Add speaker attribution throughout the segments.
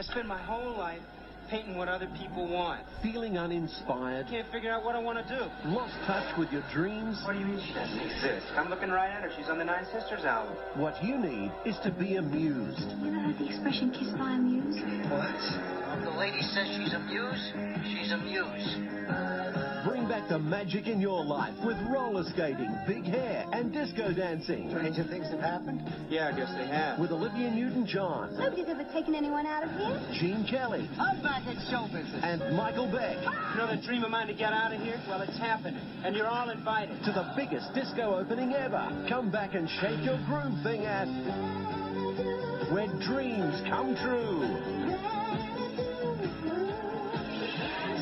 Speaker 1: spend my whole life painting what other people want.
Speaker 2: Feeling uninspired?
Speaker 1: I can't figure out what I want to do.
Speaker 2: Lost touch with your dreams?
Speaker 1: What do you mean she doesn't exist? I'm looking right at her. She's on the Nine Sisters album.
Speaker 2: What you need is to be amused.
Speaker 3: You ever heard the expression kissed by a muse?
Speaker 4: What? If the lady says she's a muse, she's a muse.
Speaker 2: Bring back the magic in your life with roller skating, big hair, and disco dancing.
Speaker 5: Stranger things have happened?
Speaker 1: Yeah, I guess they have.
Speaker 2: With Olivia Newton-John.
Speaker 3: Nobody's ever taken anyone out of here.
Speaker 2: Gene Kelly.
Speaker 6: I'm back in show business.
Speaker 2: And Michael Beck.
Speaker 1: Ah! You know that dream of mine to get out of here? Well, it's happening. And you're all invited.
Speaker 2: To the biggest disco opening ever. Come back and shake your groove thing at... Where dreams come true.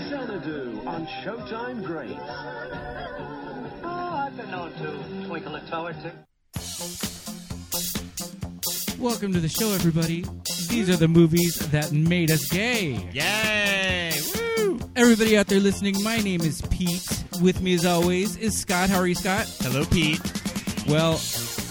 Speaker 2: Xanadu on Showtime Greats.
Speaker 4: Oh, I've been known to twinkle a toe or two.
Speaker 7: Welcome to the show, everybody. These are the movies that made us gay.
Speaker 8: Yay! Woo!
Speaker 7: Everybody out there listening, my name is Pete. With me, as always, is Scott. How are you, Scott?
Speaker 8: Hello, Pete.
Speaker 7: Well,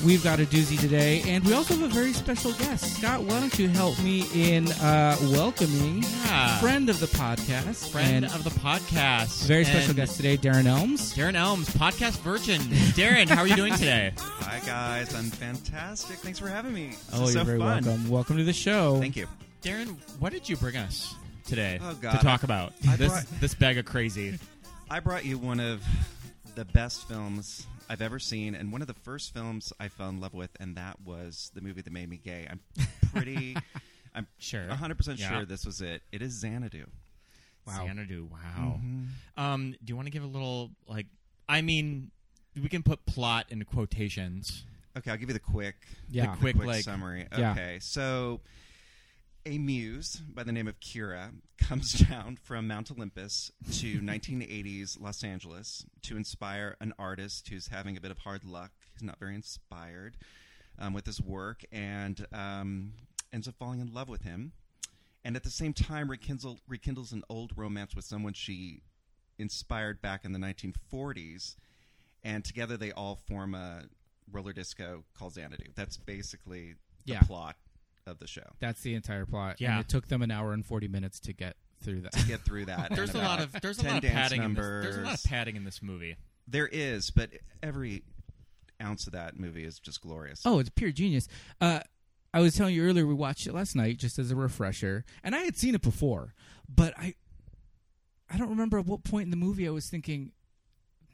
Speaker 7: we've got a doozy today, and we also have a very special guest. Scott, why don't you help me in uh, welcoming
Speaker 8: yeah.
Speaker 7: friend of the podcast,
Speaker 8: friend of the podcast,
Speaker 7: very special guest today, Darren Elms.
Speaker 8: Darren Elms, podcast virgin. Darren, how are you doing today?
Speaker 9: Hi guys, I'm fantastic. Thanks for having me. This
Speaker 7: oh, you're
Speaker 9: so
Speaker 7: very
Speaker 9: fun.
Speaker 7: welcome. Welcome to the show.
Speaker 9: Thank you,
Speaker 8: Darren. What did you bring us today
Speaker 9: oh,
Speaker 8: to talk about?
Speaker 9: I
Speaker 8: this
Speaker 9: brought,
Speaker 8: this bag of crazy.
Speaker 9: I brought you one of the best films I've ever seen, and one of the first films I fell in love with, and that was the movie that made me gay. I'm pretty, I'm
Speaker 8: sure,
Speaker 9: 100 percent sure yeah. this was it. It is Xanadu.
Speaker 8: Wow. Xanadu. Wow. Mm-hmm. Um, do you want to give a little like? I mean, we can put plot into quotations.
Speaker 9: Okay, I'll give you the quick,
Speaker 7: yeah,
Speaker 9: the quick,
Speaker 8: quick like,
Speaker 9: summary.
Speaker 7: Yeah.
Speaker 9: Okay, so a muse by the name of Kira comes down from Mount Olympus to 1980s Los Angeles to inspire an artist who's having a bit of hard luck. He's not very inspired um, with his work and um, ends up falling in love with him. And at the same time, rekindle, rekindles an old romance with someone she inspired back in the 1940s. And together they all form a roller disco called Xanadu. That's basically the
Speaker 7: yeah.
Speaker 9: plot of the show.
Speaker 7: That's the entire plot.
Speaker 8: Yeah,
Speaker 7: and it took them an hour and forty minutes to get through that.
Speaker 9: To get through that.
Speaker 8: there's a lot of there's a lot of padding. Numbers. In this, there's a lot of padding in this movie.
Speaker 9: There is, but every ounce of that movie is just glorious.
Speaker 7: Oh, it's pure genius. Uh, I was telling you earlier we watched it last night just as a refresher, and I had seen it before, but I I don't remember at what point in the movie I was thinking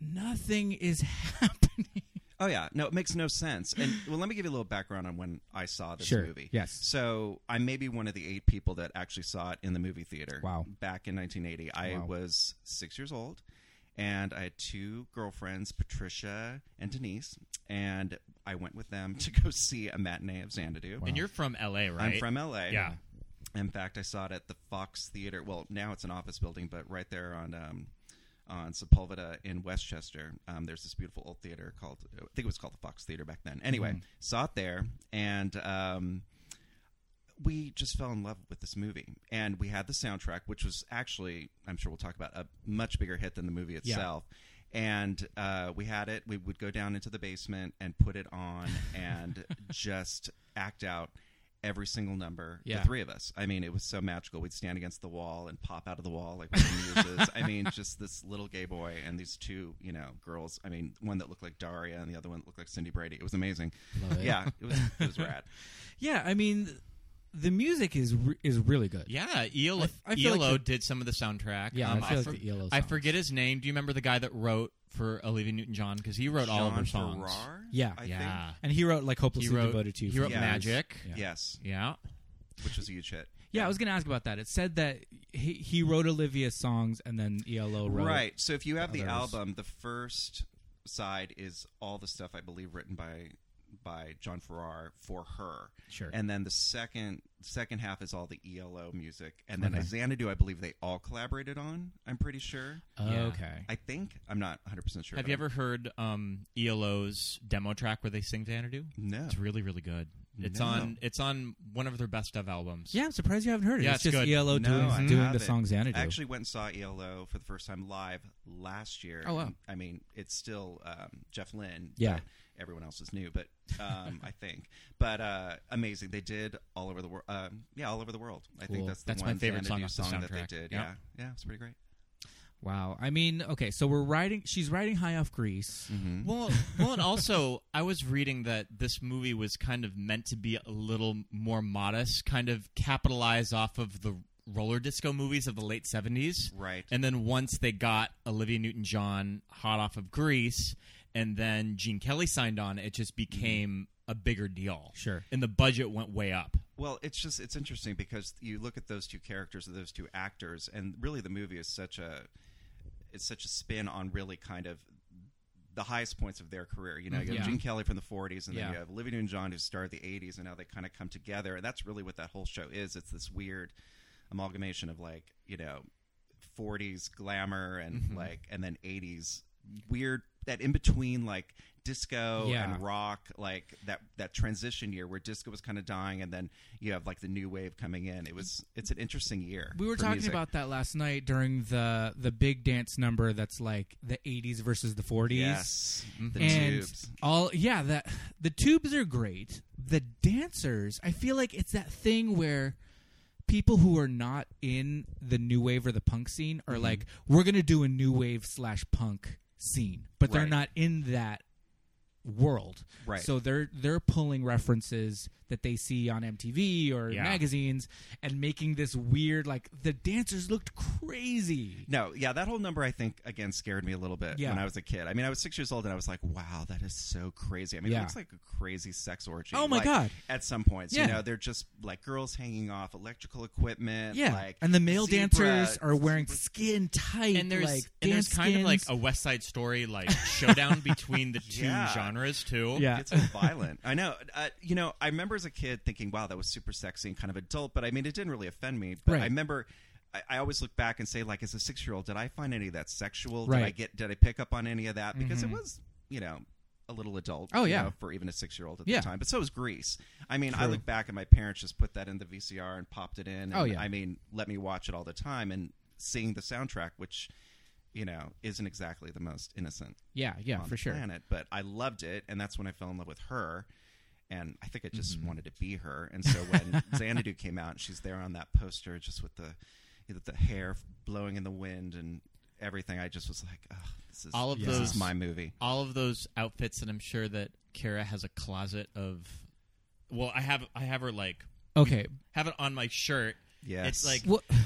Speaker 7: nothing is happening.
Speaker 9: Oh yeah, no, it makes no sense. And well, let me give you a little background on when I saw this
Speaker 7: sure.
Speaker 9: movie.
Speaker 7: Yes.
Speaker 9: So I may be one of the eight people that actually saw it in the movie theater.
Speaker 7: Wow.
Speaker 9: Back in 1980, I
Speaker 7: wow.
Speaker 9: was six years old, and I had two girlfriends, Patricia and Denise, and I went with them to go see a matinee of Xanadu.
Speaker 8: Wow. And you're from LA, right?
Speaker 9: Oh. I'm from LA.
Speaker 8: Yeah.
Speaker 9: In fact, I saw it at the Fox Theater. Well, now it's an office building, but right there on. Um, on Sepulveda in Westchester. Um, there's this beautiful old theater called, I think it was called the Fox Theater back then. Anyway,
Speaker 8: Hmm.
Speaker 9: mm. saw it there, and um, we just fell in love with this movie. And we had the soundtrack, which was actually, I'm sure we'll talk about, a much bigger hit than the movie itself.
Speaker 7: Yeah.
Speaker 9: And uh, we had it. We would go down into the basement and put it on and just act out every single number,
Speaker 7: yeah.
Speaker 9: the three of us. I mean, it was so magical. We'd stand against the wall and pop out of the wall like muses. I mean, just this little gay boy and these two, you know, girls. I mean, one that looked like Daria and the other one that looked like Cindy Brady. It was amazing.
Speaker 7: Love
Speaker 9: yeah, it. it was it was rad.
Speaker 7: Yeah, I mean, the music is re- is really good.
Speaker 8: Yeah, ELO,
Speaker 7: I, I ELO
Speaker 8: like the, did some of the soundtrack.
Speaker 7: Yeah, um, I,
Speaker 8: I,
Speaker 7: for, like ELO
Speaker 8: I forget his name. Do you remember the guy that wrote for Olivia Newton-John because he wrote
Speaker 9: Sean
Speaker 8: all of her songs.
Speaker 9: Farrar,
Speaker 7: yeah,
Speaker 9: I
Speaker 8: yeah,
Speaker 9: think.
Speaker 7: and he wrote like hopelessly
Speaker 8: he wrote,
Speaker 7: devoted to you.
Speaker 8: He wrote
Speaker 9: years.
Speaker 8: Magic.
Speaker 7: Yeah.
Speaker 9: Yes,
Speaker 8: Yeah.
Speaker 9: which was a huge hit.
Speaker 7: Yeah, I was going to ask about that. It said that he, he wrote Olivia's songs and then ELO wrote.
Speaker 9: Right. So if you have the
Speaker 7: others.
Speaker 9: album, the first side is all the stuff I believe written by by John Farrar for her.
Speaker 7: Sure.
Speaker 9: And then the second second half is all the ELO music, and then
Speaker 7: Okay.
Speaker 9: Xanadu, I believe they all collaborated on. I'm pretty sure.
Speaker 8: Yeah.
Speaker 7: Okay.
Speaker 9: I think I'm not 100 percent sure.
Speaker 8: Have
Speaker 9: but
Speaker 8: you
Speaker 9: I'm-
Speaker 8: ever heard um, ELO's demo track where they sing Xanadu?
Speaker 9: No.
Speaker 8: It's really really good. It's
Speaker 9: No.
Speaker 8: on it's on one of their best of albums.
Speaker 7: yeah, I'm surprised you haven't heard it.
Speaker 8: Yeah,
Speaker 7: it's,
Speaker 8: it's
Speaker 7: just
Speaker 8: good.
Speaker 7: ELO
Speaker 9: No, I
Speaker 7: E doing, doing the
Speaker 9: haven't.
Speaker 7: song Xanadu.
Speaker 9: I actually went and saw E ELO for the first time live last year.
Speaker 7: Oh, wow.
Speaker 9: And, I mean, it's still um, Jeff Lynne.
Speaker 7: Yeah.
Speaker 9: but Everyone else is new, but um, I think. But uh, amazing. They did all over the world. Um yeah, all over the world. I
Speaker 7: Cool.
Speaker 9: think that's the
Speaker 8: That's my
Speaker 9: one
Speaker 8: favorite song
Speaker 9: Xanadu
Speaker 8: off the
Speaker 9: song that they
Speaker 8: soundtrack. Yep.
Speaker 9: did. Yeah, yeah, it's pretty great.
Speaker 7: Wow. I mean, okay, so we're riding. She's riding high off Greece.
Speaker 9: Mm-hmm.
Speaker 8: Well, well, and also I was reading that this movie was kind of meant to be a little more modest, kind of capitalize off of the roller disco movies of the late seventies,
Speaker 9: Right.
Speaker 8: And then once they got Olivia Newton-John hot off of Grease, and then Gene Kelly signed on, it just became a bigger deal.
Speaker 7: Sure.
Speaker 8: and the budget went way up.
Speaker 9: Well, it's just it's interesting because you look at those two characters, those two actors, and really the movie is such a it's such a spin on really kind of the highest points of their career. You know, you have
Speaker 7: Yeah.
Speaker 9: Gene Kelly from the '40s, and then
Speaker 7: Yeah.
Speaker 9: you have Olivia Newton-John who started the '80s, and now they kind of come together, and that's really what that whole show is. It's this weird amalgamation of like you know '40s glamour and
Speaker 7: Mm-hmm.
Speaker 9: like and then '80s weird that in between like disco
Speaker 7: Yeah.
Speaker 9: and rock like that that transition year where disco was kind of dying and then you have like the new wave coming in it was it's an interesting year
Speaker 7: We were
Speaker 9: for
Speaker 7: talking
Speaker 9: music.
Speaker 7: about that last night during the the big dance number that's like the 80s versus the 40s.
Speaker 9: yes Mm-hmm. the
Speaker 7: and
Speaker 9: tubes
Speaker 7: all yeah that the tubes are great the dancers i feel like it's that thing where people who are not in the new wave or the punk scene are
Speaker 9: Mm-hmm.
Speaker 7: like we're gonna do a new wave slash punk scene but they're
Speaker 9: Right.
Speaker 7: not in that world
Speaker 9: Right.
Speaker 7: so they're they're pulling references that they see on mtv or
Speaker 8: Yeah.
Speaker 7: magazines and making this weird like the dancers looked crazy
Speaker 9: no yeah that whole number i think again scared me a little bit
Speaker 7: Yeah.
Speaker 9: when i was a kid i mean i was six years old and i was like wow that is so crazy i mean
Speaker 7: Yeah.
Speaker 9: it looks like a crazy sex orgy
Speaker 7: Oh, my
Speaker 9: like,
Speaker 7: God.
Speaker 9: at some points
Speaker 7: Yeah.
Speaker 9: you know they're just like girls hanging off electrical equipment
Speaker 7: yeah,
Speaker 9: like
Speaker 7: and the male
Speaker 9: zebra-
Speaker 7: dancers are wearing
Speaker 9: zebra-
Speaker 7: skin tight,
Speaker 8: And there's
Speaker 7: like,
Speaker 8: and there's
Speaker 7: dance
Speaker 8: kind of like a
Speaker 7: skins.
Speaker 8: West Side Story like showdown between the two
Speaker 9: Yeah.
Speaker 8: genres too.
Speaker 7: Yeah.
Speaker 9: It's so violent. I know. Uh, you know, I remember as a kid thinking, wow, that was super sexy and kind of adult, but I mean, it didn't really offend me. But
Speaker 7: Right.
Speaker 9: I remember. I- I always look back and say, like, as a six-year-old, did I find any of that sexual? Did I
Speaker 7: Right. Mm-hmm.
Speaker 9: get? Did I pick up on any of that? Because it was, you know, a little adult.
Speaker 7: Oh,
Speaker 9: you
Speaker 7: yeah.
Speaker 9: know, for even a six-year-old at
Speaker 7: Yeah.
Speaker 9: the time. But so was Grease. I mean, I
Speaker 7: True.
Speaker 9: look back and my parents just put that in the VCR and popped it in. And,
Speaker 7: Oh, yeah.
Speaker 9: I mean, let me watch it all the time and seeing the soundtrack, which, you know, isn't exactly the most innocent
Speaker 7: yeah, yeah,
Speaker 9: on
Speaker 7: for
Speaker 9: the
Speaker 7: sure.
Speaker 9: planet, but I loved it, and that's when I fell in love with her. And I think I just wanted to be her. And so when Xanadu came out, and she's there on that poster, just with the with the hair blowing in the wind and everything. I just was like, oh, this is
Speaker 8: All of
Speaker 9: this
Speaker 8: those-
Speaker 9: is my movie.
Speaker 8: all of those outfits, and I'm sure that Kara has a closet of. Well, I have I have her like
Speaker 7: Okay,
Speaker 8: have it on my shirt.
Speaker 9: Yes.
Speaker 8: it's like
Speaker 7: well,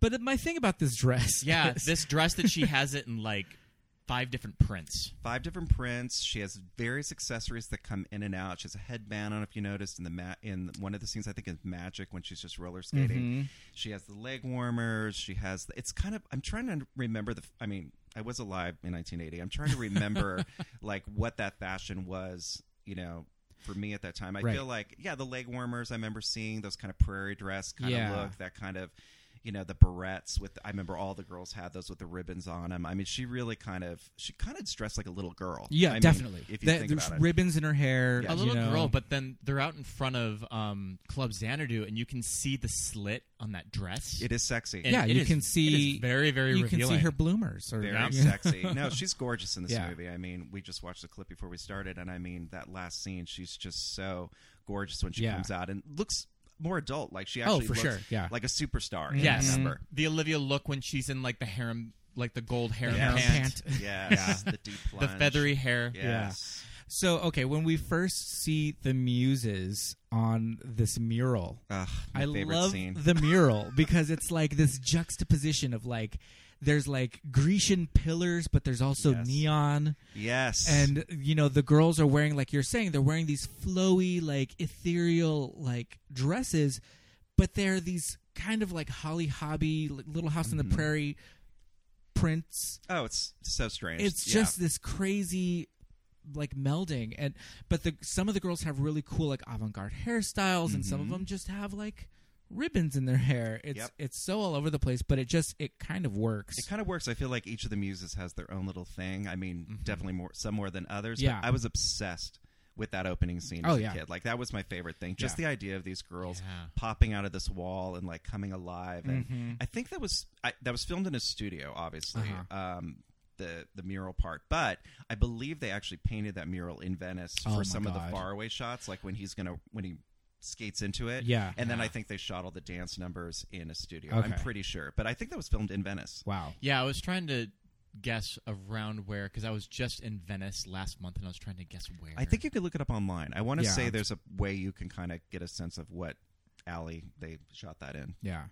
Speaker 7: but my thing about this dress,
Speaker 8: yeah,
Speaker 7: is-
Speaker 8: this dress that she has it in like five different prints.
Speaker 9: Five different prints. She has various accessories that come in and out. She has a headband. I don't know if you noticed in the ma- in one of the scenes. I think in Magic when she's just roller skating. She has the leg warmers. She has. The, it's kind of. I'm trying to remember the. I mean, I was alive in 1980. I'm trying to remember like what that fashion was. You know. For me at that time, I
Speaker 7: Right.
Speaker 9: feel like yeah, the leg warmers. I remember seeing those kind of prairie dress kind
Speaker 7: Yeah.
Speaker 9: of look, that kind of, you know, the barrettes with. I remember all the girls had those with the ribbons on them. I mean, she really kind of she kind of dressed like a little girl.
Speaker 7: yeah,
Speaker 9: I mean,
Speaker 7: definitely.
Speaker 9: If you
Speaker 7: That-
Speaker 9: think
Speaker 7: there's
Speaker 9: about it,
Speaker 7: ribbons in her hair,
Speaker 9: Yeah.
Speaker 8: A
Speaker 7: you
Speaker 8: little
Speaker 7: know.
Speaker 8: girl, but then they're out in front of um, Club Xanadu, and you can see the slit on that dress.
Speaker 9: it is sexy.
Speaker 8: And
Speaker 7: yeah,
Speaker 8: it
Speaker 7: you
Speaker 8: is-
Speaker 7: can
Speaker 8: it is
Speaker 7: see
Speaker 8: very, very
Speaker 7: You can
Speaker 8: revealing.
Speaker 7: see her bloomers, or
Speaker 9: very
Speaker 8: Yeah.
Speaker 9: sexy. No, she's gorgeous in this
Speaker 7: Yeah.
Speaker 9: movie. I mean, we just watched the clip before we started, and I mean that last scene. She's just so gorgeous when she
Speaker 7: Yeah.
Speaker 9: comes out and looks more adult. Like she
Speaker 7: Oh,
Speaker 9: actually
Speaker 7: for
Speaker 9: looks
Speaker 7: sure. Yeah.
Speaker 9: like a superstar. in
Speaker 8: yes,
Speaker 9: that number.
Speaker 8: the Olivia look when she's in like the harem, like the gold
Speaker 7: Mm-hmm.
Speaker 8: harem pant,
Speaker 9: Yes. Yes, the deep
Speaker 8: the
Speaker 9: plunge.
Speaker 8: feathery hair.
Speaker 9: Yes.
Speaker 7: So okay, when we first see the muses on this mural,
Speaker 9: Ugh, my
Speaker 7: I
Speaker 9: favorite
Speaker 7: love
Speaker 9: scene.
Speaker 7: the mural because it's like this juxtaposition of like there's like Grecian pillars, but there's also
Speaker 9: Yes.
Speaker 7: neon,
Speaker 9: yes.
Speaker 7: and you know the girls are wearing like you're saying they're wearing these flowy like ethereal like dresses, but they're these kind of like Holly Hobby, like, Little House
Speaker 9: Mm-hmm.
Speaker 7: on the Prairie prints
Speaker 9: oh, it's so strange.
Speaker 7: it's
Speaker 9: Yeah.
Speaker 7: just this crazy like melding and but the some of the girls have really cool like avant-garde hairstyles and some of them just have like ribbons in their hair it's
Speaker 9: Mm-hmm. Yep.
Speaker 7: it's so all over the place but it just it kind of works
Speaker 9: It kind of works. I feel like each of the muses has their own little thing. I mean, definitely more some more than others. but
Speaker 7: Mm-hmm. Yeah.
Speaker 9: I was obsessed with that opening scene
Speaker 7: Oh,
Speaker 9: as a
Speaker 7: yeah.
Speaker 9: kid. Like that was my favorite thing. Just the idea of these girls
Speaker 8: Yeah.
Speaker 9: popping out of this wall and
Speaker 7: Mm-hmm. Uh-huh.
Speaker 9: like coming alive. And I think that was I, that was filmed in a studio, obviously. Um, the the mural part. But I believe they actually painted that mural in Venice
Speaker 7: Oh my
Speaker 9: for some of
Speaker 7: God.
Speaker 9: the faraway shots, like when he's gonna when he skates into it.
Speaker 7: Yeah.
Speaker 9: and then I think they shot all the dance numbers in a studio.
Speaker 7: Okay.
Speaker 9: I'm pretty sure, but I think that was filmed in Venice.
Speaker 7: Wow.
Speaker 8: Yeah, I was trying to guess around where because I was just in Venice last month and I was trying to guess where.
Speaker 9: I think you could look it up online. I want to
Speaker 7: Yeah.
Speaker 9: say there's a way you can kind of get a sense of what alley they shot that in.
Speaker 7: Yeah.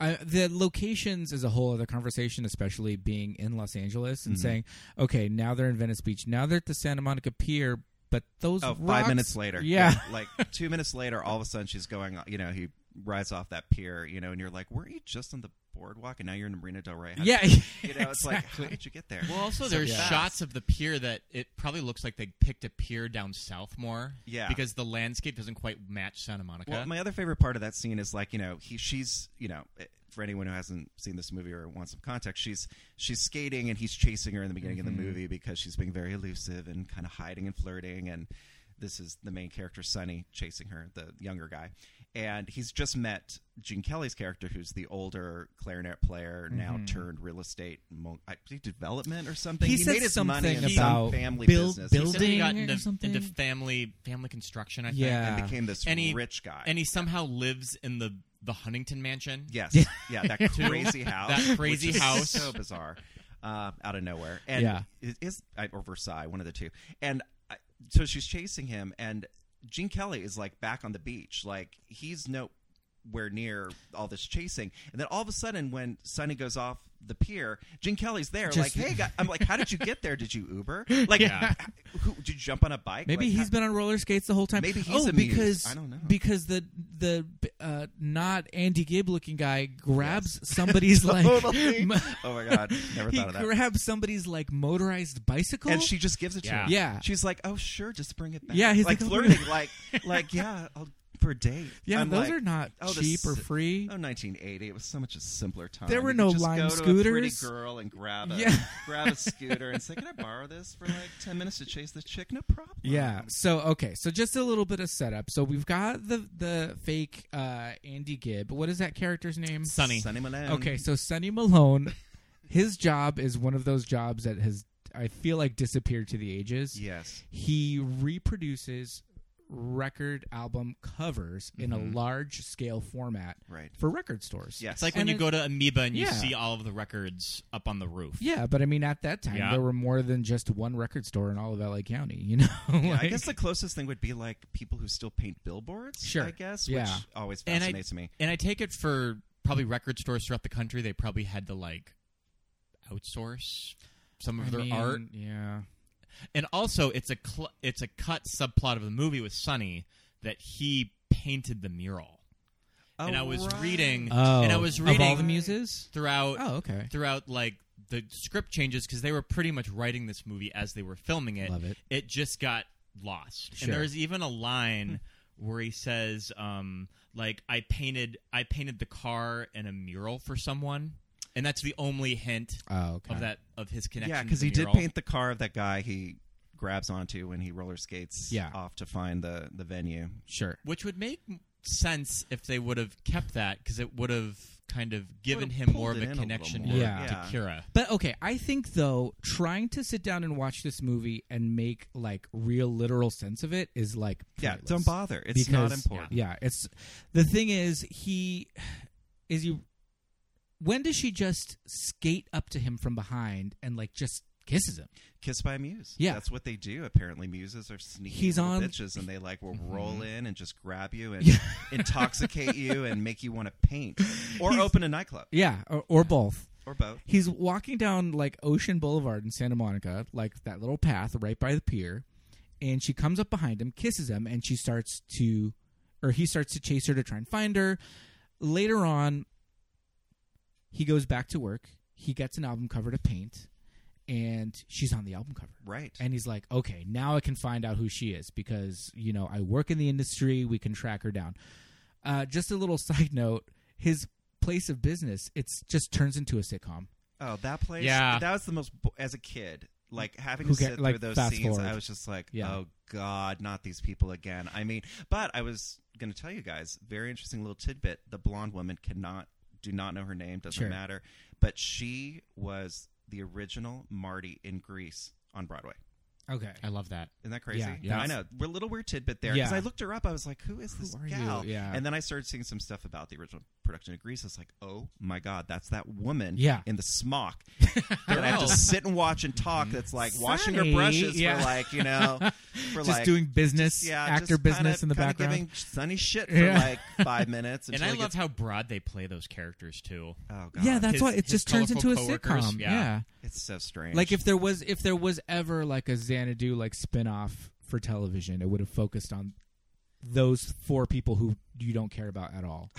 Speaker 7: I, the locations is a whole other conversation, especially being in Los Angeles
Speaker 9: Mm-hmm.
Speaker 7: and saying, okay, now they're in Venice Beach, now they're at the Santa Monica Pier, but those
Speaker 9: Oh, five
Speaker 7: rocks-
Speaker 9: minutes later.
Speaker 7: yeah,
Speaker 9: Like two minutes later, all of a sudden she's going, you know, he rides off that pier, you know, and you're like, weren't you just on the boardwalk and now you're in Marina Del Rey? How did-
Speaker 7: yeah,
Speaker 9: You know, it's like, how
Speaker 7: exactly.
Speaker 9: did you get there?
Speaker 8: Well, also there's
Speaker 7: yeah.
Speaker 8: shots of the pier that it probably looks like they picked a pier down south more.
Speaker 9: Yeah.
Speaker 8: because the landscape doesn't quite match Santa Monica.
Speaker 9: Well, my other favorite part of that scene is like you know he she's you know eh, for anyone who hasn't seen this movie or wants some context she's she's skating and he's chasing her in the beginning of the
Speaker 7: Mm-hmm.
Speaker 9: movie because she's being very elusive and kind of hiding and flirting and this is the main character Sonny chasing her the younger guy and he's just met Gene Kelly's character who's the older clarinet player now turned real estate mo- I- development or something
Speaker 7: Mm-hmm. He
Speaker 9: he,
Speaker 7: said
Speaker 9: made his money
Speaker 7: something
Speaker 9: in some
Speaker 7: about
Speaker 9: family
Speaker 7: build-
Speaker 9: business
Speaker 8: He
Speaker 7: build-
Speaker 8: said he got
Speaker 7: Building
Speaker 8: into,
Speaker 7: or something?
Speaker 8: into family family construction. I think.
Speaker 7: Yeah.
Speaker 9: and became this
Speaker 8: And he-
Speaker 9: rich guy
Speaker 8: and he somehow lives in the the Huntington Mansion.
Speaker 9: Yes. Yeah, that crazy house.
Speaker 8: That crazy
Speaker 9: which is
Speaker 8: house.
Speaker 9: So bizarre. Uh, out of nowhere. And
Speaker 7: Yeah.
Speaker 9: it is I- or Versailles, one of the two. And I, so she's chasing him and Gene Kelly is like back on the beach. Like he's nowhere near all this chasing. And then all of a sudden when Sonny goes off the pier, Gene Kelly's there.
Speaker 7: Just-
Speaker 9: like, hey, guy. I'm like, how did you get there? Did you Uber? Like,
Speaker 8: Yeah.
Speaker 9: who, did you jump on a bike?
Speaker 7: Maybe
Speaker 9: like,
Speaker 7: he's been on roller skates the whole time.
Speaker 9: Maybe he's
Speaker 7: oh,
Speaker 9: amused.
Speaker 7: because
Speaker 9: I don't know.
Speaker 7: because the the uh, not Andy Gibb looking guy grabs somebody's like
Speaker 9: Totally.
Speaker 7: mo-
Speaker 9: Oh my God. Never
Speaker 7: he
Speaker 9: thought of that.
Speaker 7: grabs somebody's like motorized bicycle
Speaker 9: and she just gives it to
Speaker 8: Yeah.
Speaker 9: him.
Speaker 7: Yeah.
Speaker 9: she's like, "Oh, sure, just bring it back."
Speaker 7: Yeah, he's
Speaker 9: like
Speaker 7: like, "Oh,
Speaker 9: flirting,
Speaker 7: really?"
Speaker 9: like, like yeah, I'll, for a date.
Speaker 7: Yeah,
Speaker 9: I'm
Speaker 7: those
Speaker 9: like,
Speaker 7: are not
Speaker 9: oh, this
Speaker 7: cheap or
Speaker 9: is-
Speaker 7: free.
Speaker 9: Oh, 1980. It was so much a simpler time.
Speaker 7: There were
Speaker 9: You
Speaker 7: no
Speaker 9: could just
Speaker 7: Lime
Speaker 9: go To a pretty
Speaker 7: scooters.
Speaker 9: girl and grab a
Speaker 7: Yeah.
Speaker 9: grab a scooter and say, "Can I borrow this for like 10 minutes to chase the chick?" No problem.
Speaker 7: Yeah. So okay. So just a little bit of setup. So we've got the the fake uh, Andy Gibb. What is that character's name?
Speaker 8: Sunny.
Speaker 9: Sunny Malone.
Speaker 7: Okay. So Sonny Malone, his job is one of those jobs that has I feel like disappeared to the ages.
Speaker 9: Yes.
Speaker 7: He reproduces record album covers in a large scale format
Speaker 9: Mm-hmm. Right.
Speaker 7: for record stores.
Speaker 9: Yes.
Speaker 8: It's like when
Speaker 7: And
Speaker 8: you
Speaker 7: it-
Speaker 8: go to Amoeba and you
Speaker 7: Yeah.
Speaker 8: see all of the records up on the roof.
Speaker 7: Yeah, but I mean, at that time,
Speaker 8: Yeah.
Speaker 7: there were more than just one record store in all of LA County. You know,
Speaker 9: Yeah, I
Speaker 7: Like-
Speaker 9: guess the closest thing would be like people who still paint billboards.
Speaker 7: Sure.
Speaker 9: I guess,
Speaker 7: Yeah.
Speaker 9: which always
Speaker 8: And I-
Speaker 9: fascinates me.
Speaker 8: And I take it for probably record stores throughout the country, they probably had to like outsource some of
Speaker 7: I
Speaker 8: their
Speaker 7: mean,
Speaker 8: art.
Speaker 7: Yeah.
Speaker 8: And also, it's a cl- it's a cut subplot of the movie with Sonny that he painted the mural. and I was
Speaker 9: right.
Speaker 8: reading,
Speaker 7: Oh,
Speaker 8: and I was
Speaker 7: of all
Speaker 8: reading
Speaker 7: the muses?
Speaker 8: throughout.
Speaker 7: Oh, okay.
Speaker 8: Throughout like the script changes because they were pretty much writing this movie as they were filming it.
Speaker 7: Love it.
Speaker 8: It just got lost,
Speaker 7: Sure.
Speaker 8: and there was even a line where he says, um, "Like I painted, I painted the car and a mural for someone," and that's the only hint
Speaker 7: Oh, okay.
Speaker 8: of that of his connection.
Speaker 9: Yeah,
Speaker 8: because
Speaker 9: because he did paint the car of that guy he grabs onto when he roller skates
Speaker 7: Yeah.
Speaker 9: off to find the, the venue.
Speaker 7: Sure.
Speaker 8: which would make m- sense if they would have kept that because it would have kind of given
Speaker 9: Would've
Speaker 8: him more
Speaker 9: pulled
Speaker 8: of
Speaker 9: it
Speaker 8: a
Speaker 9: in a
Speaker 8: connection
Speaker 9: little
Speaker 7: more.
Speaker 8: to-
Speaker 7: Yeah.
Speaker 8: to
Speaker 9: Yeah.
Speaker 8: Kira.
Speaker 7: But okay, I think though trying to sit down and watch this movie and make like real literal sense of it is like
Speaker 9: Yeah,
Speaker 7: pointless.
Speaker 9: don't bother. It's not
Speaker 7: Because-
Speaker 9: important.
Speaker 7: Yeah, it's the thing is he is you. When does she just skate up to him from behind and like just kisses him?
Speaker 9: Kiss by a Muse.
Speaker 7: Yeah.
Speaker 9: That's what they do, apparently. Muses are sneaky
Speaker 7: He's
Speaker 9: little
Speaker 7: on-
Speaker 9: bitches, and they like will
Speaker 8: Mm-hmm.
Speaker 9: roll in and just grab you and
Speaker 7: Yeah.
Speaker 9: intoxicate you and make you want to paint or
Speaker 7: He's-
Speaker 9: open a nightclub
Speaker 7: Yeah, or, or both.
Speaker 9: or both.
Speaker 7: He's walking down like Ocean Boulevard in Santa Monica, like that little path right by the pier, and she comes up behind him, kisses him, and she starts to or he starts to chase her to try and find her. Later on, he goes back to work. He gets an album cover to paint, and she's on the album cover.
Speaker 9: Right.
Speaker 7: And he's like, okay, now I can find out who she is because, you know, I work in the industry. We can track her down. Uh, just a little side note his place of business, it's just turns into a sitcom.
Speaker 9: oh, that place.
Speaker 8: Yeah.
Speaker 9: That was the most, bo- as a kid, like having
Speaker 7: Who
Speaker 9: to
Speaker 7: get-
Speaker 9: sit
Speaker 7: like,
Speaker 9: through those
Speaker 7: fast
Speaker 9: scenes,
Speaker 7: forward.
Speaker 9: I was just like,
Speaker 7: Yeah.
Speaker 9: oh, God, not these people again. I mean, but I was going to tell you guys, very interesting little tidbit. The blonde woman cannot, do not know her name, doesn't
Speaker 7: Sure.
Speaker 9: matter. But she was the original Marty in Greece on Broadway.
Speaker 7: Okay.
Speaker 8: I love that.
Speaker 9: Isn't that crazy?
Speaker 7: Yeah, yeah.
Speaker 9: I know. We're a little weird tidbit there because
Speaker 7: Yeah.
Speaker 9: I looked her up. I was like, "Who is this
Speaker 7: are you?
Speaker 9: gal?"
Speaker 7: Yeah.
Speaker 9: And then I started seeing some stuff about the original production of Grease. I was like, "Oh my god, that's that woman
Speaker 7: Yeah. Oh.
Speaker 9: in the smock that I have to sit and watch and talk." That's like washing her
Speaker 7: Sunny.
Speaker 9: brushes
Speaker 7: Yeah.
Speaker 9: for like you know, for
Speaker 7: Just
Speaker 9: like
Speaker 7: doing business,
Speaker 9: yeah,
Speaker 7: actor
Speaker 9: just
Speaker 7: business
Speaker 9: kinda-
Speaker 7: in the
Speaker 9: kinda
Speaker 7: background.
Speaker 9: giving sunny shit for
Speaker 7: Yeah.
Speaker 9: like five minutes.
Speaker 8: And
Speaker 9: until
Speaker 8: I
Speaker 9: it
Speaker 8: love
Speaker 9: gets-
Speaker 8: how broad they play those characters too.
Speaker 9: Oh god,
Speaker 7: yeah, that's
Speaker 8: his-
Speaker 7: why it
Speaker 8: his
Speaker 7: just turns into
Speaker 8: colorful
Speaker 7: a
Speaker 8: coworkers,
Speaker 7: sitcom.
Speaker 8: yeah.
Speaker 7: yeah.
Speaker 9: it's so strange.
Speaker 7: Like if there was if there was ever like a Xanadu like spin-off for television, it would have focused on those four people who you don't care about at all.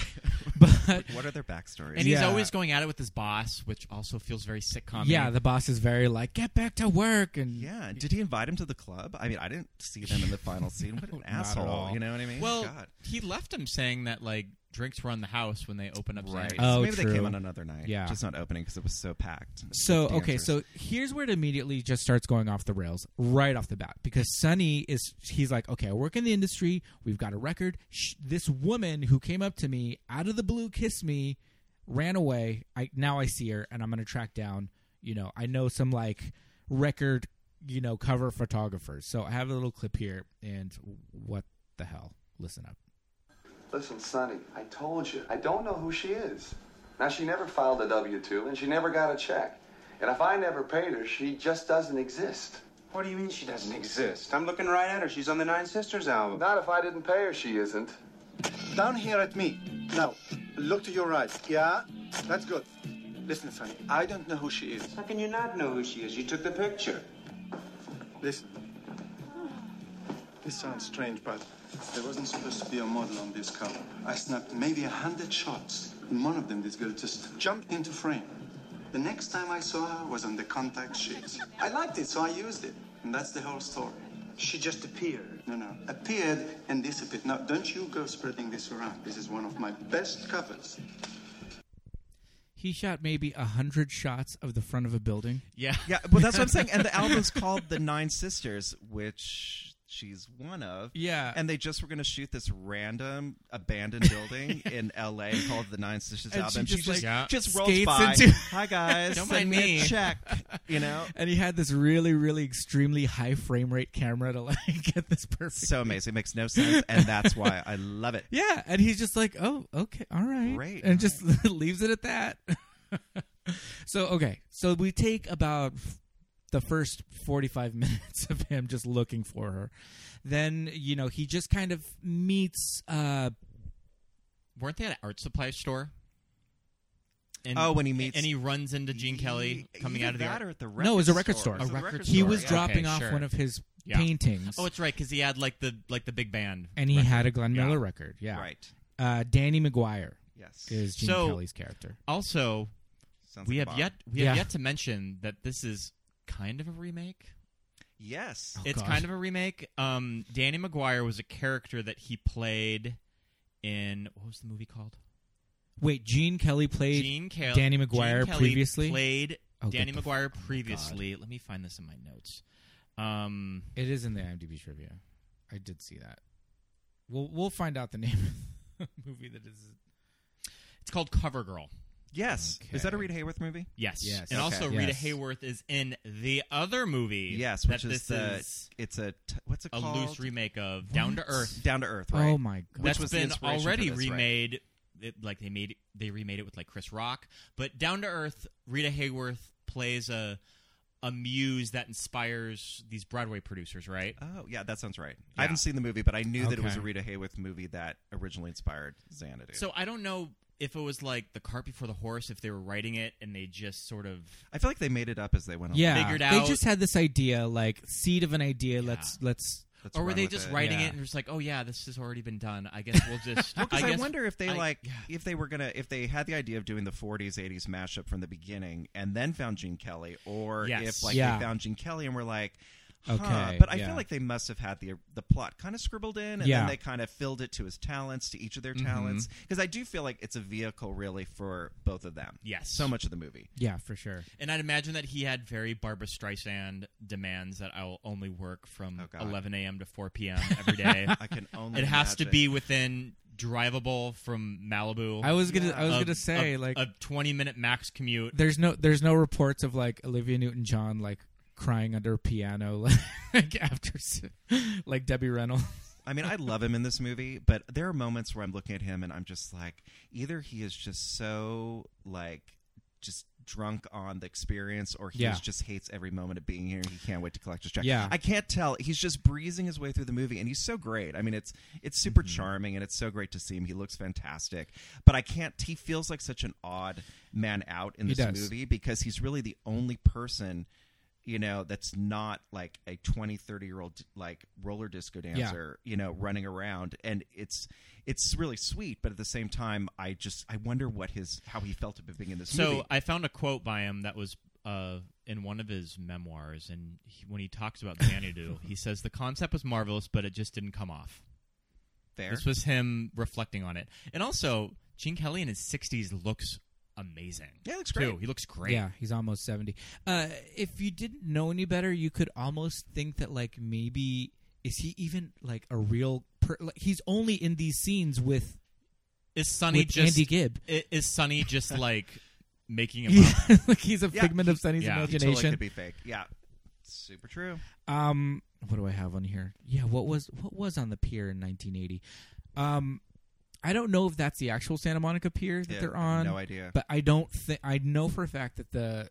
Speaker 7: But
Speaker 9: what are their backstories?
Speaker 8: And he's
Speaker 7: Yeah.
Speaker 8: always going at it with his boss, which also feels very sitcom.
Speaker 7: yeah, the boss is very like, get back to work and
Speaker 9: Yeah. Did he invite him to the club? I mean, I didn't see them in the final scene. What an
Speaker 7: Not at
Speaker 9: asshole.
Speaker 7: all.
Speaker 9: You know what I mean?
Speaker 8: well,
Speaker 9: God.
Speaker 8: he left him saying that like drinks were on the house when they open up.
Speaker 9: Right.
Speaker 8: Xanax.
Speaker 7: Oh,
Speaker 9: so maybe they came
Speaker 7: true.
Speaker 9: on another night.
Speaker 7: Yeah.
Speaker 9: Just not opening because it was so packed.
Speaker 7: So
Speaker 9: with
Speaker 7: okay,
Speaker 9: dancers.
Speaker 7: so here's where it immediately just starts going off the rails right off the bat because Sonny is he's like, okay, I work in the industry, we've got a record. Sh- this woman who came up to me out of the blue, kissed me, ran away. I now I see her and I'm gonna track down. You know, I know some like record, you know, cover photographers. So I have a little clip here, and what the hell? Listen up.
Speaker 5: Listen, Sonny, I told you, I don't know who she is. Now, she never filed a W 2 and she never got a check. And if I never paid her, she just doesn't exist.
Speaker 6: What do you mean she doesn't exist? I'm looking right at her. She's on the Nine Sisters album.
Speaker 5: Not if I didn't pay her, she isn't.
Speaker 6: Down here at me. Now, look to your right. Yeah? That's good. Listen, Sonny,
Speaker 5: I don't know who she is.
Speaker 6: how can you not know who she is? You took the picture.
Speaker 5: Listen.
Speaker 6: This sounds strange, but there wasn't supposed to be a model on this cover. I snapped maybe a hundred shots. In one of them, this girl just jumped into frame. The next time I saw her was on the contact sheets. I liked it, so I used it. And that's the whole story. She just appeared. No, no. Appeared and disappeared. Now, don't you go spreading this around. This is one of my best covers.
Speaker 7: He shot maybe a hundred shots of the front of a building.
Speaker 8: yeah.
Speaker 9: Yeah, well, that's what I'm saying. And the album's called The Nine Sisters, which she's one of.
Speaker 7: Yeah.
Speaker 9: And they just were going to shoot this random abandoned building in L.A. called The Nine Sisters
Speaker 7: And she
Speaker 9: album.
Speaker 7: just, like,
Speaker 8: Yeah.
Speaker 9: just rolls
Speaker 7: skates
Speaker 9: by.
Speaker 7: into-
Speaker 9: Hi, guys.
Speaker 8: Don't
Speaker 9: send
Speaker 8: mind
Speaker 9: me. a
Speaker 8: me."
Speaker 9: check. You know?
Speaker 7: and he had this really, really extremely high frame rate camera to like get this perfect.
Speaker 9: So amazing. It makes no sense. And that's why I love it.
Speaker 7: yeah, and he's just like, oh, okay, all right,
Speaker 9: Great,
Speaker 7: and just leaves it at that. so okay, so we take about f- the first forty-five minutes of him just looking for her. Then you know he just kind of meets. uh
Speaker 8: Weren't they at an art supply store? And,
Speaker 9: Oh, when he meets-
Speaker 8: and he runs into Gene Kelly coming
Speaker 9: Either
Speaker 8: out of the
Speaker 9: that
Speaker 8: art.
Speaker 9: or at the record
Speaker 7: No, it was a record store.
Speaker 9: It was
Speaker 8: A
Speaker 9: the
Speaker 8: record
Speaker 7: He
Speaker 8: store,
Speaker 7: was
Speaker 8: yeah.
Speaker 7: dropping
Speaker 8: Okay,
Speaker 7: off
Speaker 8: sure.
Speaker 7: one of his
Speaker 8: Yeah.
Speaker 7: paintings.
Speaker 8: Oh, it's right because he had like the like the big band,
Speaker 7: and he
Speaker 8: record.
Speaker 7: had a Glenn
Speaker 8: Yeah.
Speaker 7: Miller record. Yeah,
Speaker 9: Right.
Speaker 7: Uh, Danny McGuire
Speaker 9: Yes.
Speaker 7: is Gene
Speaker 8: So-
Speaker 7: Kelly's character.
Speaker 8: Also,
Speaker 9: Sounds
Speaker 8: we
Speaker 9: like
Speaker 8: have
Speaker 9: a
Speaker 8: yet
Speaker 9: bomb.
Speaker 8: we have
Speaker 7: Yeah.
Speaker 8: yet to mention that this is kind of a remake.
Speaker 9: Yes.
Speaker 7: Oh,
Speaker 8: it's
Speaker 7: God.
Speaker 8: kind of a remake. Um, Danny McGuire was a character that he played in what was the movie called?
Speaker 7: Wait, Gene Kelly played
Speaker 8: Gene Kelly.
Speaker 7: Danny McGuire
Speaker 8: Gene Kelly
Speaker 7: previously.
Speaker 8: played
Speaker 7: Oh,
Speaker 8: Danny
Speaker 7: get the
Speaker 8: McGuire previously. Let me find this in my notes. Um,
Speaker 7: It is in the IMDb trivia. I did see that. We'll we'll find out the name of the movie that is.
Speaker 8: it's called Cover Girl.
Speaker 9: Yes. Is that a
Speaker 7: Okay.
Speaker 9: Reed Hayworth movie?
Speaker 8: Yes.
Speaker 7: Yes.
Speaker 8: And
Speaker 7: Okay.
Speaker 8: also, Rita
Speaker 7: Yes.
Speaker 8: Hayworth is in the other movie.
Speaker 9: Yes, which
Speaker 8: that this
Speaker 9: is the
Speaker 8: is
Speaker 9: it's a t- what's it
Speaker 8: a
Speaker 9: called?
Speaker 8: loose remake of Down to Earth.
Speaker 9: Down to Earth, right?
Speaker 7: Oh my god!
Speaker 9: Which
Speaker 8: That's
Speaker 9: was the
Speaker 8: been
Speaker 9: inspiration for
Speaker 8: already
Speaker 9: this, right?
Speaker 8: remade. It, like they made they remade it with like Chris Rock, but Down to Earth, Rita Hayworth plays a a muse that inspires these Broadway producers, right?
Speaker 9: Oh yeah, that sounds right.
Speaker 8: Yeah.
Speaker 9: I haven't seen the movie, but I knew that it was a
Speaker 7: Okay.
Speaker 9: Rita Hayworth movie that originally inspired Xanadu.
Speaker 8: So I don't know if it was like the cart before the horse, if they were writing it and they just sort of
Speaker 9: I feel like they made it up as they went along.
Speaker 7: yeah,
Speaker 8: figured
Speaker 7: they
Speaker 8: out-
Speaker 7: just had this idea, like seed of an idea. Let's let's.
Speaker 9: Let's
Speaker 8: or were
Speaker 9: run
Speaker 8: they
Speaker 9: with
Speaker 8: just
Speaker 9: it.
Speaker 8: writing
Speaker 7: Yeah.
Speaker 8: it and just like, oh yeah, this has already been done. I guess we'll just.
Speaker 9: Because I,
Speaker 8: guess-
Speaker 9: wonder if they
Speaker 8: I-
Speaker 9: like
Speaker 8: yeah.
Speaker 9: if they were gonna if they had the idea of doing the 40s 80s mashup from the beginning and then found Gene Kelly, or
Speaker 8: Yes.
Speaker 9: if like
Speaker 7: Yeah.
Speaker 9: they found Gene Kelly and were like,
Speaker 7: Okay,
Speaker 9: But I
Speaker 7: yeah.
Speaker 9: feel like they must have had the the plot kind of scribbled in, and
Speaker 7: Yeah.
Speaker 9: then they kind of filled it to his talents, to each of their
Speaker 8: Mm-hmm.
Speaker 9: talents. Because I do feel like it's a vehicle, really, for both of them.
Speaker 8: Yes.
Speaker 9: So much of the movie.
Speaker 7: yeah, for sure.
Speaker 8: And I'd imagine that he had very Barbara Streisand demands that I will only work from
Speaker 9: Oh, God.
Speaker 8: 11 a.m. to 4 p.m. every day.
Speaker 9: I can only.
Speaker 8: it has to
Speaker 9: imagine.
Speaker 8: be within drivable from Malibu.
Speaker 7: I was gonna, I was
Speaker 8: A-
Speaker 7: gonna say
Speaker 8: a-
Speaker 7: like,
Speaker 8: a 20 minute max commute.
Speaker 7: there's no, there's no reports of like Olivia Newton-John like crying under a piano like after, s- like Debbie Reynolds.
Speaker 9: I mean, I love him in this movie, but there are moments where I'm looking at him and I'm just like, either he is just so like just drunk on the experience, or he
Speaker 7: Yeah.
Speaker 9: is- just hates every moment of being here. He can't wait to collect his check.
Speaker 7: Yeah.
Speaker 9: I can't tell. He's just breezing his way through the movie, and he's so great. I mean, it's it's super
Speaker 7: Mm-hmm.
Speaker 9: charming, and it's so great to see him. He looks fantastic, but I can't. He feels like such an odd man out in
Speaker 7: He
Speaker 9: this
Speaker 7: does.
Speaker 9: movie because he's really the only person. You know, that's not like a 20, 30 year old like roller disco dancer, you know, running around. And it's it's really sweet, but at the same time, I just I wonder what his how he felt about being in this
Speaker 8: So
Speaker 9: movie.
Speaker 8: I found a quote by him that was uh, in one of his memoirs, and he, when he talks about Xanadu, he says the concept was marvelous, but it just didn't come off.
Speaker 9: Fair.
Speaker 8: This was him reflecting on it, and also Gene Kelly in his sixties looks amazing.
Speaker 9: Yeah, he looks
Speaker 8: too.
Speaker 9: great.
Speaker 8: He looks great.
Speaker 7: Yeah, he's almost 70. Uh, if you didn't know any better, you could almost think that, like, maybe is he even, like, a real. Per- like, he's only in these scenes with,
Speaker 8: Is Sonny
Speaker 7: with
Speaker 8: just
Speaker 7: Andy Gibb.
Speaker 8: i- is Sonny just like making him?
Speaker 7: Yeah,
Speaker 8: up?
Speaker 7: like, he's a
Speaker 9: Yeah,
Speaker 7: figment of Sonny's
Speaker 8: yeah, he
Speaker 9: He totally
Speaker 7: imagination.
Speaker 9: could be fake. Yeah, super true.
Speaker 7: Um, what do I have on here? Yeah, what was what was on the pier in 1980? Um, I don't know if that's the actual Santa Monica pier that
Speaker 9: Yeah,
Speaker 7: they're on.
Speaker 9: no idea.
Speaker 7: But I don't think I know for a fact that the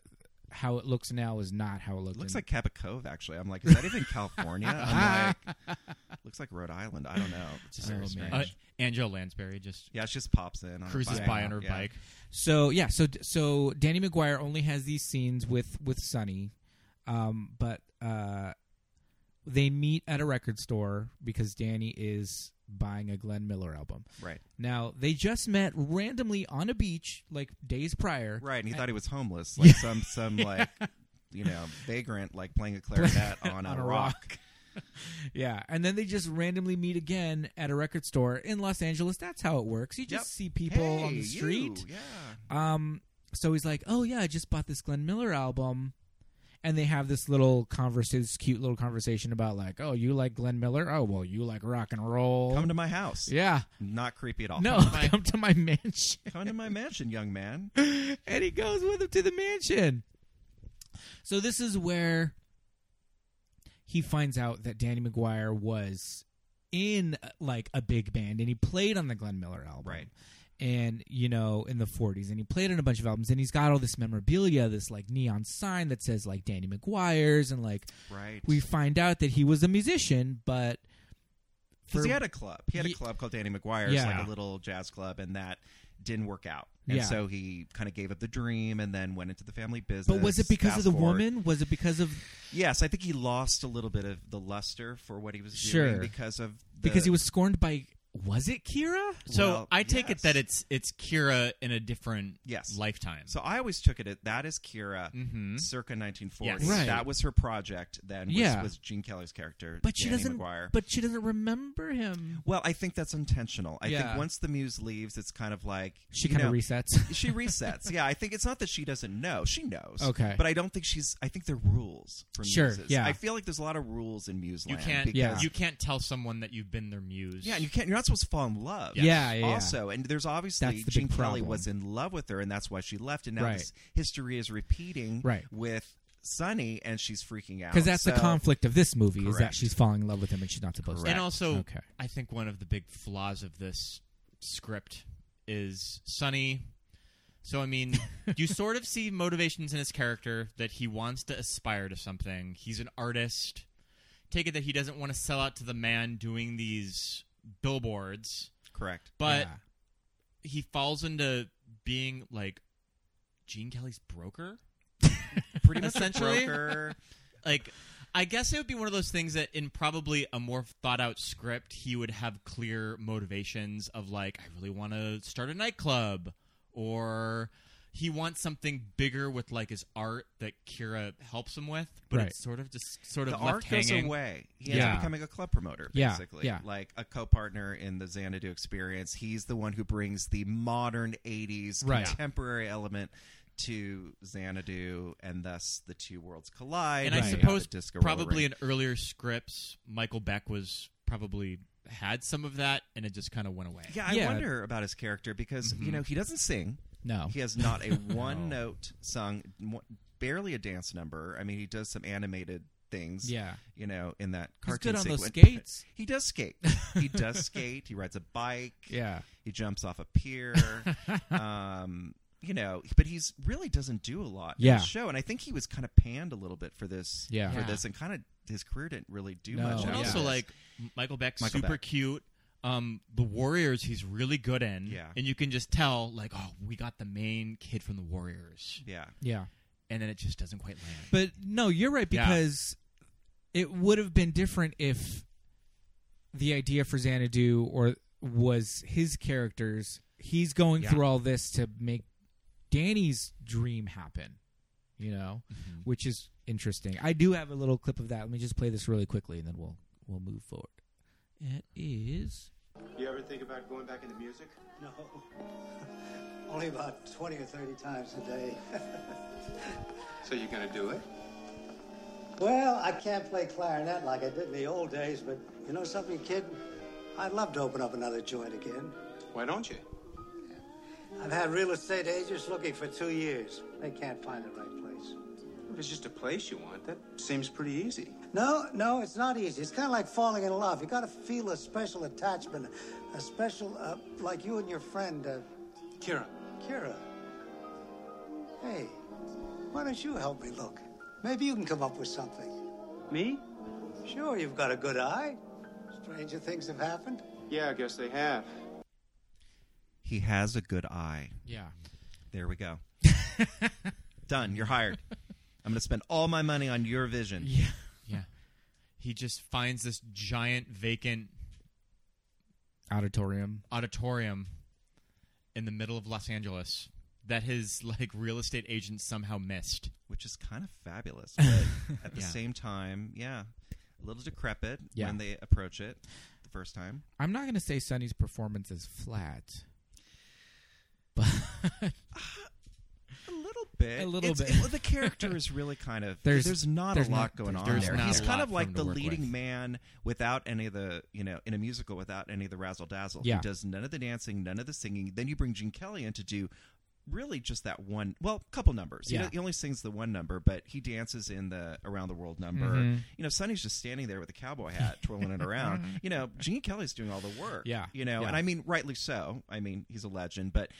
Speaker 7: how it looks now is not how it looked.
Speaker 9: It looks
Speaker 7: in-
Speaker 9: like Cabot Cove. Actually, I'm like, is that even California?
Speaker 8: Ah.
Speaker 9: I'm like, looks like Rhode Island. I don't know. It's just
Speaker 7: Oh,
Speaker 9: very
Speaker 7: man.
Speaker 9: strange.
Speaker 8: Uh, Angela Lansbury just
Speaker 9: yeah, she just pops in, on
Speaker 8: cruises
Speaker 9: her bike.
Speaker 8: by on her
Speaker 9: Yeah.
Speaker 8: bike.
Speaker 7: So yeah, so so Danny McGuire only has these scenes with with Sonny, um, but uh, they meet at a record store because Danny is buying a Glenn Miller album.
Speaker 9: Right,
Speaker 7: Now they just met randomly on a beach like days prior.
Speaker 9: right. And he thought he was homeless, like some some like you know vagrant, like playing a clarinet
Speaker 7: On
Speaker 9: on, a,
Speaker 7: a
Speaker 9: rock.
Speaker 7: rock. Yeah, and then they just randomly meet again at a record store in Los Angeles. That's how it works. You just
Speaker 9: Yep.
Speaker 7: see people on
Speaker 9: Hey,
Speaker 7: the street.
Speaker 9: you. Yeah.
Speaker 7: Um, so he's like, "Oh yeah, I just bought this Glenn Miller album," and they have this little converse, this cute little conversation about like, "Oh, you like Glenn Miller? Oh well, you like rock and roll."
Speaker 9: Come to my house.
Speaker 7: Oh. yeah,
Speaker 9: Not creepy at all.
Speaker 7: no,
Speaker 9: Come to my,
Speaker 7: come to my mansion,
Speaker 9: come to my mansion, young man.
Speaker 7: and he goes with him to the mansion. So this is where he finds out that Danny McGuire was in uh, like a big band, and he played on the Glenn Miller album,
Speaker 9: Right.
Speaker 7: and you know in the 40s and he played in a bunch of albums and he's got all this memorabilia this like neon sign that says like danny mcguire's and like
Speaker 9: Right.
Speaker 7: we find out that he was a musician but
Speaker 9: Because
Speaker 7: for-
Speaker 9: he had a club. He had a
Speaker 7: Ye-
Speaker 9: club called Danny McGuire's,
Speaker 7: Yeah.
Speaker 9: like a little jazz club, and that didn't work out. And
Speaker 7: Yeah.
Speaker 9: so he kind of gave up the dream and then went into the family business.
Speaker 7: but was it because
Speaker 9: Fast
Speaker 7: of the
Speaker 9: forward-
Speaker 7: woman was it because of
Speaker 9: Yes, I think he lost a little bit of the luster for what he was
Speaker 7: Sure.
Speaker 9: doing because of the,
Speaker 7: because he was scorned by was it kira
Speaker 8: So
Speaker 9: Well,
Speaker 8: I take
Speaker 9: yes.
Speaker 8: it that it's it's Kira in a different
Speaker 9: Yes.
Speaker 8: lifetime.
Speaker 9: So I always took it at that is Kira,
Speaker 8: Mhm.
Speaker 9: circa
Speaker 8: Yes.
Speaker 9: 1940.
Speaker 7: Right.
Speaker 9: That was her project. Then was,
Speaker 7: Yeah.
Speaker 9: was Gene Kelly's character,
Speaker 7: but she
Speaker 9: Danny
Speaker 7: doesn't
Speaker 9: McGuire.
Speaker 7: but she doesn't remember him
Speaker 9: well, I think that's intentional. I
Speaker 7: Yeah.
Speaker 9: think once the muse leaves, it's kind of like
Speaker 7: she
Speaker 9: you
Speaker 7: kind of
Speaker 9: know,
Speaker 7: resets
Speaker 9: she resets. Yeah, I think it's not that she doesn't know. She knows.
Speaker 7: Okay.
Speaker 9: But I don't think she's. I think there are rules for
Speaker 7: Sure,
Speaker 9: muses.
Speaker 7: yeah.
Speaker 9: I feel like there's a lot of rules in muse
Speaker 8: you
Speaker 9: land
Speaker 8: can't
Speaker 7: Yeah.
Speaker 9: because-
Speaker 8: you can't tell someone that you've been their muse.
Speaker 9: yeah, and you can't. You're not supposed to fall in love.
Speaker 7: Yeah. Yeah, yeah, yeah.
Speaker 9: Also, and there's obviously
Speaker 7: That's the
Speaker 9: Gene
Speaker 7: big
Speaker 9: Kelly
Speaker 7: problem.
Speaker 9: was in love with her, and that's why she left. And now
Speaker 7: Right.
Speaker 9: this history is repeating.
Speaker 7: Right.
Speaker 9: With Sunny, and she's freaking out
Speaker 7: because that's the
Speaker 9: So-
Speaker 7: conflict of this movie is that
Speaker 9: Correct.
Speaker 7: she's falling in love with him and she's not supposed
Speaker 8: And
Speaker 7: to
Speaker 8: also,
Speaker 7: Okay.
Speaker 8: I think one of the big flaws of this script is Sonny. So, I mean, you sort of see motivations in his character that he wants to aspire to something. He's an artist. Take it that he doesn't want to sell out to the man doing these billboards,
Speaker 9: Correct.
Speaker 8: but
Speaker 7: Yeah.
Speaker 8: he falls into being like Gene Kelly's broker.
Speaker 9: Pretty much a
Speaker 8: Essentially.
Speaker 9: broker.
Speaker 8: like I guess it would be one of those things that in probably a more thought out script he would have clear motivations of like I really want to start a nightclub or he wants something bigger with like his art that Kira helps him with, but
Speaker 7: Right.
Speaker 8: it's sort of just sort
Speaker 9: the
Speaker 8: of left
Speaker 9: art goes
Speaker 8: hanging.
Speaker 9: away. He ends
Speaker 7: Yeah.
Speaker 9: up becoming a club promoter,
Speaker 7: Yeah,
Speaker 9: basically.
Speaker 7: yeah.
Speaker 9: Like a co partner in the Xanadu experience. He's the one who brings the modern 80s
Speaker 7: Right.
Speaker 9: contemporary element to Xanadu, and thus the two worlds collide.
Speaker 8: And
Speaker 9: and
Speaker 8: I
Speaker 9: we have
Speaker 8: suppose
Speaker 9: the Disco
Speaker 8: probably
Speaker 9: Roller
Speaker 8: in earlier scripts, Michael Beck was probably had some of that, and it just kind of went away.
Speaker 9: Ring. Yeah, I
Speaker 7: Yeah. Mm-hmm.
Speaker 9: wonder about his character because, you know, he doesn't sing.
Speaker 7: No.
Speaker 9: He has not a one note sung, mo- barely a dance number. I mean, he does some animated things.
Speaker 7: Yeah.
Speaker 9: You know, in that
Speaker 7: He's
Speaker 9: cartoon
Speaker 7: good on those
Speaker 9: sequence.
Speaker 7: skates.
Speaker 9: He does skate. He does skate. He rides a bike.
Speaker 7: Yeah.
Speaker 9: He jumps off a pier. um, you know, but he's really doesn't do a lot
Speaker 7: Yeah.
Speaker 9: in the show. And I think he was kind of panned a little bit for this.
Speaker 7: Yeah.
Speaker 9: For
Speaker 7: Yeah.
Speaker 9: this, and kind of his career didn't really do
Speaker 7: No.
Speaker 9: much.
Speaker 7: Well,
Speaker 8: And
Speaker 9: after
Speaker 8: also,
Speaker 9: this.
Speaker 8: like M- Michael Beck's
Speaker 9: Michael
Speaker 8: super
Speaker 9: Beck.
Speaker 8: cute. Um, the Warriors, he's really good in.
Speaker 9: Yeah.
Speaker 8: And you can just tell, like, oh, we got the main kid from the Warriors,
Speaker 9: yeah.
Speaker 7: Yeah.
Speaker 8: and then it just doesn't quite land.
Speaker 7: But no, you're right
Speaker 8: Yeah.
Speaker 7: because it would have been different if the idea for Xanadu or was his characters. He's going
Speaker 8: Yeah.
Speaker 7: through all this to make Danny's dream happen, you know,
Speaker 9: Mm-hmm.
Speaker 7: which is interesting. I do have a little clip of that. Let me just play this really quickly, and then we'll we'll move forward. It is
Speaker 6: You ever think about going back into music?
Speaker 10: No. Only about 20 or 30 times a day.
Speaker 6: So you're gonna do it?
Speaker 10: well, I can't play clarinet like I did in the old days, but you know something, kid? I'd love to open up another joint again.
Speaker 6: Why don't you?
Speaker 10: I've had real estate agents looking for two years. They can't find the right place.
Speaker 6: If it's just a place you want, that seems pretty easy.
Speaker 10: No, no, it's not easy. It's kind of like falling in love. You got to feel a special attachment, a special, uh, like you and your friend, uh,
Speaker 6: Kira,
Speaker 10: Kira. Hey, why don't you help me look? Maybe you can come up with something.
Speaker 6: me?
Speaker 10: Sure, you've got a good eye. Stranger things have happened.
Speaker 6: Yeah, I guess they have.
Speaker 9: He has a good eye.
Speaker 7: yeah.
Speaker 9: There we go. Done. You're hired. I'm going to spend all my money on your vision.
Speaker 8: Yeah. He just finds this giant vacant
Speaker 7: Auditorium.
Speaker 8: auditorium in the middle of Los Angeles that his like real estate agent somehow missed.
Speaker 9: which is kind of fabulous. But at the
Speaker 8: Yeah.
Speaker 9: same time, yeah, a little decrepit
Speaker 7: Yeah.
Speaker 9: when they approach it the first time.
Speaker 7: I'm not going to say Sonny's performance is flat.
Speaker 9: A little bit,
Speaker 7: A little
Speaker 9: It's-
Speaker 7: bit.
Speaker 9: well, the character is really kind of
Speaker 7: There's-
Speaker 9: there's, not
Speaker 7: there's
Speaker 9: a lot
Speaker 7: not-
Speaker 9: going on.
Speaker 8: there's
Speaker 9: there.
Speaker 8: not
Speaker 9: He's
Speaker 8: a
Speaker 9: kind
Speaker 8: lot
Speaker 9: of
Speaker 8: for
Speaker 9: like
Speaker 8: him to
Speaker 9: the
Speaker 8: work
Speaker 9: leading
Speaker 8: with.
Speaker 9: man without any of the you know in a musical without any of the razzle dazzle.
Speaker 7: Yeah.
Speaker 9: He does none of the dancing, none of the singing. Then you bring Gene Kelly in to do. Really, just that one. Well, couple numbers. You
Speaker 7: Yeah.
Speaker 9: know, he only sings the one number, but he dances in the around the world number. You know, Sonny's just standing there with a cowboy hat, twirling it around. You know, Gene Kelly's doing all the work.
Speaker 7: Yeah.
Speaker 9: You know,
Speaker 7: Yeah.
Speaker 9: and I mean, rightly so. I mean, he's a legend, but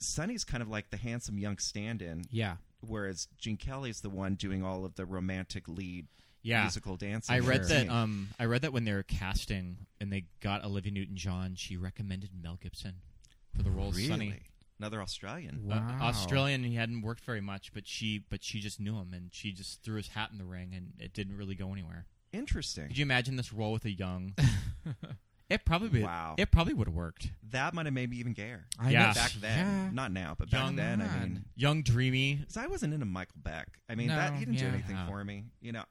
Speaker 9: Sonny's kind of like the handsome young stand-in.
Speaker 7: Yeah.
Speaker 9: Whereas Gene Kelly's the one doing all of the romantic lead
Speaker 8: Yeah.
Speaker 9: musical dancing.
Speaker 8: I
Speaker 9: and
Speaker 8: read that
Speaker 9: singing.
Speaker 8: um I read that when they were casting and they got Olivia Newton John, she recommended Mel Gibson for the role of
Speaker 9: really?
Speaker 8: Sonny.
Speaker 9: Another Australian.
Speaker 8: Uh,
Speaker 7: Wow.
Speaker 8: Australian he hadn't worked very much, but she but she just knew him and she just threw his hat in the ring and it didn't really go anywhere.
Speaker 9: Interesting.
Speaker 8: Could you imagine this role with a young It probably
Speaker 9: Wow.
Speaker 8: it probably would have worked.
Speaker 9: that might have made me even gayer.
Speaker 7: I
Speaker 8: Yeah.
Speaker 7: know.
Speaker 9: Back then.
Speaker 7: Yeah.
Speaker 9: Not now, but
Speaker 8: Young
Speaker 9: back then, I
Speaker 7: man.
Speaker 9: mean.
Speaker 8: Young dreamy.
Speaker 9: Because I wasn't into Michael Beck. I mean,
Speaker 7: No,
Speaker 9: that he didn't
Speaker 7: yeah.
Speaker 9: do anything
Speaker 8: No.
Speaker 9: for me. You know,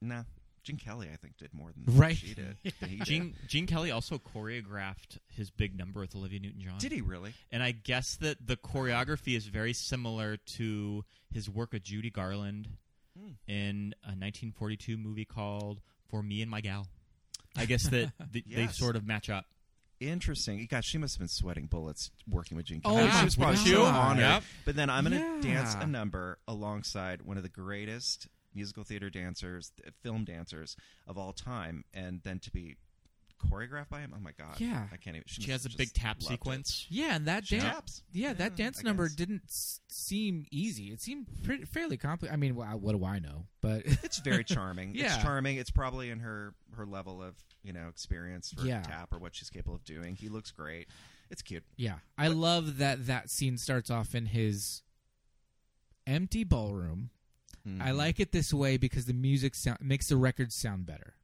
Speaker 9: no. Gene Kelly, I think, did more than
Speaker 7: Right.
Speaker 9: she did. than he did.
Speaker 8: Gene, Gene Kelly also choreographed his big number with Olivia Newton John.
Speaker 9: Did he really?
Speaker 8: And I guess that the choreography is very similar to his work with Judy Garland
Speaker 9: Hmm.
Speaker 8: in a 1942 movie called For Me and My Gal. I guess that th- they
Speaker 9: Yes.
Speaker 8: sort of match up.
Speaker 9: Interesting. God, she must have been sweating bullets working with Gene
Speaker 7: Oh
Speaker 9: Kelly.
Speaker 7: my
Speaker 9: she was probably
Speaker 7: God.
Speaker 9: so honored.
Speaker 8: Yep.
Speaker 9: But then I'm going to
Speaker 7: Yeah.
Speaker 9: dance a number alongside one of the greatest musical theater dancers, th- film dancers of all time, and then to be choreographed by him. Oh my God.
Speaker 7: Yeah.
Speaker 9: I can't even.
Speaker 8: She,
Speaker 9: must
Speaker 8: has a
Speaker 9: have
Speaker 8: big
Speaker 9: just
Speaker 8: tap
Speaker 9: loved it.
Speaker 8: sequence.
Speaker 7: Yeah, and that dance.
Speaker 9: Taps.
Speaker 7: Yeah, that
Speaker 9: Yeah,
Speaker 7: dance
Speaker 9: I
Speaker 7: number
Speaker 9: guess.
Speaker 7: didn't s- seem easy. It seemed pretty, fairly complicated. I mean, wha- what do I know? But
Speaker 9: It's very charming.
Speaker 7: Yeah.
Speaker 9: It's charming. It's probably in her her level of you know experience for
Speaker 7: Yeah.
Speaker 9: tap or what she's capable of doing. He looks great. It's cute.
Speaker 7: yeah, I love that that scene starts off in his empty ballroom. I
Speaker 9: Mm-hmm.
Speaker 7: like it this way because the music sound makes the records sound better.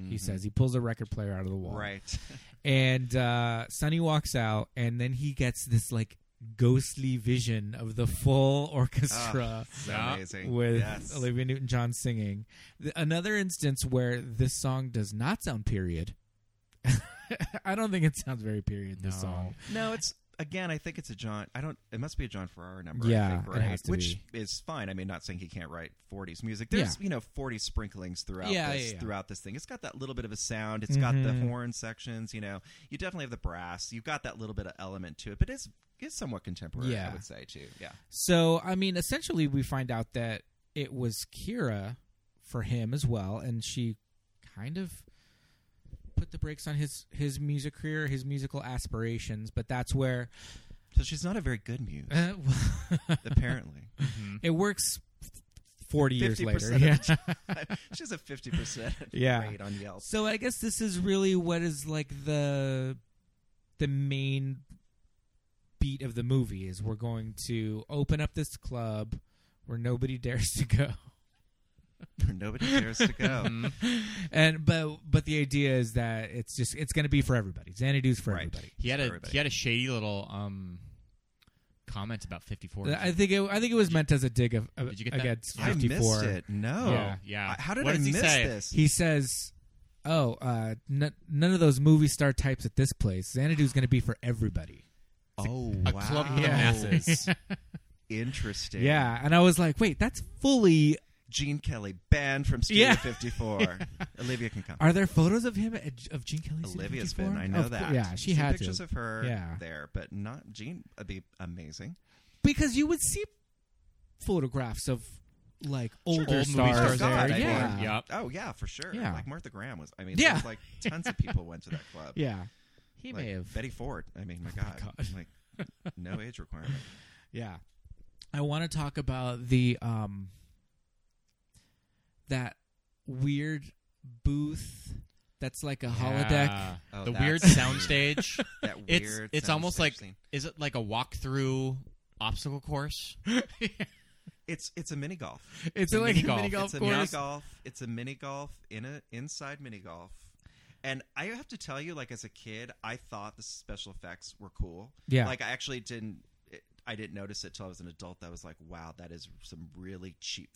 Speaker 9: Mm-hmm.
Speaker 7: He says he pulls a record player out of the wall,
Speaker 9: Right.
Speaker 7: And uh, Sonny walks out, and then he gets this like ghostly vision of the
Speaker 9: Ah,
Speaker 7: full orchestra
Speaker 9: Oh, so Yeah. amazing.
Speaker 7: with
Speaker 9: Yes.
Speaker 7: Olivia Newton-John singing. Th- Another instance where this song does not sound period. I don't think it sounds very period. This
Speaker 8: No.
Speaker 7: song,
Speaker 9: No, it's again. I think it's a John. I don't. It must be a John Ferrara number. I
Speaker 7: Yeah,
Speaker 9: think,
Speaker 7: it
Speaker 9: right?
Speaker 7: has to
Speaker 9: Which is fine. I mean, not saying he can't write '40s music. There's you know '40s sprinklings throughout
Speaker 7: Yeah,
Speaker 9: this
Speaker 7: yeah, Mm-hmm. yeah.
Speaker 9: throughout this thing. It's got that little bit of a sound. It's got the horn sections. You know, you definitely have the brass. You've got that little bit of element to it, but it's it's somewhat contemporary. I
Speaker 7: Yeah.
Speaker 9: would say too. Yeah.
Speaker 7: So, I mean, essentially, we find out that it was Kira for him as well, and she kind of put the brakes on his his music career, his musical aspirations. But that's where
Speaker 9: So she's not a very good muse,
Speaker 7: uh, well,
Speaker 9: apparently.
Speaker 7: it works. Forty years
Speaker 9: 50%
Speaker 7: later,
Speaker 9: of the
Speaker 7: yeah.
Speaker 9: she has a fifty percent
Speaker 7: Yeah.
Speaker 9: rate on Yelp.
Speaker 7: So I guess this is really what is like the the main beat of the movie is we're going to open up this club where nobody dares to go.
Speaker 9: Nobody dares to go.
Speaker 7: Mm-hmm. and but but the idea is that it's just it's going to be for everybody. Xanadu's for
Speaker 9: Right.
Speaker 7: everybody.
Speaker 8: He had
Speaker 9: For
Speaker 8: a
Speaker 9: everybody.
Speaker 8: he had a shady little um comment about 54.
Speaker 7: I think it, I think it was meant as a dig of, of
Speaker 8: Did you get that?
Speaker 7: against
Speaker 9: I
Speaker 7: 54.
Speaker 9: missed it. No.
Speaker 8: Yeah, yeah.
Speaker 9: I- How did
Speaker 8: What
Speaker 9: I
Speaker 8: does he
Speaker 9: miss
Speaker 8: say?
Speaker 9: this?
Speaker 7: He says, "Oh, uh, n- none of those movie star types at this place. Xanadu's going to be for everybody."
Speaker 9: oh,
Speaker 8: a
Speaker 9: wow.
Speaker 8: club for the masses.
Speaker 9: Interesting.
Speaker 7: Yeah, and I was like, "Wait, that's fully
Speaker 9: Gene Kelly banned from Studio
Speaker 7: Yeah.
Speaker 9: 54. Olivia can come.
Speaker 7: Are there photos of him at, of Gene Kelly?
Speaker 9: Olivia's been. I know that.
Speaker 7: Yeah, she
Speaker 9: Seen
Speaker 7: had
Speaker 9: pictures
Speaker 7: to.
Speaker 9: of her
Speaker 7: Yeah.
Speaker 9: there, but not Gene. That'd be amazing.
Speaker 7: because you would see photographs of like older
Speaker 8: Old movie
Speaker 7: stars,
Speaker 8: stars
Speaker 7: there.
Speaker 8: there,
Speaker 7: yeah.
Speaker 8: yeah. Yep.
Speaker 9: Oh yeah, for sure.
Speaker 7: Yeah.
Speaker 9: Like Martha Graham was. I mean,
Speaker 7: Yeah.
Speaker 9: there was like tons of people went to that club.
Speaker 7: Yeah. He
Speaker 9: Like
Speaker 7: may have. Oh
Speaker 9: Betty Ford. I mean, my God.
Speaker 7: God.
Speaker 9: Like no age requirement.
Speaker 7: Yeah. I want to talk about the um that weird booth that's like a holodeck.
Speaker 8: Yeah.
Speaker 9: Oh,
Speaker 8: the
Speaker 9: that's
Speaker 8: weird
Speaker 9: amazing.
Speaker 8: soundstage.
Speaker 9: That weird.
Speaker 8: it's it's almost
Speaker 9: soundstage
Speaker 8: like
Speaker 9: scene.
Speaker 8: is it like a walkthrough obstacle course?
Speaker 9: it's it's a mini golf.
Speaker 7: It's
Speaker 8: a
Speaker 7: like
Speaker 8: mini golf.
Speaker 7: a mini golf
Speaker 9: it's a
Speaker 7: course.
Speaker 9: mini golf. It's a mini golf in a inside mini golf. And I have to tell you, like as a kid, I thought the special effects were cool.
Speaker 7: Yeah.
Speaker 9: Like I actually didn't. It, I didn't notice it till I was an adult. That was like, wow, that is some really cheap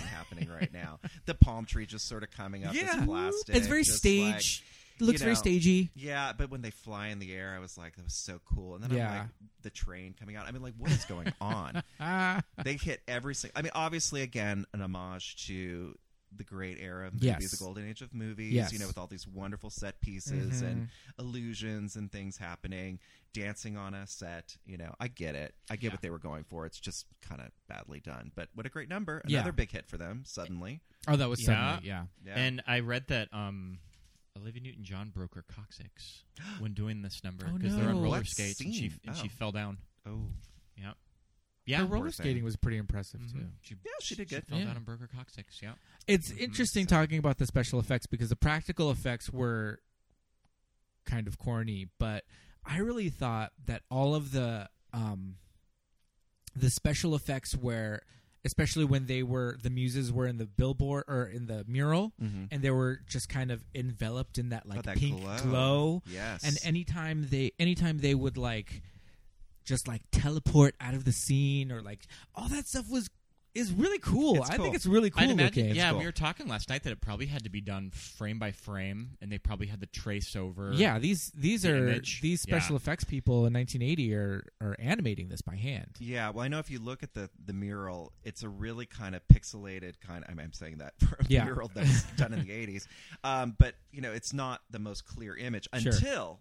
Speaker 9: happening right now. The palm tree just sort of coming up.
Speaker 7: Yeah.
Speaker 9: as plastic.
Speaker 7: It's very
Speaker 9: just like-
Speaker 7: staged. Looks
Speaker 9: you
Speaker 7: very
Speaker 9: know,
Speaker 7: stagey.
Speaker 9: yeah, but when they fly in the air, I was like, that was so cool. And then I'm
Speaker 7: Yeah.
Speaker 9: like, the train coming out. I mean, like, what is going on?
Speaker 7: Ah.
Speaker 9: they hit every single. I mean, obviously, again, an homage to the great era of movies,
Speaker 7: Yes.
Speaker 9: the golden age of movies.
Speaker 7: Yes. Mm-hmm.
Speaker 9: You know, with all these wonderful set pieces and illusions and things happening, dancing on a set. You know, I get it. I get what they were going for. It's just kind of badly done. But what a great number!
Speaker 7: Yeah.
Speaker 9: Another big hit for them. Suddenly,
Speaker 7: Oh, that was
Speaker 8: Yeah.
Speaker 7: suddenly, yeah.
Speaker 9: yeah.
Speaker 8: And I read that um, Olivia Newton-John broke her coccyx when doing this number
Speaker 7: Oh,
Speaker 8: because they're on
Speaker 7: no.
Speaker 8: roller
Speaker 9: What
Speaker 8: skates and she
Speaker 9: scene?
Speaker 8: and she
Speaker 9: Oh.
Speaker 8: fell down.
Speaker 9: oh,
Speaker 8: Yeah, yeah.
Speaker 7: Her roller
Speaker 9: poor thing.
Speaker 7: skating was pretty impressive
Speaker 8: Mhm.
Speaker 7: too.
Speaker 8: She,
Speaker 9: Yeah, she did good.
Speaker 8: fell
Speaker 7: Yeah.
Speaker 8: down and broke her coccyx. Yeah.
Speaker 7: It's
Speaker 9: Mm-hmm.
Speaker 7: interesting talking about the special effects because the practical effects were kind of corny, but I really thought that all of the um, the special effects were, especially when they were the muses were in the billboard or in the mural, and they were just kind of enveloped in that like
Speaker 9: Mm-hmm. Oh, that
Speaker 7: pink
Speaker 9: glow.
Speaker 7: glow.
Speaker 9: Yes.
Speaker 7: and anytime they anytime they would like just like teleport out of the scene or like all that stuff was is really cool.
Speaker 9: It's
Speaker 7: I
Speaker 9: cool.
Speaker 7: think it's really cool
Speaker 8: I'd imagine,
Speaker 7: looking.
Speaker 8: yeah,
Speaker 9: cool.
Speaker 8: we were talking last night that it probably had to be done frame by frame, and they probably had to trace over.
Speaker 7: Yeah, these these
Speaker 8: The
Speaker 7: are
Speaker 8: image.
Speaker 7: these special
Speaker 8: Yeah.
Speaker 7: effects people in 1980 are are animating this by hand.
Speaker 9: Yeah, well, I know if you look at the the mural, it's a really kind of pixelated kind. I mean, I'm saying that for a
Speaker 7: Yeah.
Speaker 9: mural that was done in the '80s, um, but you know, it's not the most clear image
Speaker 7: Sure.
Speaker 9: until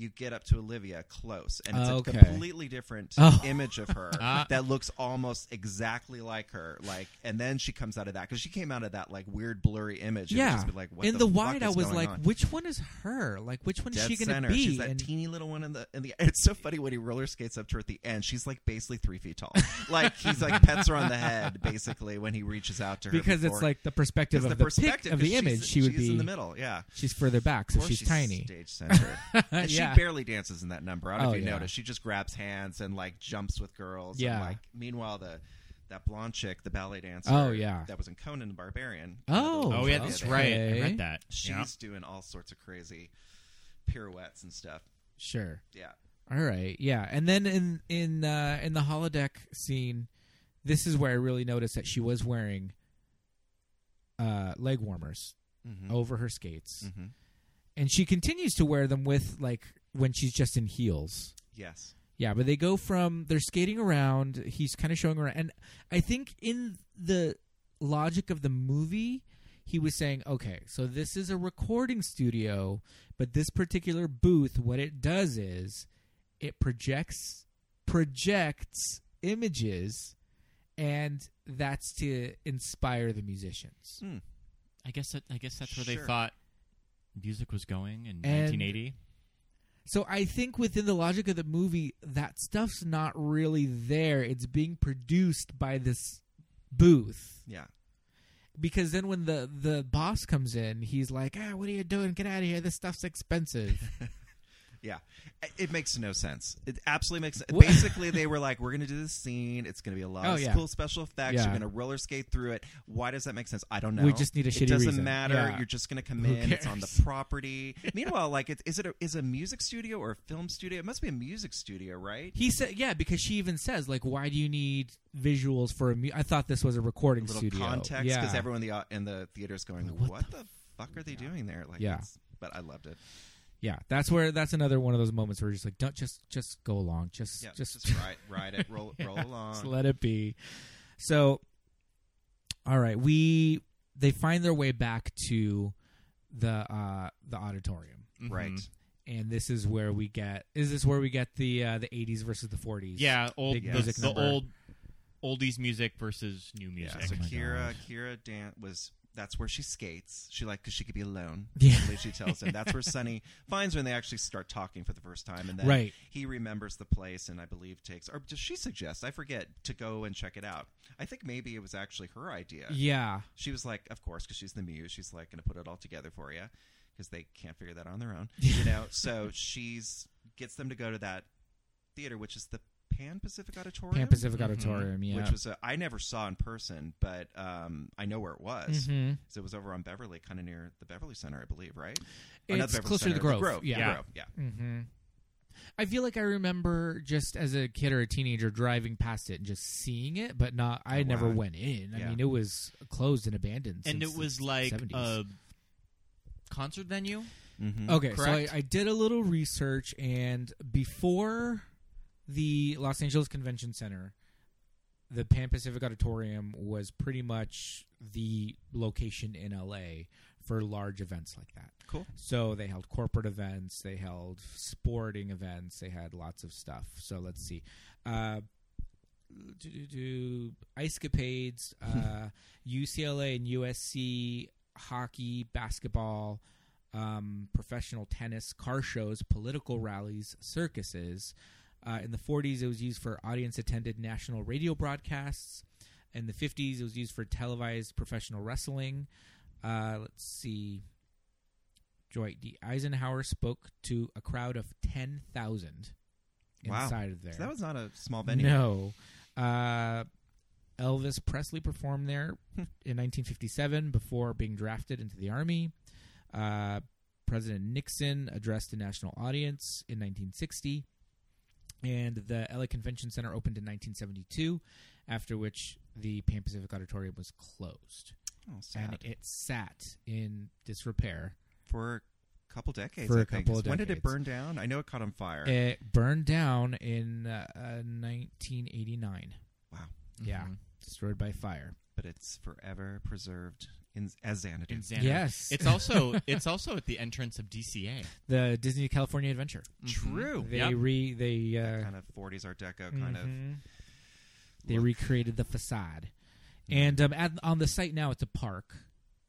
Speaker 9: you get up to Olivia close, and it's
Speaker 7: Okay.
Speaker 9: a completely different
Speaker 7: Oh.
Speaker 9: image of her that looks almost exactly like her. Like, and then she comes out of that because she came out of that like weird blurry image. It would
Speaker 7: yeah,
Speaker 9: just be like what
Speaker 7: in
Speaker 9: the,
Speaker 7: the,
Speaker 9: fuck
Speaker 7: wide, I
Speaker 9: is
Speaker 7: was
Speaker 9: going
Speaker 7: like,
Speaker 9: on?
Speaker 7: which one is her? Like, which one is
Speaker 9: Dead
Speaker 7: she going
Speaker 9: center.
Speaker 7: to be?
Speaker 9: She's that
Speaker 7: And-
Speaker 9: teeny little one in the in the. It's so funny when he roller skates up to her at the end. She's like basically three feet tall. like he's like pets her on the head basically when he reaches out to her
Speaker 7: because it's
Speaker 9: before-
Speaker 7: like the perspective
Speaker 9: 'Cause
Speaker 7: of
Speaker 9: the
Speaker 7: the,
Speaker 9: perspective
Speaker 7: pic, of the
Speaker 9: is she's-
Speaker 7: image. She would
Speaker 9: she's
Speaker 7: be
Speaker 9: in the middle. Yeah.
Speaker 7: She's further back, so
Speaker 9: Of course
Speaker 7: she's, tiny.
Speaker 9: Stage center.
Speaker 7: Yeah.
Speaker 9: and she barely dances in that number. I don't know
Speaker 7: Oh,
Speaker 9: if you
Speaker 7: yeah.
Speaker 9: noticed. She just grabs hands and like jumps with girls. and,
Speaker 7: Yeah.
Speaker 9: like meanwhile the that blonde chick, the ballet dancer.
Speaker 7: Oh, yeah.
Speaker 9: That was in Conan the Barbarian.
Speaker 7: Oh,
Speaker 8: Oh, yeah, that's right. I
Speaker 7: Okay.
Speaker 8: read that.
Speaker 9: She's
Speaker 8: yeah.
Speaker 9: doing all sorts of crazy pirouettes and stuff.
Speaker 7: Sure.
Speaker 9: Yeah.
Speaker 7: All right, yeah, and then in in uh, in the holodeck scene, this is where I really noticed that she was wearing uh, leg warmers over her skates, and she continues to wear them with like when she's just in heels.
Speaker 9: Yes.
Speaker 7: Yeah, but they go from they're skating around. He's kind of showing her, and I think in the logic of the movie, he was saying, "Okay, so this is a recording studio, but this particular booth, what it does is it projects projects images, and that's to inspire the musicians."
Speaker 8: I guess that, I guess that's where they
Speaker 9: Sure.
Speaker 8: thought music was going in
Speaker 7: And-
Speaker 8: 1980.
Speaker 7: So I think within the logic of the movie, that stuff's not really there. It's being produced by this booth.
Speaker 9: Yeah.
Speaker 7: because then when the the boss comes in, he's like, "Ah, what are you doing? Get out of here! This stuff's expensive."
Speaker 9: Yeah. I- It makes no sense. It absolutely makes
Speaker 7: What-
Speaker 9: Basically, they were like, we're going to do this scene. It's going to be a lot
Speaker 7: Oh,
Speaker 9: of
Speaker 7: yeah.
Speaker 9: cool special effects.
Speaker 7: Yeah.
Speaker 9: You're going to roller skate through it. Why does that make sense? I don't know.
Speaker 7: We just need a
Speaker 9: It
Speaker 7: shitty
Speaker 9: doesn't
Speaker 7: reason.
Speaker 9: matter.
Speaker 7: Yeah.
Speaker 9: You're just going to come
Speaker 7: Who
Speaker 9: in. It's on
Speaker 7: cares?
Speaker 9: the property. Meanwhile, like, it, is it a, is a music studio or a film studio? It must be a music studio, right?
Speaker 7: he said, "Yeah," because she even says, "Like, why do you need visuals for a?" Mu- I thought this was a recording
Speaker 9: A little
Speaker 7: studio.
Speaker 9: context
Speaker 7: yeah.
Speaker 9: because everyone in the, au- in the theater is going, what, the, fuck are they doing there? Like,
Speaker 7: Yeah.
Speaker 9: it's- But I loved it.
Speaker 7: yeah, that's where that's another one of those moments where you're just like, "Don't just just go along, just
Speaker 9: Yeah,
Speaker 7: just,
Speaker 9: just, ride, ride it, roll, roll along.
Speaker 7: just let it be." So, all right, we they find their way back to the uh the auditorium.
Speaker 9: Right.
Speaker 7: Mm-hmm. And this is where we get is this where we get the uh, the 80s versus the 40s?
Speaker 8: Yeah, old
Speaker 7: Big
Speaker 8: the,
Speaker 7: music
Speaker 8: the
Speaker 7: number. Oh
Speaker 8: old oldies music versus new
Speaker 9: Yeah.
Speaker 8: music.
Speaker 9: so
Speaker 7: my
Speaker 9: Kira,
Speaker 7: gosh.
Speaker 9: Kira Dan was. That's where she skates. She like because she could be alone.
Speaker 7: Yeah.
Speaker 9: I believe she tells him. That's where Sunny finds her, and they actually start talking for the first time. And then
Speaker 7: Right.
Speaker 9: he remembers the place, and I believe takes or does she suggest? I forget to go and check it out. I think maybe it was actually her idea.
Speaker 7: Yeah.
Speaker 9: She was like, of course, because she's the muse. She's like going to put it all together for you because they can't figure that out on their own, you know. So she's gets them to go to that theater, which is the Pan Pacific Auditorium.
Speaker 7: Pan Pacific Auditorium, yeah.
Speaker 9: which was a, I never saw in person, but um, I know where it was.
Speaker 7: Mhm.
Speaker 9: So it was over on Beverly, kind of near the Beverly Center, I believe, right? Or not
Speaker 7: It's
Speaker 9: Beverly
Speaker 7: closer to the
Speaker 9: Center,
Speaker 7: Grove.
Speaker 9: Grove.
Speaker 7: Yeah.
Speaker 9: the Grove, yeah.
Speaker 7: hmm I feel like I remember just as a kid or a teenager driving past it and just seeing it, but not. I
Speaker 9: Oh,
Speaker 7: never
Speaker 9: wow.
Speaker 7: went in. I
Speaker 9: Yeah.
Speaker 7: mean, it was closed and abandoned.
Speaker 8: and
Speaker 7: since
Speaker 8: it was
Speaker 7: the
Speaker 8: like
Speaker 7: 70s.
Speaker 8: a concert venue.
Speaker 9: Mhm.
Speaker 7: Okay,
Speaker 8: Correct?
Speaker 7: so I, I did a little research, and before the Los Angeles Convention Center, the Pan Pacific Auditorium was pretty much the location in LA for large events like that.
Speaker 9: Cool.
Speaker 7: So they held corporate events, they held sporting events, they had lots of stuff. So let's see. Uh, do, do, do, ice capades, uh, UCLA and USC hockey, basketball, um, professional tennis, car shows, political rallies, circuses. Uh, in the 40s, it was used for audience attended national radio broadcasts. In the 50s, it was used for televised professional wrestling. Uh, let's see. Dwight D. Eisenhower spoke to a crowd of 10,000
Speaker 9: Wow.
Speaker 7: inside of there.
Speaker 9: So that was not a small venue.
Speaker 7: No. Uh, Elvis Presley performed there in 1957 before being drafted into the Army. Uh, President Nixon addressed a national audience in 1960. And the LA Convention Center opened in 1972, after which the Pan Pacific Auditorium was closed.
Speaker 9: Oh, sad.
Speaker 7: And it sat in disrepair.
Speaker 9: for a couple decades.
Speaker 7: For
Speaker 9: I
Speaker 7: a
Speaker 9: think.
Speaker 7: couple of
Speaker 9: When did it
Speaker 7: decades.
Speaker 9: burn down? I know it caught on fire.
Speaker 7: It burned down in uh, uh, 1989.
Speaker 9: wow. Mm-hmm.
Speaker 7: Yeah. Destroyed by fire.
Speaker 9: But it's forever preserved in, as Xanadu.
Speaker 8: In Xanadu.
Speaker 7: Yes.
Speaker 8: it's also it's also at the entrance of DCA.
Speaker 7: the Disney California Adventure.
Speaker 9: Mm-hmm. True.
Speaker 7: They
Speaker 8: Yep.
Speaker 7: re they uh,
Speaker 9: kind of 40s Art Deco kind of.
Speaker 7: mhm. they
Speaker 9: look. Mm-hmm.
Speaker 7: recreated the facade, and um, at, on the site now it's a park,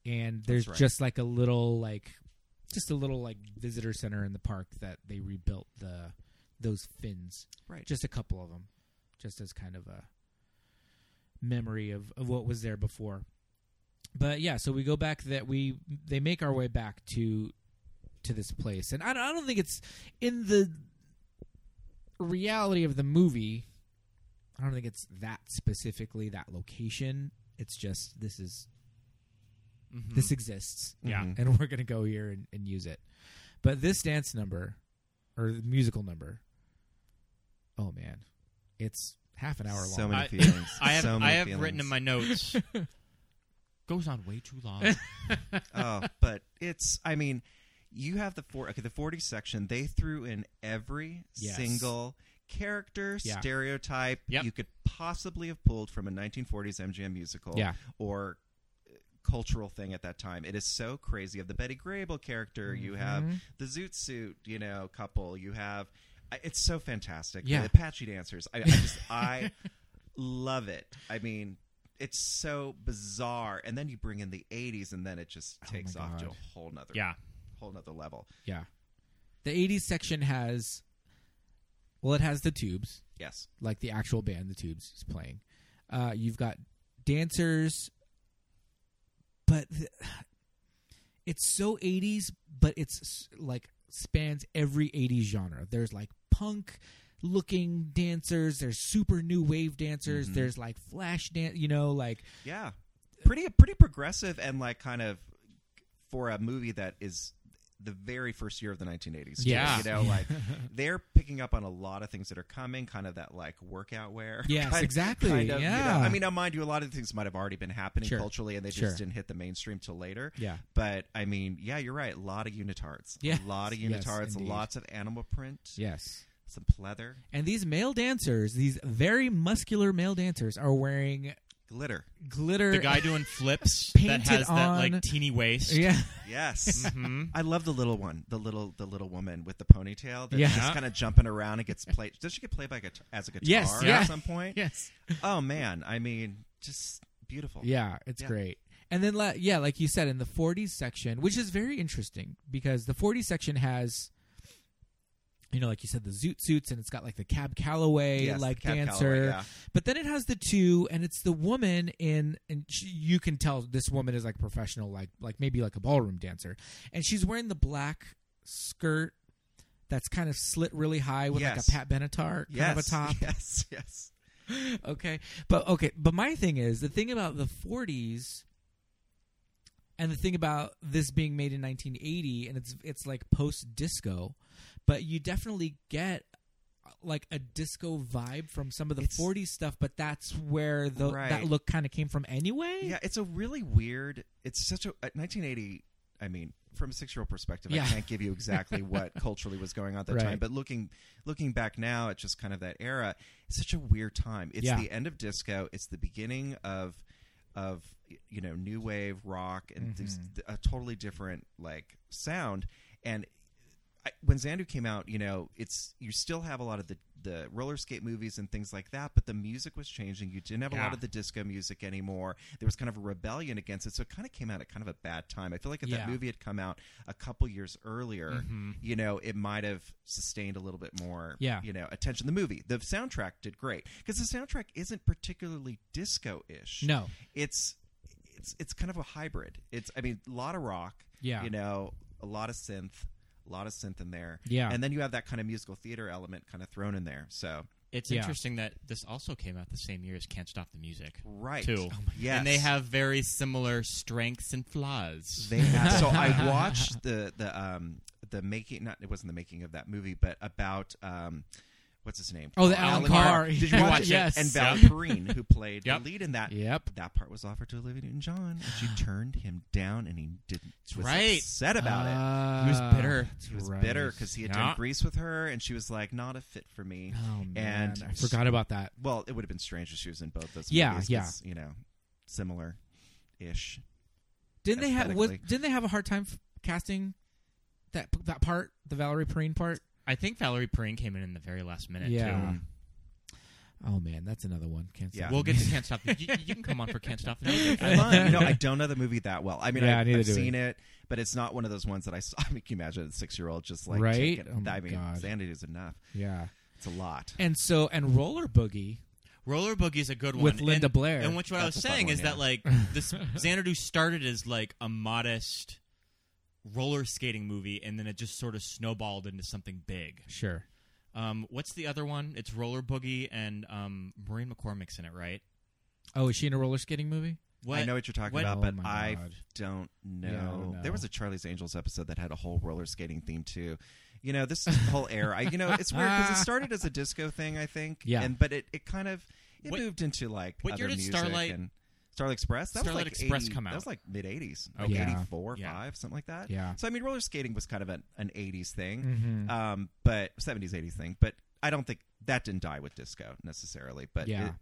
Speaker 7: and there's
Speaker 9: right.
Speaker 7: just like a little like just a little like visitor center in the park that they rebuilt the those fins,
Speaker 9: Right.
Speaker 7: just a couple of them, just as kind of a memory of, of what was there before. But yeah, so we go back that we they make our way back to to this place, and I, don't- I don't think it's in the reality of the movie. I don't think it's that specifically that location. It's just this is this exists,
Speaker 8: Yeah.
Speaker 9: Mm-hmm.
Speaker 7: and we're gonna go here and, and use it. But this dance number or the musical number Oh man, it's half an hour long.
Speaker 9: So many
Speaker 8: I-
Speaker 9: feelings.
Speaker 8: I have
Speaker 9: so many
Speaker 8: I have
Speaker 9: feelings.
Speaker 8: written in my notes. goes on way too long.
Speaker 9: oh, but it's. I mean, you have the four. Okay, the forty section. They threw in every
Speaker 7: Yes.
Speaker 9: single character
Speaker 7: Yeah.
Speaker 9: stereotype
Speaker 8: Yep.
Speaker 9: you could possibly have pulled from a 1940s MGM musical
Speaker 7: Yeah.
Speaker 9: or uh, cultural thing at that time. It is so crazy. You have the Betty Grable character. You have
Speaker 7: Mm-hmm.
Speaker 9: the Zoot Suit, you know, couple. You have. I- It's so fantastic.
Speaker 7: Yeah.
Speaker 9: The Apache dancers. I, I just I love it. I mean. It's so bizarre, and then you bring in the '80s, and then it just
Speaker 7: Oh my
Speaker 9: takes off to a
Speaker 7: God.
Speaker 9: whole nother
Speaker 8: Yeah.
Speaker 9: whole nother level.
Speaker 7: Yeah. The 80s section has, well, it has the tubes,
Speaker 9: Yes,
Speaker 7: like the actual band, the tubes is playing. Uh, you've got dancers, but th- it's so 80s, but it's s- like spans every 80s genre. There's like punk looking dancers, there's super new wave dancers,
Speaker 8: Mm-hmm.
Speaker 7: there's like flash dance, you know, like,
Speaker 9: yeah, pretty pretty progressive and like kind of for a movie that is the very first year of the 1980s. too.
Speaker 7: Yeah.
Speaker 9: you know, like they're picking up on a lot of things that are coming, kind of that like workout wear.
Speaker 7: Yes,
Speaker 9: kind-
Speaker 7: exactly,
Speaker 9: kind of, you know.
Speaker 7: yeah.
Speaker 9: I mean, now mind you, a lot of things might have already been happening
Speaker 7: Sure.
Speaker 9: culturally, and they just
Speaker 7: Sure.
Speaker 9: didn't hit the mainstream till later.
Speaker 7: Yeah.
Speaker 9: but I mean, yeah, you're right. A lot of unitards.
Speaker 7: Yes,
Speaker 9: a lot of
Speaker 7: yes,
Speaker 9: unitards.
Speaker 7: indeed.
Speaker 9: lots of animal print.
Speaker 7: yes.
Speaker 9: some pleather,
Speaker 7: And these male dancers, these very muscular male dancers, are wearing
Speaker 9: glitter.
Speaker 7: glitter.
Speaker 8: The guy doing flips that
Speaker 7: Painted
Speaker 8: has that
Speaker 7: on-
Speaker 8: like teeny waist.
Speaker 7: yeah,
Speaker 9: Yes.
Speaker 7: Mm-hmm.
Speaker 9: I love the little one, the little the little woman with the ponytail that's
Speaker 7: Yeah.
Speaker 9: just kind of jumping around and gets played. Does she get played by guitar, as a guitar
Speaker 7: Yes,
Speaker 9: at
Speaker 7: yeah.
Speaker 9: some point?
Speaker 7: yes,
Speaker 9: Oh man, I mean, just beautiful.
Speaker 7: yeah. It's
Speaker 9: Yeah.
Speaker 7: great. And then, la- yeah, like you said, in the '40s section, which is very interesting because the '40s section has, you know, like you said, the zoot suits, and it's got like the Cab Calloway
Speaker 9: Yes, the
Speaker 7: like
Speaker 9: Cab
Speaker 7: dancer.
Speaker 9: Calloway, yeah.
Speaker 7: But then it has the two, and it's the woman in, and she, you can tell this woman is like professional, like like maybe like a ballroom dancer, and she's wearing the black skirt that's kind of slit really high with
Speaker 9: Yes.
Speaker 7: like a Pat Benatar kind
Speaker 9: Yes,
Speaker 7: of a top.
Speaker 9: Yes, yes.
Speaker 7: okay but okay but my thing is the thing about the 40s and the thing about this being made in 1980 and it's it's like post disco but you definitely get uh, like a disco vibe from some of the
Speaker 9: It's-
Speaker 7: 40s stuff but that's where the that
Speaker 9: Right.
Speaker 7: look kind of came from anyway
Speaker 9: Yeah, it's a really weird. It's such a at 1980. I mean, from a six-year-old perspective,
Speaker 7: Yeah.
Speaker 9: I can't give you exactly what culturally was going on at that
Speaker 7: Right.
Speaker 9: time. But looking looking back now at just kind of that era, it's such a weird time. It's
Speaker 7: Yeah.
Speaker 9: the end of disco. It's the beginning of of y- you know new wave rock and
Speaker 7: Mm-hmm.
Speaker 9: these, a totally different like sound. And I, when Xanadu came out, you know, it's you still have a lot of the the roller skate movies and things like that, but the music was changing. You didn't have a lot
Speaker 7: Yeah.
Speaker 9: of the disco music anymore. There was kind of a rebellion against it, so it kind of came out at kind of a bad time. I feel like if
Speaker 7: Yeah. Mm-hmm.
Speaker 9: that movie had come out a couple years earlier, you know, it might have sustained a little bit more,
Speaker 7: Yeah.
Speaker 9: you know, attention. The movie, the soundtrack did great because the soundtrack isn't particularly disco-ish.
Speaker 7: No.
Speaker 9: it's it's it's kind of a hybrid. It's I mean, a lot of rock,
Speaker 7: Yeah.
Speaker 9: you know, a lot of synth, a lot of synth in there.
Speaker 7: Yeah.
Speaker 9: And then you have that kind of musical theater element kind of thrown in there. So,
Speaker 8: It's
Speaker 7: Yeah.
Speaker 8: interesting that this also came out the same year as Can't Stop the Music.
Speaker 9: Right.
Speaker 8: Too.
Speaker 9: Oh my Yes.
Speaker 8: And they have very similar strengths and flaws.
Speaker 9: they have, so I watched the the um the making not it wasn't the making of that movie, but about um what's his name?
Speaker 7: Oh, the Alan Carr.
Speaker 9: Did you
Speaker 7: Yeah.
Speaker 9: watch
Speaker 7: Yes.
Speaker 9: it? And Val
Speaker 8: Yep.
Speaker 9: Green, who played
Speaker 8: Yep.
Speaker 9: the lead in that.
Speaker 7: Yep.
Speaker 9: That part was offered to Olivia Newton John, and she turned him down, and he didn't. Was
Speaker 8: Right.
Speaker 9: Upset about
Speaker 7: Uh,
Speaker 9: it.
Speaker 7: Ah,
Speaker 8: He was bitter.
Speaker 9: He was bitter because he had done
Speaker 8: Yeah.
Speaker 9: Grease with her, and she was like, "Not a fit for me."
Speaker 7: oh man
Speaker 9: and
Speaker 7: i forgot about that
Speaker 9: Well, it would have been strange if she was in both those.
Speaker 7: Yeah,
Speaker 9: movies,
Speaker 7: yeah.
Speaker 9: 'cause, You know, similar, ish.
Speaker 7: didn't they have was,
Speaker 9: Aesthetically.
Speaker 7: didn't they have a hard time f- casting that that part the valerie perrine part
Speaker 8: I think Valerie Perrine came in in the very last minute,
Speaker 7: Yeah.
Speaker 8: too.
Speaker 9: Um,
Speaker 7: oh man that's another one can't
Speaker 9: Yeah.
Speaker 8: We'll get to Can't Stop the you, you can come on for Can't Stop the Music.
Speaker 9: I love- you know, I don't know the movie that well. I mean,
Speaker 7: Yeah,
Speaker 9: I,
Speaker 7: neither
Speaker 9: I've
Speaker 7: do
Speaker 9: seen it, but it's not one of those ones that I saw. I mean, can you imagine a six-year-old just like
Speaker 7: Right?
Speaker 9: taking-
Speaker 7: Oh my
Speaker 9: I mean,
Speaker 7: God.
Speaker 9: sanity is enough.
Speaker 7: yeah
Speaker 9: It's a lot.
Speaker 7: And so, and roller boogie.
Speaker 8: Roller Boogie's a good one.
Speaker 7: With Linda
Speaker 8: and,
Speaker 7: Blair.
Speaker 8: And what, what I was
Speaker 9: That's a fun
Speaker 8: saying
Speaker 9: one,
Speaker 8: is that
Speaker 9: yeah.
Speaker 8: like this Xanadu started as like a modest roller skating movie and then it just sort of snowballed into something big.
Speaker 7: Sure.
Speaker 8: Um, what's the other one? It's Roller Boogie and um, Maureen McCormick's in it, right?
Speaker 7: Oh, is she in a roller skating movie?
Speaker 8: What,
Speaker 9: I know what you're talking
Speaker 8: what-
Speaker 9: about,
Speaker 7: Oh
Speaker 9: but
Speaker 7: my
Speaker 9: I
Speaker 7: God.
Speaker 9: don't know.
Speaker 7: Yeah, I don't know.
Speaker 9: There was a Charlie's Angels episode that had a whole roller skating theme too. You know, this whole era. I, you know, it's weird because it started as a disco thing, I think.
Speaker 7: Yeah.
Speaker 9: And but it, it kind of it
Speaker 8: What-
Speaker 9: moved into like
Speaker 8: what
Speaker 9: other
Speaker 8: year did
Speaker 9: music
Speaker 8: Starlight-
Speaker 9: and Starlight Express. That was
Speaker 8: Starlight
Speaker 9: like
Speaker 8: Express
Speaker 9: 80
Speaker 8: come out?
Speaker 9: That was like mid '80s,
Speaker 8: Oh,
Speaker 9: like
Speaker 7: yeah.
Speaker 9: '84,
Speaker 8: Yeah.
Speaker 9: five, something like that.
Speaker 7: Yeah. Mm-hmm.
Speaker 9: So I mean, roller skating was kind of an, an '80s thing, um, but '70s '80s thing. But I don't think that didn't die with disco necessarily. But
Speaker 7: Yeah.
Speaker 9: it-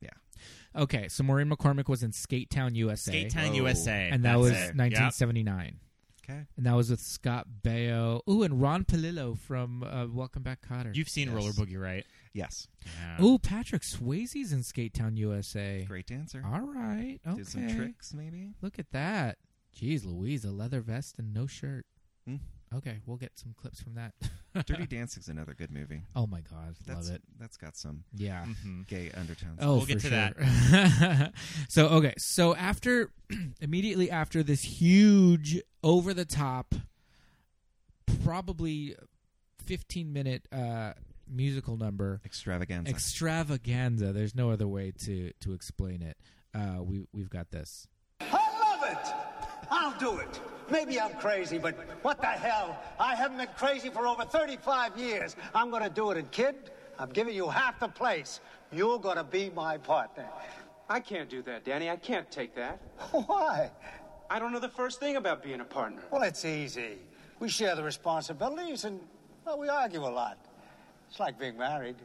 Speaker 9: yeah.
Speaker 7: Okay, so Maureen McCormick was in Skate Town USA,
Speaker 8: Skate Town
Speaker 9: Oh.
Speaker 8: USA,
Speaker 7: and that
Speaker 8: that's
Speaker 7: was
Speaker 8: it. Yep.
Speaker 7: 1979,
Speaker 9: Okay.
Speaker 7: and that was with Scott Baio. Ooh, and Ron Palillo from uh, Welcome Back, Cotter.
Speaker 8: You've seen
Speaker 9: Yes.
Speaker 8: Roller Boogie, right?
Speaker 9: Yes.
Speaker 8: Yeah.
Speaker 7: Ooh, Patrick Swayze's in Skate Town USA.
Speaker 9: Great dancer.
Speaker 7: All right, okay.
Speaker 9: Did some tricks maybe.
Speaker 7: Look at that. Jeez, Louise, a leather vest and no shirt.
Speaker 9: Mm.
Speaker 7: Okay, we'll get some clips from that.
Speaker 9: Dirty Dancing's another good movie.
Speaker 7: oh my God,
Speaker 9: That's, Mm-hmm.
Speaker 7: love it.
Speaker 9: That's got some
Speaker 7: Yeah.
Speaker 9: gay undertones.
Speaker 7: Oh,
Speaker 8: We'll get
Speaker 7: for
Speaker 8: to that.
Speaker 7: that. so okay, so after immediately after this huge over the top, probably fifteen minute uh, musical number
Speaker 9: Extravaganza.
Speaker 7: extravaganza. There's no other way to to explain it. Uh, we we've got this.
Speaker 10: I love it. I'll do it. Maybe I'm crazy, but what the hell? I haven't been crazy for over 35 years. I'm gonna do it, and kid, I'm giving you half the place. You're gonna be my partner.
Speaker 1: I can't do that, Danny. I can't take that.
Speaker 10: Why?
Speaker 1: I don't know the first thing about being a partner.
Speaker 10: Well, it's easy. We share the responsibilities, and well, we argue a lot. It's like being married.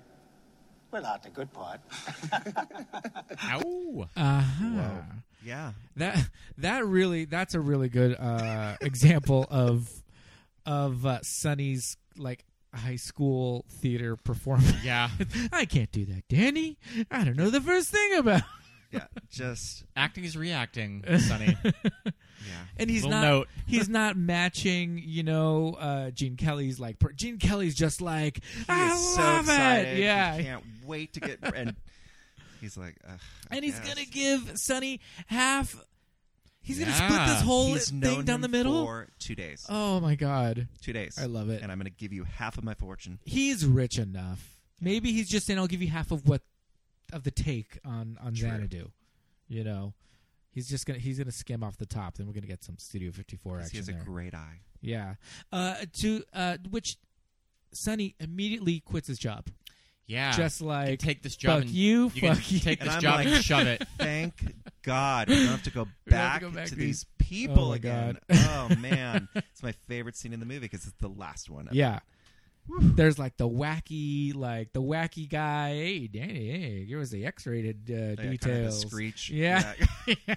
Speaker 10: We're not the good part.
Speaker 8: Ow.
Speaker 9: Whoa. Yeah.
Speaker 7: That that really that's a really good uh, example of of uh, Sonny's like high school theater performance.
Speaker 8: yeah.
Speaker 7: I can't do that, Danny. I don't know the first thing about.
Speaker 9: Yeah. Just
Speaker 8: Acting is reacting, Sonny.
Speaker 9: yeah.
Speaker 7: And he's
Speaker 8: Little
Speaker 7: not.
Speaker 8: note.
Speaker 7: He's not matching. You know, uh, Gene Kelly's like. Per- Gene Kelly's just like.
Speaker 9: He
Speaker 7: I
Speaker 9: is so
Speaker 7: love
Speaker 9: excited.
Speaker 7: it. Yeah.
Speaker 9: He can't wait to get and he's like Ugh, I
Speaker 7: and he's
Speaker 9: guess."
Speaker 7: gonna give Sonny half. He's gonna split
Speaker 8: Yeah.
Speaker 7: this whole
Speaker 9: He's
Speaker 7: thing
Speaker 9: known
Speaker 7: down
Speaker 9: him
Speaker 7: the middle.
Speaker 9: for two days.
Speaker 7: Oh my god.
Speaker 9: two days.
Speaker 7: I love it.
Speaker 9: And I'm gonna give you half of my fortune.
Speaker 7: He's rich enough. Maybe he's just saying, "I'll give you half of what of the take on on
Speaker 9: True.
Speaker 7: Xanadu." You know, he's just gonna he's gonna skim off the top. Then we're gonna get some Studio Fifty Four
Speaker 9: 'Cause
Speaker 7: action.
Speaker 9: He has a
Speaker 7: there.
Speaker 9: great eye.
Speaker 7: Yeah. Uh, to uh, which Sonny immediately quits his job.
Speaker 9: Ah.
Speaker 8: Yeah.
Speaker 7: Just
Speaker 8: You
Speaker 7: like
Speaker 8: can take this job
Speaker 7: fuck
Speaker 8: and
Speaker 7: you,
Speaker 8: can
Speaker 7: fuck you.
Speaker 8: take
Speaker 9: And
Speaker 8: this
Speaker 9: I'm
Speaker 8: job
Speaker 9: like-
Speaker 8: and shove it.
Speaker 9: Thank God we don't have to go back,
Speaker 7: go back
Speaker 9: to
Speaker 7: to
Speaker 9: these
Speaker 7: Oh
Speaker 9: people
Speaker 7: my
Speaker 9: again.
Speaker 7: God.
Speaker 9: oh man, it's my favorite scene in the movie because it's the last one.
Speaker 7: Yeah. There's like the wacky, like the wacky guy. Hey, Danny, hey, give us the X-rated uh,
Speaker 9: Yeah,
Speaker 7: details.
Speaker 9: kind of the screech.
Speaker 7: Yeah.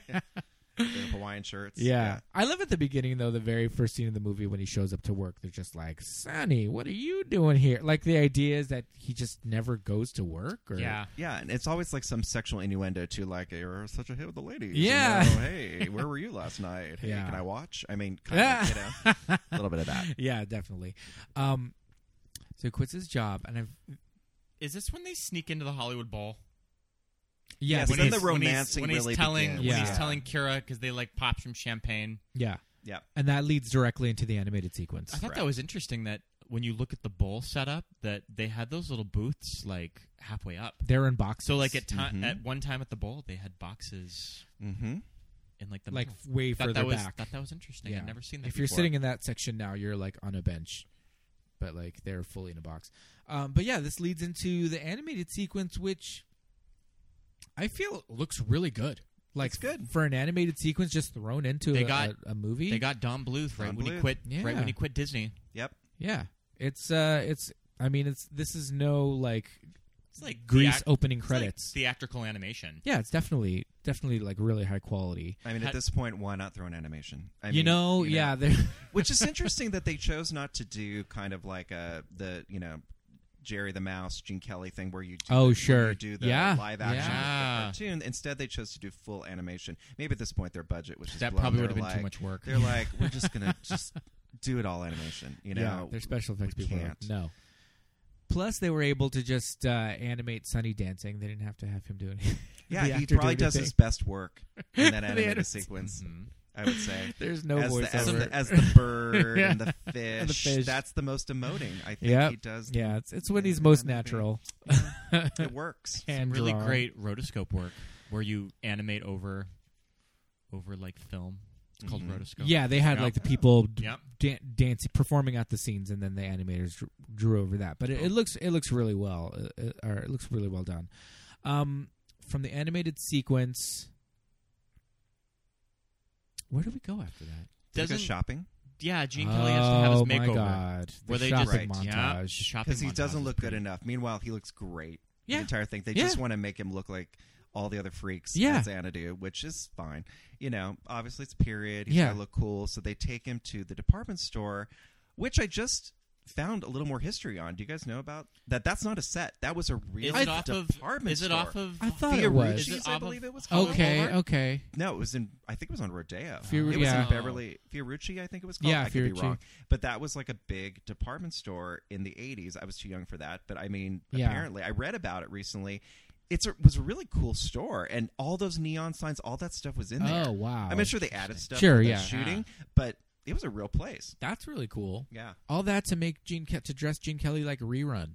Speaker 9: The Hawaiian shirts.
Speaker 7: Yeah. I love at the beginning though, the very first scene of the movie when he shows up to work, they're just like, Sonny, what are you doing here? Like the idea is that he just never goes to work or
Speaker 8: Yeah.
Speaker 9: Yeah, and it's always like some sexual innuendo to like you're such a hit with the ladies. you
Speaker 7: Yeah.
Speaker 9: know, hey, where were you last night? Hey,
Speaker 7: Yeah.
Speaker 9: can I watch? I mean, kind of, you know, a little bit of that.
Speaker 7: Yeah, definitely. Um so he quits his job and I've
Speaker 8: Is this when they sneak into the Hollywood Bowl?
Speaker 7: yeah,
Speaker 9: Yes,
Speaker 7: because-
Speaker 9: then
Speaker 8: he's-
Speaker 9: the romancing
Speaker 8: when he's,
Speaker 9: really
Speaker 8: telling
Speaker 9: begins.
Speaker 8: when
Speaker 7: Yeah.
Speaker 8: he's telling Kira because they like pop some champagne.
Speaker 7: yeah.
Speaker 9: Yeah,
Speaker 7: And that leads directly into the animated sequence.
Speaker 8: I thought that was interesting that when you look at the bowl setup that they had those little booths like halfway up.
Speaker 7: They're in boxes.
Speaker 8: So like at time
Speaker 7: Mm-hmm.
Speaker 9: Mhm.
Speaker 8: at one time at the bowl they had boxes
Speaker 9: mm-hmm.
Speaker 8: in like the
Speaker 7: like
Speaker 8: middle.
Speaker 7: way
Speaker 8: Thought
Speaker 7: further
Speaker 8: that was
Speaker 7: back.
Speaker 8: thought that was interesting. I'd never seen that.
Speaker 7: If you're
Speaker 8: before.
Speaker 7: sitting in that section now, you're like on a bench, but like they're fully in a box. Um, but yeah, this leads into the animated sequence, which I feel looks really good. Like
Speaker 9: It's good.
Speaker 7: for an animated sequence, just thrown into
Speaker 8: They
Speaker 7: a,
Speaker 8: got-
Speaker 7: a, a movie.
Speaker 8: they got Don Bluth right
Speaker 9: Don
Speaker 8: when he
Speaker 9: Bluth.
Speaker 8: quit right
Speaker 7: Yeah.
Speaker 8: when he quit Disney.
Speaker 9: yep.
Speaker 7: yeah, it's uh, it's. I mean, it's this is no like
Speaker 8: It's like
Speaker 7: Grease
Speaker 8: theat-
Speaker 7: opening
Speaker 8: it's like
Speaker 7: credits.
Speaker 8: theatrical animation.
Speaker 7: yeah, it's definitely definitely like really high quality.
Speaker 9: I mean,
Speaker 8: Had-
Speaker 9: at this point, why not throw an animation? I
Speaker 7: you,
Speaker 9: mean,
Speaker 7: know, yeah, they're
Speaker 9: Which is interesting that they chose not to do kind of like a the you know Jerry the Mouse, Gene Kelly thing where you do
Speaker 7: Oh,
Speaker 9: the, where
Speaker 7: sure.
Speaker 9: you do the
Speaker 7: Yeah,
Speaker 9: live action
Speaker 8: yeah.
Speaker 9: with the cartoon. Instead, they chose to do full animation. Maybe at this point their budget was just
Speaker 8: That
Speaker 9: blown.
Speaker 8: probably
Speaker 9: They're
Speaker 8: would have been too much
Speaker 9: like-
Speaker 8: work.
Speaker 9: They're like, we're just gonna just do it all animation. You know,
Speaker 7: yeah, their special effects
Speaker 9: we
Speaker 7: people are-
Speaker 9: can't.
Speaker 7: no. Plus, they were able to just uh, animate Sunny dancing. They didn't have to have him do anything.
Speaker 9: Yeah,
Speaker 7: the
Speaker 9: he
Speaker 7: actor
Speaker 9: probably
Speaker 7: doing
Speaker 9: does
Speaker 7: the
Speaker 9: his
Speaker 7: thing.
Speaker 9: best work in that
Speaker 7: anim-
Speaker 9: animated sequence. I would say
Speaker 7: Mm-hmm. There's no
Speaker 9: as the, as,
Speaker 7: voiceover.
Speaker 9: the, as the bird and, the fish,
Speaker 7: the fish.
Speaker 9: That's the most emoting. I think
Speaker 7: Yep.
Speaker 9: he does.
Speaker 7: Yeah, it's, it's when
Speaker 9: Yeah,
Speaker 7: he's most
Speaker 9: I mean,
Speaker 7: natural.
Speaker 9: it works.
Speaker 7: And
Speaker 8: really
Speaker 7: drawn.
Speaker 8: great rotoscope work where you animate over over like film. called
Speaker 9: Mm-hmm.
Speaker 8: Rotoscope.
Speaker 7: Yeah, they had
Speaker 8: Yep.
Speaker 7: like the people d-
Speaker 8: Yep.
Speaker 7: dan- dancing, performing out the scenes, and then the animators drew, drew over that. But it, it looks it looks really well, uh, uh, or it looks really well done. Um, from the animated sequence, where do we go after that?
Speaker 9: Does
Speaker 8: Doesn't
Speaker 9: go shopping
Speaker 8: yeah? Gene Kelly has to have his
Speaker 7: Oh, my
Speaker 8: makeover.
Speaker 7: God. The
Speaker 8: Where they just
Speaker 7: shopping
Speaker 8: yeah,
Speaker 7: montage.
Speaker 8: shopping
Speaker 9: because he
Speaker 8: montage
Speaker 9: doesn't
Speaker 8: is
Speaker 9: look
Speaker 8: pretty-
Speaker 9: good enough. Meanwhile, he looks great.
Speaker 7: Yeah.
Speaker 9: The entire thing. They
Speaker 7: Yeah.
Speaker 9: just want to make him look like all the other freaks
Speaker 7: Yeah.
Speaker 9: in Xanadu, which is fine. You know, obviously it's period. He's
Speaker 7: Yeah.
Speaker 9: got to look cool. So they take him to the department store, which I just found a little more history on. Do you guys know about that? That's not a set. That was a real
Speaker 8: Is it off of?
Speaker 9: department
Speaker 8: Is it
Speaker 9: store.
Speaker 8: off of?
Speaker 7: I thought it was.
Speaker 9: Fiorucci's,
Speaker 8: Is it
Speaker 9: I
Speaker 8: off of-
Speaker 9: believe it was called.
Speaker 7: Okay,
Speaker 9: Walmart?
Speaker 7: okay,
Speaker 9: No, it was in. I think it was on Rodeo.
Speaker 7: Fior-
Speaker 9: it was
Speaker 7: yeah.
Speaker 9: in Beverly Fiorucci. I think it was called.
Speaker 7: Yeah,
Speaker 9: I could be
Speaker 7: Fiorucci.
Speaker 9: wrong. But that was like a big department store in the '80s. I was too young for that, but I mean,
Speaker 7: Yeah.
Speaker 9: apparently, I read about it recently. It's a, was a really cool store, and all those neon signs, all that stuff was in there.
Speaker 7: Oh, wow.
Speaker 9: I'm sure they added stuff.
Speaker 7: Sure,
Speaker 9: for the
Speaker 7: yeah.
Speaker 9: Shooting, but it was a real place.
Speaker 7: that's really cool.
Speaker 9: Yeah.
Speaker 7: All that to make Gene Ke- to dress Gene Kelly like a rerun.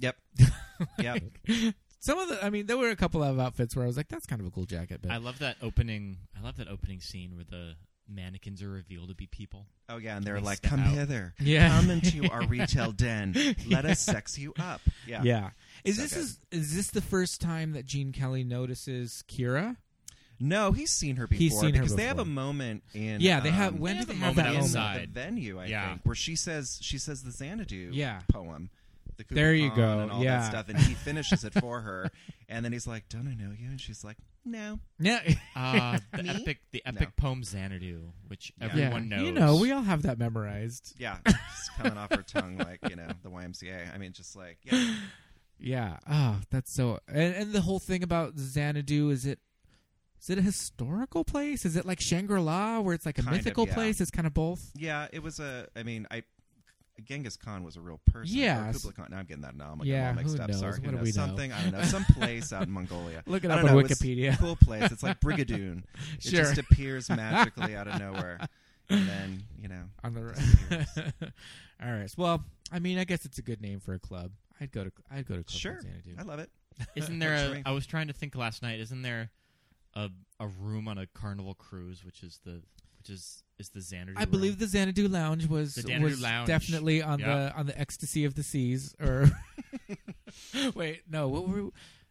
Speaker 9: Yep. yep.
Speaker 7: Some of the, I mean, there were a couple of outfits where I was like, "That's kind of a cool jacket." But
Speaker 8: I love that opening. I love that opening scene where the mannequins are revealed to be people.
Speaker 9: Oh yeah, and they're
Speaker 8: They
Speaker 9: like,
Speaker 8: step
Speaker 9: "Come
Speaker 8: out.
Speaker 9: hither,
Speaker 7: Yeah.
Speaker 9: come into our retail den. Let us sex you up." Yeah.
Speaker 7: Is
Speaker 9: So
Speaker 7: this
Speaker 9: good.
Speaker 7: is, is this the first time that Gene Kelly notices Kira?
Speaker 9: No, he's seen her before
Speaker 7: He's seen her
Speaker 9: because they have a
Speaker 7: before.
Speaker 9: moment in
Speaker 7: Yeah, they have- when
Speaker 8: They
Speaker 7: do
Speaker 8: have
Speaker 7: they
Speaker 8: a
Speaker 7: have
Speaker 8: moment
Speaker 7: that
Speaker 9: in
Speaker 7: moment?
Speaker 8: outside.
Speaker 9: the venue I
Speaker 8: Yeah.
Speaker 9: think where she says she says the Xanadu
Speaker 7: Yeah.
Speaker 9: poem. The Ku
Speaker 7: There you
Speaker 9: Klux Klan
Speaker 7: go,
Speaker 9: and all
Speaker 7: yeah.
Speaker 9: that stuff and he finishes it for her and then he's like, "Don't I know you?" and she's like, "No."
Speaker 7: Yeah,
Speaker 8: Uh, the
Speaker 9: Me?
Speaker 8: epic, the epic poem Xanadu, which everyone knows.
Speaker 7: You know, we all have that memorized.
Speaker 9: Yeah, it's coming off her tongue like, you know, the YMCA. I mean, just like, yeah.
Speaker 7: Yeah. Oh, that's so. And, and the whole thing about Xanadu is it is it a historical place? Is it like Shangri La, where it's like a
Speaker 9: Kind of,
Speaker 7: mythical
Speaker 9: yeah.
Speaker 7: place? It's kind of both.
Speaker 9: Yeah, it was a I mean, I Genghis Khan was a real person.
Speaker 7: Yes.
Speaker 9: Or Kublai Khan. Now I'm getting that now. I'm like,
Speaker 7: Yeah,
Speaker 9: all mixed
Speaker 7: who
Speaker 9: up.
Speaker 7: knows?
Speaker 9: Sorry.
Speaker 7: What
Speaker 9: who
Speaker 7: do
Speaker 9: knows?
Speaker 7: we know?
Speaker 9: Something, I don't know. Some place out in Mongolia.
Speaker 7: Look it
Speaker 9: I
Speaker 7: up
Speaker 9: don't
Speaker 7: on
Speaker 9: know, it's
Speaker 7: Wikipedia.
Speaker 9: a cool place. It's like Brigadoon. It
Speaker 7: Sure.
Speaker 9: just appears magically out of nowhere. And then, you know.
Speaker 7: On the
Speaker 9: disappears.
Speaker 7: right. all right. Well, I mean, I guess it's a good name for a club. I'd go to I'd go to club
Speaker 9: Sure.
Speaker 7: Xanadu.
Speaker 9: I love it.
Speaker 8: Isn't there?
Speaker 9: Works for
Speaker 8: A,
Speaker 9: me.
Speaker 8: I was trying to think last night. Isn't there a a room on a Carnival cruise, which is the which is is the Xanadu?
Speaker 7: I believe the Xanadu Lounge was
Speaker 8: The Xanadu
Speaker 7: was
Speaker 8: Lounge.
Speaker 7: definitely on
Speaker 8: Yeah.
Speaker 7: the on the ecstasy of the seas or wait no what were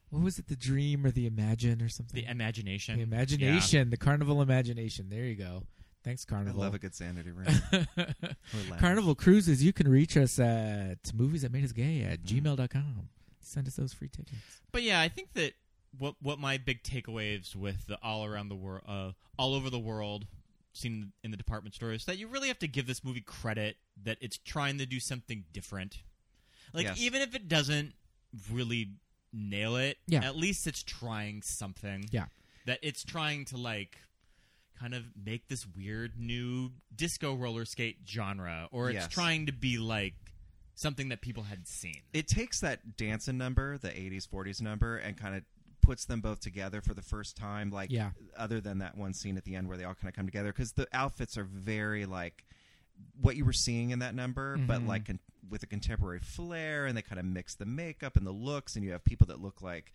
Speaker 7: what was it the dream or the imagine or something
Speaker 8: the imagination.
Speaker 7: The imagination the carnival imagination there you go thanks
Speaker 9: I
Speaker 7: carnival
Speaker 9: love a good sanity room. Or lounge.
Speaker 7: carnival cruises you can reach us at movies that made us gay at gmail.com send us those free tickets
Speaker 8: But yeah, I think that what what my big takeaways with the all around the world, uh, all over the world, seen in the department store is that you really have to give this movie credit that it's trying to do something different. Like
Speaker 9: Yes.
Speaker 8: even if it doesn't really nail it,
Speaker 7: Yeah.
Speaker 8: at least it's trying something.
Speaker 7: Yeah.
Speaker 8: that it's trying to like kind of make this weird new disco roller skate genre, or it's
Speaker 9: Yes.
Speaker 8: trying to be like something that people hadn't seen.
Speaker 9: It takes that dancing number, the 80s, 40s number, and kind of puts them both together for the first time. Like,
Speaker 7: Yeah.
Speaker 9: other than that one scene at the end where they all kind of come together, because the outfits are very like what you were seeing in that number,
Speaker 7: Mm-hmm.
Speaker 9: but like con- with a contemporary flair, and they kind of mix the makeup and the looks, and you have people that look like.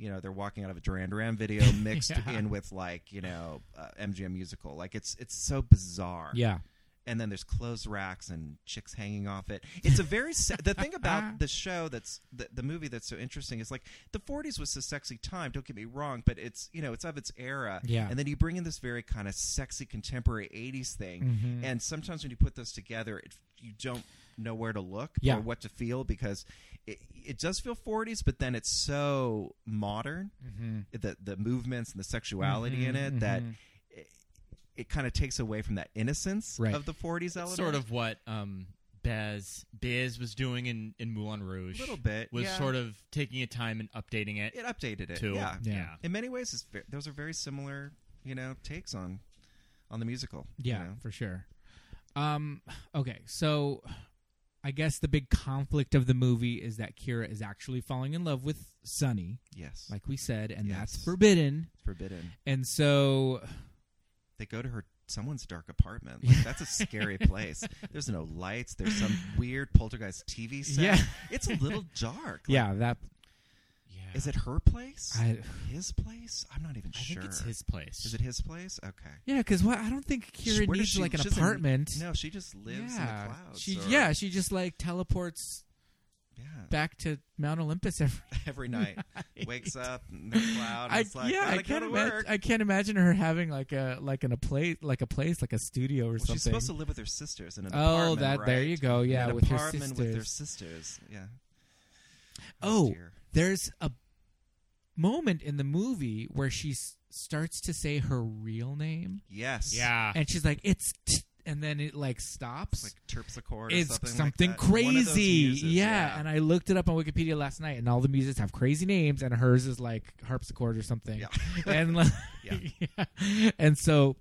Speaker 9: You know they're walking out of a Duran Duran video mixed in with like you know uh, MGM musical like it's it's so bizarre
Speaker 7: yeah
Speaker 9: and then there's clothes racks and chicks hanging off it. It's a very se- the thing about the show that's the, the movie that's so interesting is like the 40s was a sexy time. Don't get me wrong, but it's you know it's of its era.
Speaker 7: Yeah.
Speaker 9: And then you bring in this very kind of sexy contemporary 80s thing,
Speaker 7: Mm-hmm.
Speaker 9: and sometimes when you put those together, it, you don't know where to look
Speaker 7: Yeah.
Speaker 9: or what to feel because it, it does feel 40s, but then it's so modern,
Speaker 7: Mm-hmm.
Speaker 9: the the movements and the sexuality in it that. It, it kind of takes away from that innocence
Speaker 7: Right.
Speaker 9: of the 40s element.
Speaker 8: sort of what um Bez Biz was doing in in Moulin Rouge.
Speaker 9: A little bit,
Speaker 8: was
Speaker 9: yeah.
Speaker 8: sort of taking a time and updating it,
Speaker 9: It updated it.
Speaker 8: too.
Speaker 9: Yeah.
Speaker 7: Yeah.
Speaker 9: In many ways, it's ve- those are very similar, you know, takes on on the musical. you
Speaker 7: Yeah,
Speaker 9: know.
Speaker 7: for sure. Um, okay, so I guess the big conflict of the movie is that Kira is actually falling in love with Sunny,
Speaker 9: Yes. Like
Speaker 7: like we said, and that's
Speaker 9: Yes.
Speaker 7: forbidden.
Speaker 9: it's forbidden.
Speaker 7: And so,
Speaker 9: They go to her someone's dark apartment. Like, that's a scary place. There's no lights. There's some weird poltergeist TV set.
Speaker 7: Yeah.
Speaker 9: It's a little dark. Like,
Speaker 7: yeah, that
Speaker 8: yeah.
Speaker 9: Is it her place?
Speaker 7: I-
Speaker 9: his place? I'm not even
Speaker 8: I
Speaker 9: sure.
Speaker 8: think it's his place.
Speaker 9: Is it his place? Okay.
Speaker 7: Yeah, because what I don't think Kira
Speaker 9: Where does
Speaker 7: needs
Speaker 9: she-
Speaker 7: like an
Speaker 9: she doesn't-
Speaker 7: apartment.
Speaker 9: no, she just lives
Speaker 7: yeah.
Speaker 9: in the clouds.
Speaker 7: She
Speaker 9: or-
Speaker 7: yeah, she just like teleports
Speaker 9: yeah.
Speaker 7: back to Mount Olympus every.
Speaker 9: every night. Wakes up in the cloud. And
Speaker 7: I,
Speaker 9: it's like,
Speaker 7: yeah,
Speaker 9: gotta
Speaker 7: I can't
Speaker 9: go to
Speaker 7: imagine.
Speaker 9: work.
Speaker 7: I can't imagine her having like a like an a place like a place like a studio or
Speaker 9: Well,
Speaker 7: something.
Speaker 9: she's supposed to live with her sisters in an
Speaker 7: Oh,
Speaker 9: apartment.
Speaker 7: that- there
Speaker 9: right?
Speaker 7: you go,
Speaker 9: In
Speaker 7: yeah,
Speaker 9: an
Speaker 7: with her
Speaker 9: apartment with their sisters. Yeah.
Speaker 7: oh,
Speaker 9: dear.
Speaker 7: there's a moment in the movie where she s- starts to say her real name,
Speaker 9: Yes.
Speaker 8: Yeah.
Speaker 7: and she's like, "It's," t-, and then it like stops.
Speaker 9: Ah. Like terpsichore.
Speaker 7: it's
Speaker 9: or something,
Speaker 7: something
Speaker 9: like that. One of those
Speaker 7: crazy.
Speaker 9: muses,
Speaker 7: yeah. and I looked it up on Wikipedia last night, and all the muses have crazy names, and hers is like harpsichord or something.
Speaker 9: Yeah.
Speaker 7: and like,
Speaker 9: Yeah.
Speaker 7: yeah. and so,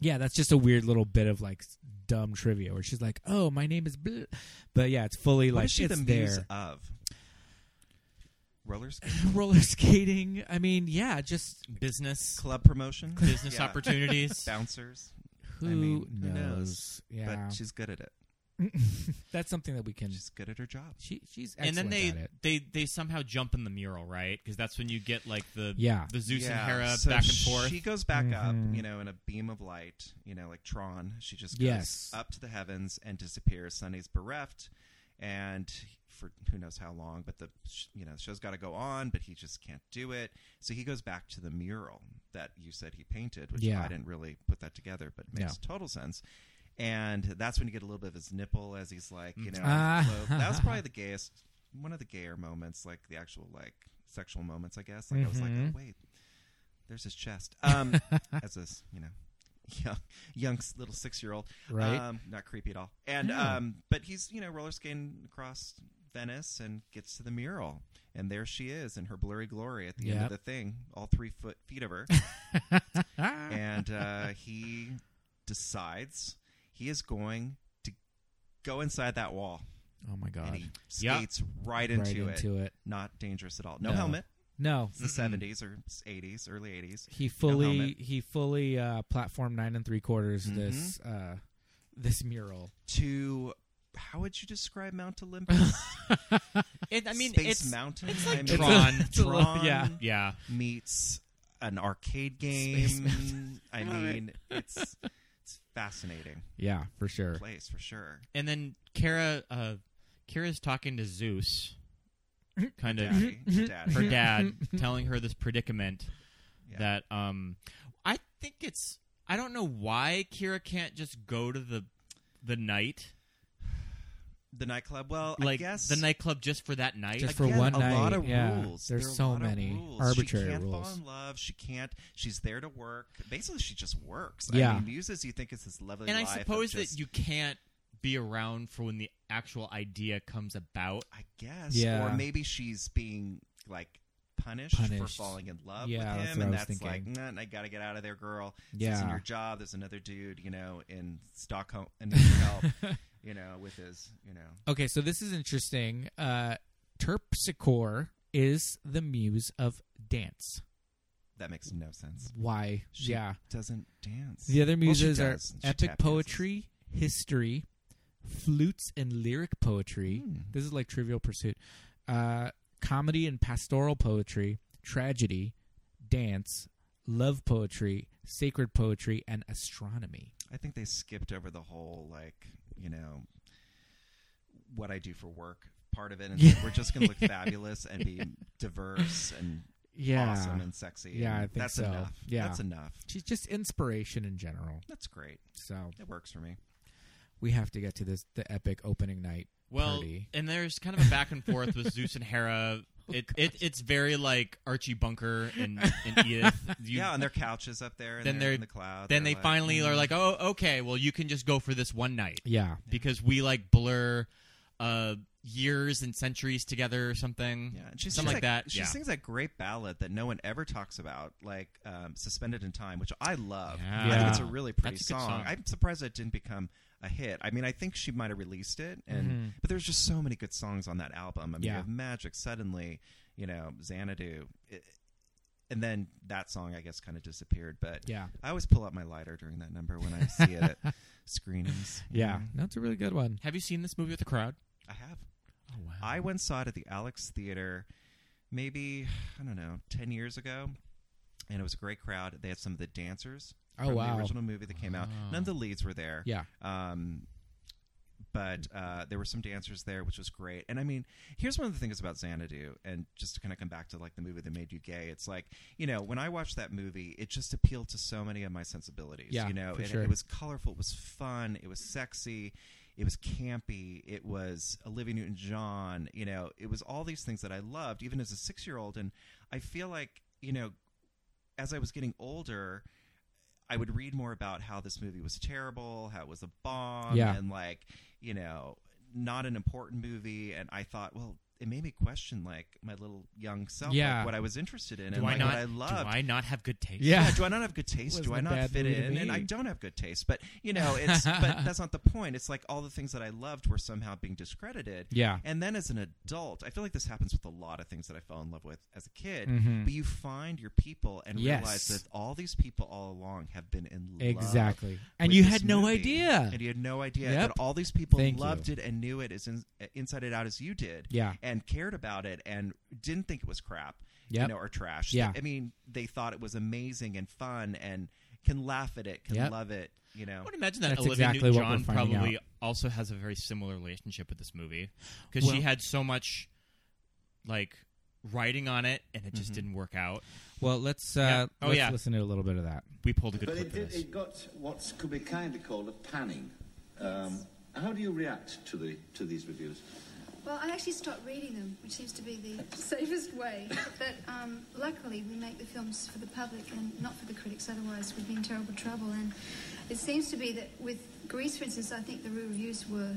Speaker 7: yeah, that's just a weird little bit of like dumb trivia where she's like, "Oh, my name is," blah. but yeah, it's fully
Speaker 9: What
Speaker 7: like
Speaker 9: is she
Speaker 7: it's
Speaker 9: the muse
Speaker 7: there.
Speaker 9: of? Roller skate
Speaker 7: Roller skating. I mean, yeah, just
Speaker 8: Business,
Speaker 9: club promotion,
Speaker 8: business
Speaker 9: Yeah.
Speaker 8: opportunities.
Speaker 9: bouncers.
Speaker 7: who,
Speaker 9: I mean,
Speaker 7: knows? Yeah,
Speaker 9: But she's good at it.
Speaker 7: that's something that we can.
Speaker 9: She's good at her job.
Speaker 7: She, she's
Speaker 8: and
Speaker 7: excellent
Speaker 8: then they
Speaker 7: at it.
Speaker 8: they they somehow jump in the mural, right? Because that's when you get like the
Speaker 7: Yeah.
Speaker 8: the Zeus and
Speaker 9: Yeah,
Speaker 8: Hera
Speaker 9: so
Speaker 8: back and forth.
Speaker 9: She goes back
Speaker 7: Mhm.
Speaker 9: up, you know, in a beam of light, you know, like Tron. She just goes
Speaker 7: Yes.
Speaker 9: up to the heavens and disappears. Sunny's bereft, and for who knows how long, but the sh- you know show's got to go on, but he just can't do it. So he goes back to the mural that you said he painted, which
Speaker 7: Yeah.
Speaker 9: I didn't really put that together, but makes total sense. And that's when you get a little bit of his nipple as he's like,
Speaker 8: Mm.
Speaker 9: you know,
Speaker 7: Ah.
Speaker 9: clothed. that was probably the gayest, one of the gayer moments, like the actual like sexual moments, I guess. Like I was like, oh
Speaker 7: Mm-hmm.
Speaker 9: wait, there's his chest. Um, as a s- you know, young, young s- little six year old,
Speaker 7: Right.
Speaker 9: Um, not creepy at all. And um, but he's you know roller skating across Venice and gets to the mural, and there she is in her blurry glory at the end
Speaker 7: Yep.
Speaker 9: of the thing, all three foot feet of her, and uh, he decides he is going to go inside that wall,
Speaker 7: oh my god!
Speaker 9: and he
Speaker 8: Yeah.
Speaker 9: skates right into,
Speaker 7: right
Speaker 9: it.
Speaker 7: into it.
Speaker 9: Not dangerous at all. No,
Speaker 7: No.
Speaker 9: helmet.
Speaker 7: No,
Speaker 9: It's the seventies or eighties, early eighties.
Speaker 7: Mm-hmm. he fully
Speaker 9: helmet. Mm-hmm.
Speaker 7: he fully uh platform nine and three quarters this uh this mural
Speaker 9: To how would you describe Mount Olympus?
Speaker 8: It, I mean,
Speaker 9: Space
Speaker 8: it's
Speaker 9: Mountain. It's like
Speaker 8: Tron.
Speaker 7: It's a little- yeah.
Speaker 8: yeah.
Speaker 9: meets an arcade game. I mean, it's it's fascinating
Speaker 7: yeah for sure
Speaker 9: place for sure.
Speaker 8: And then Kara, uh, Kara's talking to Zeus, kind of
Speaker 9: Daddy, daddy.
Speaker 8: her dad, telling her this predicament
Speaker 9: Yeah.
Speaker 8: that um, I think it's I don't know why Kira can't just go to the the night
Speaker 9: the nightclub. Well,
Speaker 8: like
Speaker 9: I guess
Speaker 8: the nightclub just for that night.
Speaker 7: Just for
Speaker 9: Again,
Speaker 7: one
Speaker 9: a lot
Speaker 7: night,
Speaker 9: of
Speaker 7: yeah.
Speaker 9: rules.
Speaker 7: There's
Speaker 9: There are a
Speaker 7: so
Speaker 9: lot of
Speaker 7: many
Speaker 9: rules.
Speaker 7: arbitrary
Speaker 9: She can't
Speaker 7: rules.
Speaker 9: fall in love. She can't. She's there to work. Basically, she just works.
Speaker 7: Yeah.
Speaker 9: I mean, muses. You think is this lovely,
Speaker 8: and I
Speaker 9: life of
Speaker 8: suppose that
Speaker 9: just-
Speaker 8: you can't be around for when the actual idea comes about.
Speaker 9: I guess.
Speaker 7: Yeah.
Speaker 9: Or maybe she's being like punished, for
Speaker 7: Punished.
Speaker 9: falling in love
Speaker 7: Yeah,
Speaker 9: with
Speaker 7: that's
Speaker 9: him,
Speaker 7: what
Speaker 9: and
Speaker 7: I was
Speaker 9: that's like,
Speaker 7: thinking.
Speaker 9: nah, I gotta get out of there, girl. It's
Speaker 7: Yeah.
Speaker 9: in your job. There's another dude, you know, in Stockholm, and needs your help, you know, with his, you know,
Speaker 7: okay so this is interesting uh terpsichore is the muse of dance
Speaker 9: that makes no sense.
Speaker 7: why
Speaker 9: She
Speaker 7: yeah
Speaker 9: doesn't dance.
Speaker 7: the other
Speaker 9: Well, she
Speaker 7: muses are
Speaker 9: does. She
Speaker 7: epic
Speaker 9: tap dances.
Speaker 7: poetry history flutes and lyric poetry
Speaker 9: Hmm.
Speaker 7: this is like trivial pursuit uh comedy and pastoral poetry tragedy dance love poetry sacred poetry and astronomy
Speaker 9: I think they skipped over the whole like you know what I do for work part of it, and said, we're just going to look fabulous and be diverse and
Speaker 7: yeah
Speaker 9: awesome and sexy.
Speaker 7: Yeah,
Speaker 9: and
Speaker 7: I think
Speaker 9: that's
Speaker 7: so.
Speaker 9: enough.
Speaker 7: Yeah.
Speaker 9: that's enough.
Speaker 7: She's just inspiration in general.
Speaker 9: That's great.
Speaker 7: So
Speaker 9: It works for me.
Speaker 7: we have to get to this the epic opening night
Speaker 8: Well,
Speaker 7: party.
Speaker 8: and there's kind of a back and forth with Zeus and Hera. It, it it's very like Archie Bunker and, and Edith. You-
Speaker 9: yeah, on their couches up there, and
Speaker 8: then
Speaker 9: then they're
Speaker 8: they're-
Speaker 9: in the cloud.
Speaker 8: then
Speaker 9: They're
Speaker 8: they
Speaker 9: like, mm.
Speaker 8: finally are like, oh, okay, well, you can just go for this one night
Speaker 7: Yeah.
Speaker 8: because we like blur uh, years and centuries together or something.
Speaker 9: Yeah, and she
Speaker 8: something like
Speaker 9: sings
Speaker 8: that.
Speaker 9: She
Speaker 8: yeah.
Speaker 9: sings that great ballad that no one ever talks about, like um, "Suspended in Time," which I love.
Speaker 8: Yeah.
Speaker 9: I think it's
Speaker 7: Yeah.
Speaker 9: a really pretty
Speaker 8: That's a good
Speaker 9: song.
Speaker 8: song.
Speaker 9: I'm surprised it didn't become a hit. I mean, I think she might have released it, and
Speaker 8: Mm-hmm.
Speaker 9: but there's just so many good songs on that album. I mean,
Speaker 7: Yeah.
Speaker 9: you have "Magic," "Suddenly," you know, "Xanadu." It, and then that song, I guess, kind of disappeared. But
Speaker 7: Yeah.
Speaker 9: I always pull out my lighter during that number when I see it at screenings. you
Speaker 7: Yeah.
Speaker 9: know.
Speaker 7: That's a really good one.
Speaker 8: Have you seen this movie with the crowd?
Speaker 9: I have.
Speaker 8: Oh wow!
Speaker 9: I once saw it at the Alex Theater maybe I don't know, ten years ago, and it was a great crowd. They had some of the dancers
Speaker 7: Oh,
Speaker 9: from
Speaker 7: wow. Ah.
Speaker 9: the original movie that came out. None of the leads were there.
Speaker 7: Yeah.
Speaker 9: Um, but uh, there were some dancers there, which was great. And I mean, here's one of the things about Xanadu, and just to kind of come back to like the movie that made you gay. It's like you know, when I watched that movie, it just appealed to so many of my sensibilities.
Speaker 7: Yeah,
Speaker 9: you know,
Speaker 7: for
Speaker 9: it,
Speaker 7: sure.
Speaker 9: it was colorful, it was fun, it was sexy, it was campy, it was Olivia Newton-John. You know, it was all these things that I loved, even as a six-year-old. And I feel like you know, as I was getting older. I would read more about how this movie was terrible, how it was a bomb,
Speaker 7: Yeah.
Speaker 9: and like, you know, not an important movie. And I thought, well, it made me question like my little young self, like,
Speaker 7: Yeah.
Speaker 9: what I was interested in,
Speaker 8: Do
Speaker 9: and
Speaker 8: I
Speaker 9: like,
Speaker 8: not?
Speaker 9: what Oh I loved.
Speaker 8: Do I not have good taste?
Speaker 7: Yeah.
Speaker 9: Yeah, do I not have good taste?
Speaker 7: Wasn't
Speaker 9: Do I
Speaker 7: a
Speaker 9: not
Speaker 7: bad
Speaker 9: fit
Speaker 7: movie to
Speaker 9: in? And I
Speaker 7: be.
Speaker 9: don't have good taste, but you know, it's but that's not the point. It's like all the things that I loved were somehow being discredited.
Speaker 7: Yeah.
Speaker 9: And then as an adult, I feel like this happens with a lot of things that I fell in love with as a kid. But you find your people and
Speaker 7: Mm-hmm. Yes.
Speaker 9: realize that all these people all along have been in love.
Speaker 7: Exactly. And
Speaker 9: with
Speaker 7: you
Speaker 9: this
Speaker 7: had no
Speaker 9: movie.
Speaker 7: idea.
Speaker 9: And you had no idea
Speaker 7: Yep.
Speaker 9: that all these people
Speaker 7: Thank
Speaker 9: loved
Speaker 7: you.
Speaker 9: it and knew it as in, inside it out as you did.
Speaker 7: Yeah.
Speaker 9: And cared about it and didn't think it was crap.
Speaker 7: Yep.
Speaker 9: You know, or trash.
Speaker 7: Yeah.
Speaker 9: I mean, they thought it was amazing and fun and can laugh at it, can
Speaker 7: Yep.
Speaker 9: love it, you know.
Speaker 8: I would imagine that
Speaker 7: That's
Speaker 8: Olivia
Speaker 7: exactly what
Speaker 8: Newton-John
Speaker 7: we're finding
Speaker 8: probably
Speaker 7: out.
Speaker 8: also has a very similar relationship with this movie because she
Speaker 7: Well-
Speaker 8: had so much like writing on it, and it just
Speaker 7: Mm-hmm.
Speaker 8: didn't work out.
Speaker 7: Well, let's uh,
Speaker 8: Yeah. Oh,
Speaker 7: let's
Speaker 8: yeah.
Speaker 7: listen to a little bit of that.
Speaker 8: We pulled a good
Speaker 11: But
Speaker 8: clip
Speaker 11: it,
Speaker 8: for
Speaker 11: did,
Speaker 8: this.
Speaker 11: it got what could be kind of called a panning. Um, how do you react to the to these reviews?
Speaker 3: Well, I actually stopped reading them, which seems to be the safest way. But um, luckily, we make the films for the public and not for the critics. Otherwise, we'd be in terrible trouble. And it seems to be that with Greece, for instance, I think the reviews were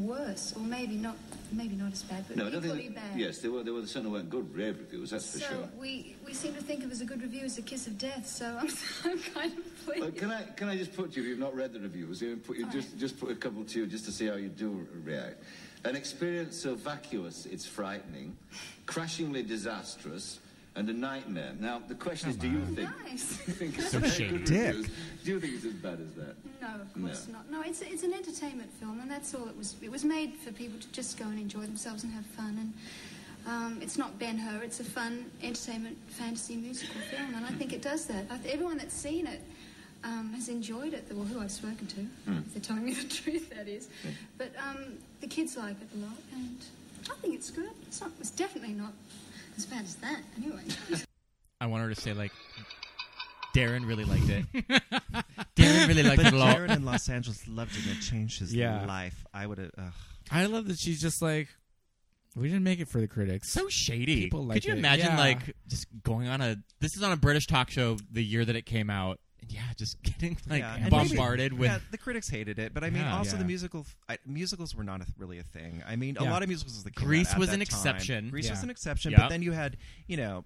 Speaker 3: worse, or maybe not, maybe not as bad, but
Speaker 11: I don't
Speaker 3: equally
Speaker 11: think.
Speaker 3: bad.
Speaker 11: Yes, they were. They were certainly weren't good rave reviews. That's
Speaker 3: So
Speaker 11: for sure.
Speaker 3: we, we seem to think it was a good review as a kiss of death. So I'm, I'm kind of pleased.
Speaker 11: Well, Uh, can I can I just put to you, if you've not read the reviews, you put you
Speaker 3: All
Speaker 11: just
Speaker 3: right.
Speaker 11: just put a couple to you just to see how you do react. An experience so vacuous it's frightening, crashingly disastrous, and a nightmare. Now the question is, do you think?
Speaker 3: Nice.
Speaker 11: you think it's
Speaker 8: So
Speaker 11: very
Speaker 8: shady.
Speaker 11: good
Speaker 9: Dick.
Speaker 11: reviews? Do you think it's as bad as that?
Speaker 3: No, of
Speaker 11: No.
Speaker 3: course not. No, it's it's an entertainment film, and that's all it was. It was made for people to just go and enjoy themselves and have fun. And um, it's not Ben Hur. It's a fun entertainment fantasy musical film, and I think it does that. I th- everyone that's seen it. Um, has enjoyed it, well, who I've spoken to, if they're telling me the truth, that is. But um, the kids like it a lot, and I think it's good. It's, not, it's definitely not as bad as that, anyway.
Speaker 8: I want her to say like, Darren really liked it. Darren really liked it a lot.
Speaker 9: Jared in Los Angeles loved it and it changed his
Speaker 7: Yeah.
Speaker 9: life. I would have. ugh.
Speaker 7: I love that she's just like, we didn't make it for the critics.
Speaker 8: so shady.
Speaker 7: People like
Speaker 8: Could you
Speaker 7: it.
Speaker 8: imagine
Speaker 7: Yeah.
Speaker 8: like just going on a this is on a British talk show the year that it came out. And yeah, just getting like
Speaker 9: Yeah, and
Speaker 8: bombarded
Speaker 9: maybe-
Speaker 8: with
Speaker 9: yeah, the critics hated it, but I mean,
Speaker 7: Yeah.
Speaker 9: also
Speaker 7: Yeah.
Speaker 9: the musical I, musicals were not a, really a thing. I mean, a
Speaker 7: Yeah.
Speaker 9: lot of musicals. That came
Speaker 8: Grease
Speaker 9: out at
Speaker 8: was
Speaker 9: that
Speaker 8: an
Speaker 9: time.
Speaker 8: exception.
Speaker 9: Grease was
Speaker 7: Yeah.
Speaker 9: an exception,
Speaker 8: Yep.
Speaker 9: but then you had, you know,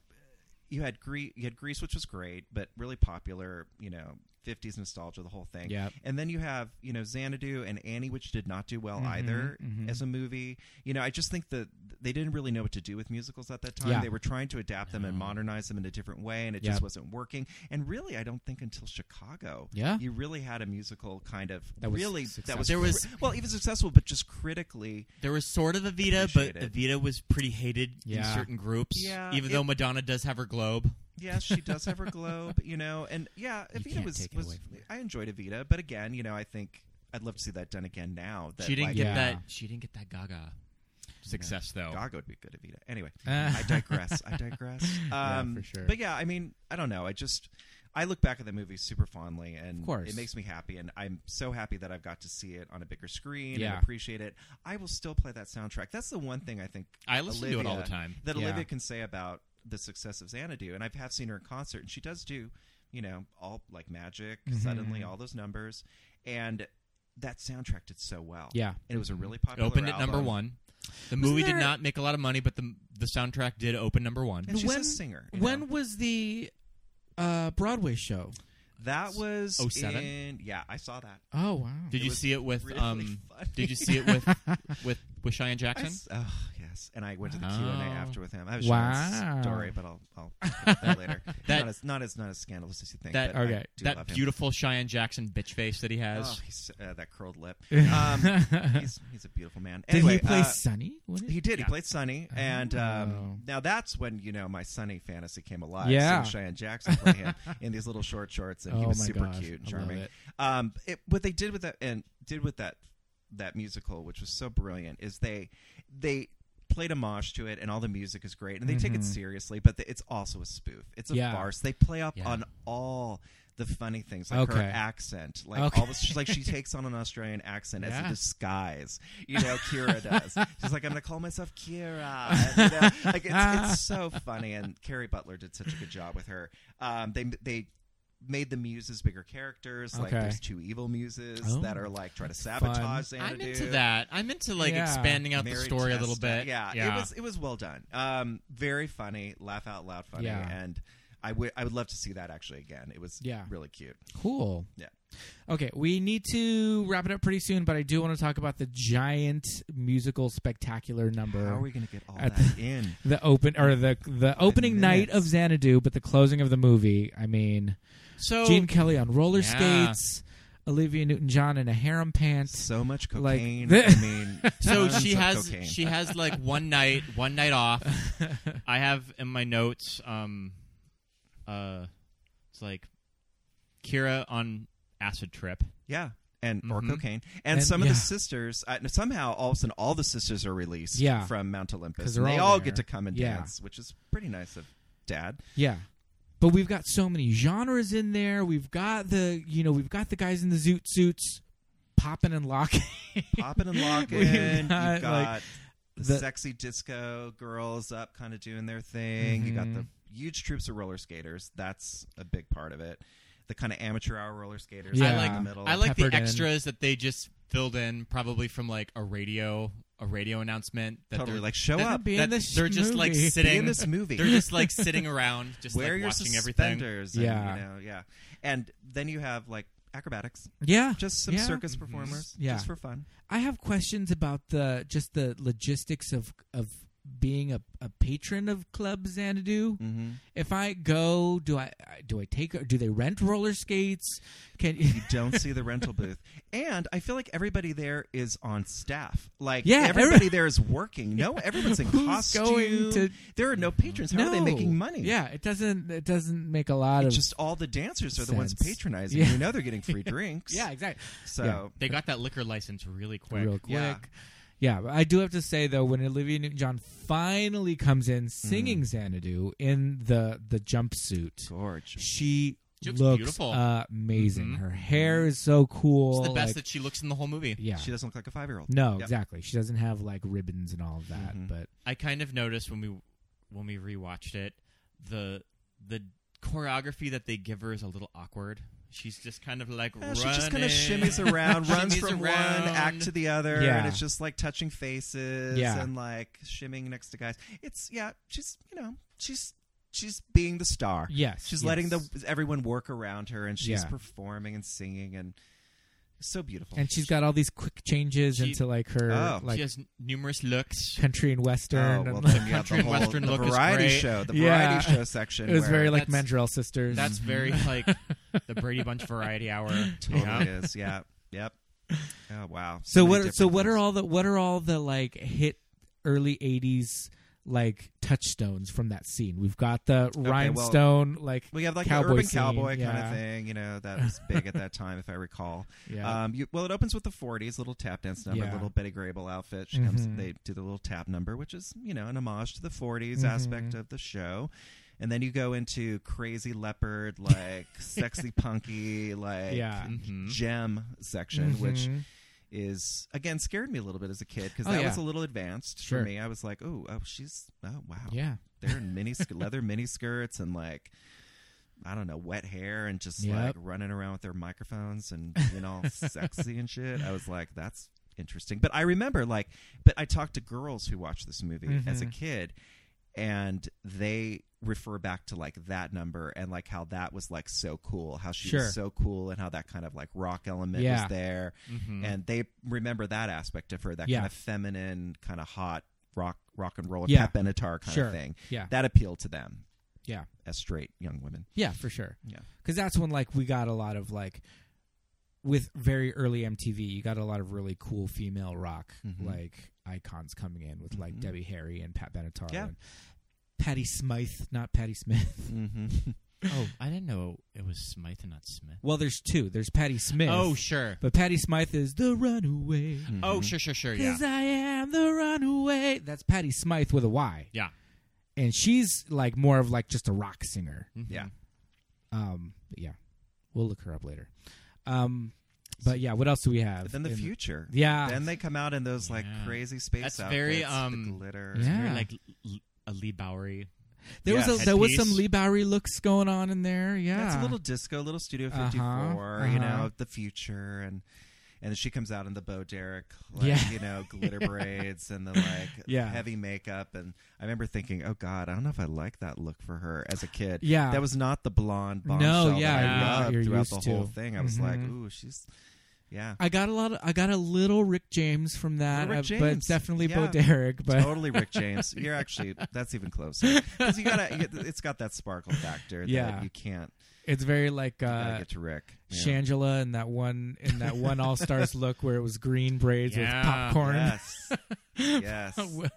Speaker 9: you had Grease, you had Grease, which was great, but really popular. You know, fifties nostalgia, the whole thing.
Speaker 7: Yep.
Speaker 9: And then you have, you know, Xanadu and Annie, which did not do well either as a movie. You know, I just think that they didn't really know what to do with musicals at that time.
Speaker 7: Yeah.
Speaker 9: They were trying to adapt them and modernize them in a different way, and it
Speaker 7: Yep.
Speaker 9: just wasn't working. And really, I don't think until Chicago,
Speaker 7: Yeah.
Speaker 9: you really had a musical kind of
Speaker 7: That was
Speaker 9: really that was
Speaker 7: successful.
Speaker 8: There was-
Speaker 9: well even successful, but just critically.
Speaker 8: there was sort of Evita, but
Speaker 9: Appreciate it.
Speaker 8: Evita was pretty hated in
Speaker 7: Yeah.
Speaker 8: certain groups.
Speaker 9: Yeah,
Speaker 8: even
Speaker 9: it-
Speaker 8: though Madonna does have her globe.
Speaker 9: Yes, she does have her globe, you know, and yeah,
Speaker 7: You
Speaker 9: Evita
Speaker 7: can't
Speaker 9: was,
Speaker 7: take it
Speaker 9: was
Speaker 7: away from her.
Speaker 9: I enjoyed Evita, but again, you know, I think I'd love to see that done again now. That
Speaker 8: she didn't
Speaker 9: like,
Speaker 8: get
Speaker 7: Yeah.
Speaker 8: that she didn't get that Gaga success though.
Speaker 9: Gaga would be good Evita. Anyway,
Speaker 7: Uh.
Speaker 9: I digress. I digress. Um,
Speaker 7: Yeah, for sure.
Speaker 9: But yeah, I mean, I don't know. I just I look back at the movie super fondly, and
Speaker 7: Of course.
Speaker 9: it makes me happy, and I'm so happy that I've got to see it on a bigger screen
Speaker 7: Yeah.
Speaker 9: and appreciate it. I will still play that soundtrack. That's the one thing I think
Speaker 8: I listen to it all the time.
Speaker 9: That
Speaker 7: Yeah.
Speaker 9: Olivia can say about the success of Xanadu, and I've have seen her in concert, and she does do you know all like Magic,
Speaker 8: Mm-hmm,
Speaker 9: suddenly all those numbers, and. That soundtrack did so well.
Speaker 7: Yeah.
Speaker 9: and it was a really
Speaker 8: It
Speaker 9: popular.
Speaker 8: opened at number
Speaker 9: album.
Speaker 8: one. The movie did
Speaker 7: there-
Speaker 8: not make a lot of money, but the the soundtrack did open number one.
Speaker 9: And she's a singer. you
Speaker 7: When
Speaker 9: know?
Speaker 7: was the uh, Broadway show?
Speaker 9: that was
Speaker 8: 07?
Speaker 9: in- yeah, I saw that.
Speaker 7: Oh wow!
Speaker 8: Did you
Speaker 9: was
Speaker 8: see it with
Speaker 9: really
Speaker 8: um?
Speaker 9: funny.
Speaker 8: Did you see it with with with Cheyenne
Speaker 9: I
Speaker 8: Jackson?
Speaker 9: s- oh, yeah. ass, and I went to the Q
Speaker 8: Oh.
Speaker 9: and A after with him. I was
Speaker 7: Wow.
Speaker 9: sharing a story, but I'll I'll get that later. not as not as not as scandalous as you think.
Speaker 8: That
Speaker 9: but I
Speaker 8: okay.
Speaker 9: do
Speaker 8: that
Speaker 9: love him.
Speaker 8: beautiful Cheyenne Jackson bitch face that he has.
Speaker 9: Oh, he's, uh, that curled lip. Um, he's, he's a beautiful man.
Speaker 7: Did he
Speaker 9: Anyway,
Speaker 7: play
Speaker 9: uh,
Speaker 7: Sonny? What is-
Speaker 9: He did.
Speaker 7: Yeah. Oh.
Speaker 9: He played Sonny, and um, now that's when you know my Sonny fantasy came alive.
Speaker 7: Yeah.
Speaker 9: seeing Cheyenne Jackson play him in these little short shorts, and he
Speaker 7: Oh
Speaker 9: was
Speaker 7: my
Speaker 9: super
Speaker 7: gosh,
Speaker 9: cute and
Speaker 7: I
Speaker 9: charming.
Speaker 7: love it.
Speaker 9: Um, it, what they did with that and did with that that musical, which was so brilliant, is they they played homage to it, and all the music is great, and they take
Speaker 7: Mhm.
Speaker 9: it seriously, but it's also a spoof. It's a
Speaker 7: Yeah.
Speaker 9: farce. They play up
Speaker 7: Yeah.
Speaker 9: on all the funny things, like her
Speaker 7: Okay.
Speaker 9: accent, like
Speaker 7: Okay.
Speaker 9: all this. She's like she takes on an Australian accent as
Speaker 7: Yeah.
Speaker 9: a disguise. You know, Kira does. She's like, I'm gonna call myself Kira. And, you know, like it's, it's so funny. And Carrie Butler did such a good job with her. Um, they they made the muses bigger characters. Like
Speaker 7: Okay.
Speaker 9: there's two evil muses
Speaker 7: Oh,
Speaker 9: that are like trying to
Speaker 7: that's
Speaker 9: sabotage
Speaker 7: fun.
Speaker 9: Xanadu.
Speaker 8: I'm into that. I'm into like
Speaker 7: Yeah.
Speaker 8: expanding out the
Speaker 9: Mary
Speaker 8: story a little
Speaker 9: Testa.
Speaker 8: bit.
Speaker 9: Yeah, it was it was well done. Um, very funny, laugh out loud funny,
Speaker 7: Yeah.
Speaker 9: and I would I would love to see that actually again. It was
Speaker 7: Yeah.
Speaker 9: really cute.
Speaker 7: Cool.
Speaker 9: Yeah.
Speaker 7: Okay, we need to wrap it up pretty soon, but I do want to talk about the giant musical spectacular number.
Speaker 9: How are we going to get all
Speaker 7: At
Speaker 9: that in?
Speaker 7: the open or the the opening night of Xanadu, but the closing of the movie. I mean,
Speaker 8: So
Speaker 9: Oh.
Speaker 7: Gene Kelly on roller
Speaker 8: Yeah.
Speaker 7: skates, Olivia Newton-John in a harem pants.
Speaker 9: So much
Speaker 7: Like
Speaker 9: cocaine.
Speaker 7: thi-
Speaker 9: I mean,
Speaker 8: so
Speaker 9: tons
Speaker 8: she
Speaker 9: of
Speaker 8: has
Speaker 9: cocaine.
Speaker 8: she has like one night one night off. I have in my notes um uh it's like Kira on acid trip.
Speaker 9: Yeah. And or
Speaker 8: Mhm.
Speaker 9: cocaine, and,
Speaker 7: And-
Speaker 9: some of
Speaker 7: yeah.
Speaker 9: the sisters uh, somehow all of a sudden all the sisters are released
Speaker 7: Yeah.
Speaker 9: from Mount
Speaker 7: 'Cause
Speaker 9: Olympus.
Speaker 7: they're
Speaker 9: And they
Speaker 7: all
Speaker 9: all
Speaker 7: there.
Speaker 9: get to come and
Speaker 7: Yeah.
Speaker 9: dance, which is pretty nice of Dad.
Speaker 7: Yeah. But we've got so many genres in there. We've got the you know, we've got the guys in the zoot suits popping and locking.
Speaker 9: Popping and locking.
Speaker 7: We've
Speaker 9: You've
Speaker 7: got, like,
Speaker 9: got the,
Speaker 7: the-
Speaker 9: sexy disco girls up, kind of doing their thing. You got the
Speaker 7: Mm-hmm.
Speaker 9: huge troops of roller skaters. That's a big part of it. The kind of amateur hour roller skaters
Speaker 7: Yeah.
Speaker 8: I
Speaker 9: out in
Speaker 8: like
Speaker 9: the middle.
Speaker 8: I like the
Speaker 7: Peppered in.
Speaker 8: extras that they just filled in probably from like a radio a radio announcement that
Speaker 9: totally
Speaker 8: they're
Speaker 9: like show
Speaker 8: that-
Speaker 9: up.
Speaker 7: Be in
Speaker 8: that
Speaker 7: this
Speaker 8: they're just like
Speaker 7: movie. Be
Speaker 8: sitting
Speaker 9: in this movie.
Speaker 8: They're just like sitting around, just
Speaker 9: Wear
Speaker 8: like
Speaker 9: your
Speaker 8: watching everything.
Speaker 9: suspenders. and,
Speaker 7: Yeah.
Speaker 9: you know, yeah. And then you have like acrobatics,
Speaker 7: yeah.
Speaker 9: just some
Speaker 7: yeah. Mm-hmm.
Speaker 9: circus performers,
Speaker 7: Yeah.
Speaker 9: just for fun.
Speaker 7: I have questions about the just the logistics of of being a, a patron of Club Xanadu.
Speaker 9: Mm-hmm.
Speaker 7: If I go, do I do I take do they rent roller skates? Can
Speaker 9: You don't see the rental booth, and I feel like everybody there is on staff. Like
Speaker 7: Yeah, every-
Speaker 9: everybody there is working. No, everyone's in
Speaker 7: Who's
Speaker 9: costume.
Speaker 7: going to-
Speaker 9: There are no patrons. How are they
Speaker 7: No.
Speaker 9: making money?
Speaker 7: Yeah, it doesn't it doesn't make a lot of
Speaker 9: It's just all the dancers are the ones
Speaker 7: sense.
Speaker 9: patronizing.
Speaker 7: Yeah.
Speaker 9: You know they're getting free drinks.
Speaker 7: Yeah, exactly.
Speaker 9: So
Speaker 7: Yeah.
Speaker 8: They got that liquor license really quick.
Speaker 7: real quick.
Speaker 9: Yeah.
Speaker 7: Yeah. but I do have to say though, when Olivia Newton-John finally comes in singing Xanadu in the the jumpsuit,
Speaker 9: Gorge.
Speaker 7: she
Speaker 8: She looks
Speaker 7: looks
Speaker 8: beautiful.
Speaker 7: amazing. Her hair is so cool.
Speaker 8: It's the best
Speaker 7: like-
Speaker 8: that she looks in the whole movie.
Speaker 7: yeah.
Speaker 9: She doesn't look like a five year old.
Speaker 7: no,
Speaker 9: Yep.
Speaker 7: exactly. She doesn't have like ribbons and all of that, but
Speaker 8: I kind of noticed when we when we rewatched it, the the choreography that they give her is a little awkward. She's just kind of like
Speaker 9: Yeah,
Speaker 8: running.
Speaker 9: she Eh, just kind of shimmies around, runs
Speaker 8: Shimmies
Speaker 9: from
Speaker 8: around.
Speaker 9: one act to the other,
Speaker 7: Yeah.
Speaker 9: and it's just like touching faces
Speaker 7: Yeah.
Speaker 9: and like shimming next to guys. It's yeah, she's you know she's she's being the star.
Speaker 7: Yes,
Speaker 9: she's
Speaker 7: yes.
Speaker 9: letting the everyone work around her, and she's
Speaker 7: Yeah.
Speaker 9: performing and singing and it's so beautiful.
Speaker 7: and she's got all these quick changes
Speaker 8: She-
Speaker 7: into like her
Speaker 9: Oh.
Speaker 8: she
Speaker 7: like
Speaker 8: has numerous looks.
Speaker 7: country and
Speaker 9: oh
Speaker 7: western
Speaker 9: well,
Speaker 7: and
Speaker 9: then
Speaker 7: like,
Speaker 9: yeah,
Speaker 8: country
Speaker 9: the
Speaker 8: and
Speaker 9: whole
Speaker 8: western
Speaker 9: the
Speaker 8: look is
Speaker 9: variety
Speaker 8: great.
Speaker 9: show, the
Speaker 7: Yeah.
Speaker 9: variety show section.
Speaker 7: it was very
Speaker 9: where-
Speaker 7: like
Speaker 8: That's-
Speaker 7: Mandrell sisters. Mm-hmm.
Speaker 8: That's very like the Brady Bunch variety hour.
Speaker 9: totally
Speaker 8: Yeah.
Speaker 9: is. Yeah, yep. Oh wow.
Speaker 7: So
Speaker 9: many
Speaker 7: what? So
Speaker 9: different
Speaker 7: what are
Speaker 9: things.
Speaker 7: all the what are all the like hit early '80s like touchstones from that scene? We've got the
Speaker 9: well,
Speaker 7: rhinestone like
Speaker 9: We have like
Speaker 7: cowboy
Speaker 9: the urban
Speaker 7: scene.
Speaker 9: cowboy kind
Speaker 7: Yeah.
Speaker 9: of thing, you know, that was big at that time, if I recall.
Speaker 7: Yeah.
Speaker 9: Um, you, well, it opens with the 40s, little tap dance number,
Speaker 7: Yeah. Mm-hmm.
Speaker 9: little Betty Grable outfit. She comes, they do the little tap number, which is, you know, an homage to the 40s
Speaker 7: Mm-hmm.
Speaker 9: aspect of the show. And then you go into crazy leopard, like sexy punky, like mm-hmm.
Speaker 7: Yeah. Mm-hmm.
Speaker 9: gem section, which
Speaker 7: Mhm.
Speaker 9: is again scared me a little bit as a kid because
Speaker 7: Oh,
Speaker 9: that
Speaker 7: yeah.
Speaker 9: was a little advanced
Speaker 7: Sure.
Speaker 9: for me. I was like, oh, oh, she's oh wow,
Speaker 7: Yeah.
Speaker 9: they're in mini sk- leather mini skirts and like I don't know, wet hair and just
Speaker 7: Yep.
Speaker 9: like running around with their microphones and being all sexy and shit. I was like, that's interesting. But I remember like, but I talked to girls who watched this movie as
Speaker 7: Mm-hmm.
Speaker 9: a kid, and they refer back to like that number and like how that was like so cool, how she
Speaker 7: Sure.
Speaker 9: was so cool, and how that kind of like rock element
Speaker 7: Yeah. Mm-hmm.
Speaker 9: was there, and they remember that aspect of her, that
Speaker 7: Yeah.
Speaker 9: kind of feminine, kind of hot rock rock and roll, or
Speaker 7: Yeah.
Speaker 9: Pat Benatar kind
Speaker 7: Sure.
Speaker 9: of thing.
Speaker 7: Yeah.
Speaker 9: that appealed to them.
Speaker 7: Yeah.
Speaker 9: as straight young women.
Speaker 7: Yeah, for sure.
Speaker 9: Yeah.
Speaker 7: because that's when like we got a lot of like with very early MTV, you got a lot of really cool female rock
Speaker 9: Mhm.
Speaker 7: like icons coming in with like
Speaker 9: Mhm.
Speaker 7: Debbie Harry and Pat Benatar
Speaker 9: Yeah.
Speaker 7: and Patty Smythe, not Patty Smith.
Speaker 9: Mm-hmm.
Speaker 8: Oh, I didn't know it was Smythe and not Smith.
Speaker 7: Well, there's two. There's Patty Smith.
Speaker 8: Oh, sure.
Speaker 7: But Patty Smythe is the runaway.
Speaker 8: Oh, sure, sure, sure. Yeah.
Speaker 7: Cause I am the runaway. That's Patty Smythe with a Y.
Speaker 8: Yeah.
Speaker 7: And she's like more of like just a rock singer.
Speaker 9: Yeah,
Speaker 7: Um, but yeah, we'll look her up later. Um, but yeah, what else do we have?
Speaker 9: but then the
Speaker 7: in-
Speaker 9: future.
Speaker 7: Yeah.
Speaker 9: then they come out in those like
Speaker 8: Yeah.
Speaker 9: crazy space
Speaker 8: That's
Speaker 9: outfits,
Speaker 8: very,
Speaker 9: the
Speaker 8: um,
Speaker 9: glitter.
Speaker 7: Yeah.
Speaker 8: Very, like l- a Lee Bowery.
Speaker 7: There was a,
Speaker 9: Yes.
Speaker 7: there was some
Speaker 8: Headpiece.
Speaker 7: Lee Bowery looks going on in there. Yeah,
Speaker 9: That's a little disco, little Studio
Speaker 7: Uh-huh,
Speaker 9: 54,
Speaker 7: uh-huh.
Speaker 9: you know, the future. And and then she comes out in the Bo Derek, like,
Speaker 7: Yeah.
Speaker 9: you know, glitter braids and the like
Speaker 7: Yeah.
Speaker 9: heavy makeup. And I remember thinking, oh God, I don't know if I like that look for her as a kid.
Speaker 7: Yeah.
Speaker 9: That was not the blonde
Speaker 7: No,
Speaker 9: bombshell
Speaker 7: yeah,
Speaker 8: yeah,
Speaker 9: that I
Speaker 7: you're
Speaker 9: loved throughout
Speaker 7: used
Speaker 9: the whole
Speaker 7: to.
Speaker 9: thing. I was like,
Speaker 7: Mhm.
Speaker 9: ooh, she's, yeah.
Speaker 7: I got a lot. Of, I got a little Rick James from that,
Speaker 9: Rick
Speaker 7: uh,
Speaker 9: James.
Speaker 7: but it's definitely Bo
Speaker 9: Yeah.
Speaker 7: Derek. But
Speaker 9: totally Rick James. You're actually that's even closer because you gotta. you- It's got that sparkle factor
Speaker 7: Yeah.
Speaker 9: that you can't
Speaker 7: it's very like
Speaker 9: you gotta
Speaker 7: uh,
Speaker 9: get to Rick. Yeah.
Speaker 7: Shangela in that one in that one All Stars look where it was green braids
Speaker 8: Yeah.
Speaker 7: with popcorn
Speaker 9: Yes. yes.
Speaker 7: Oh,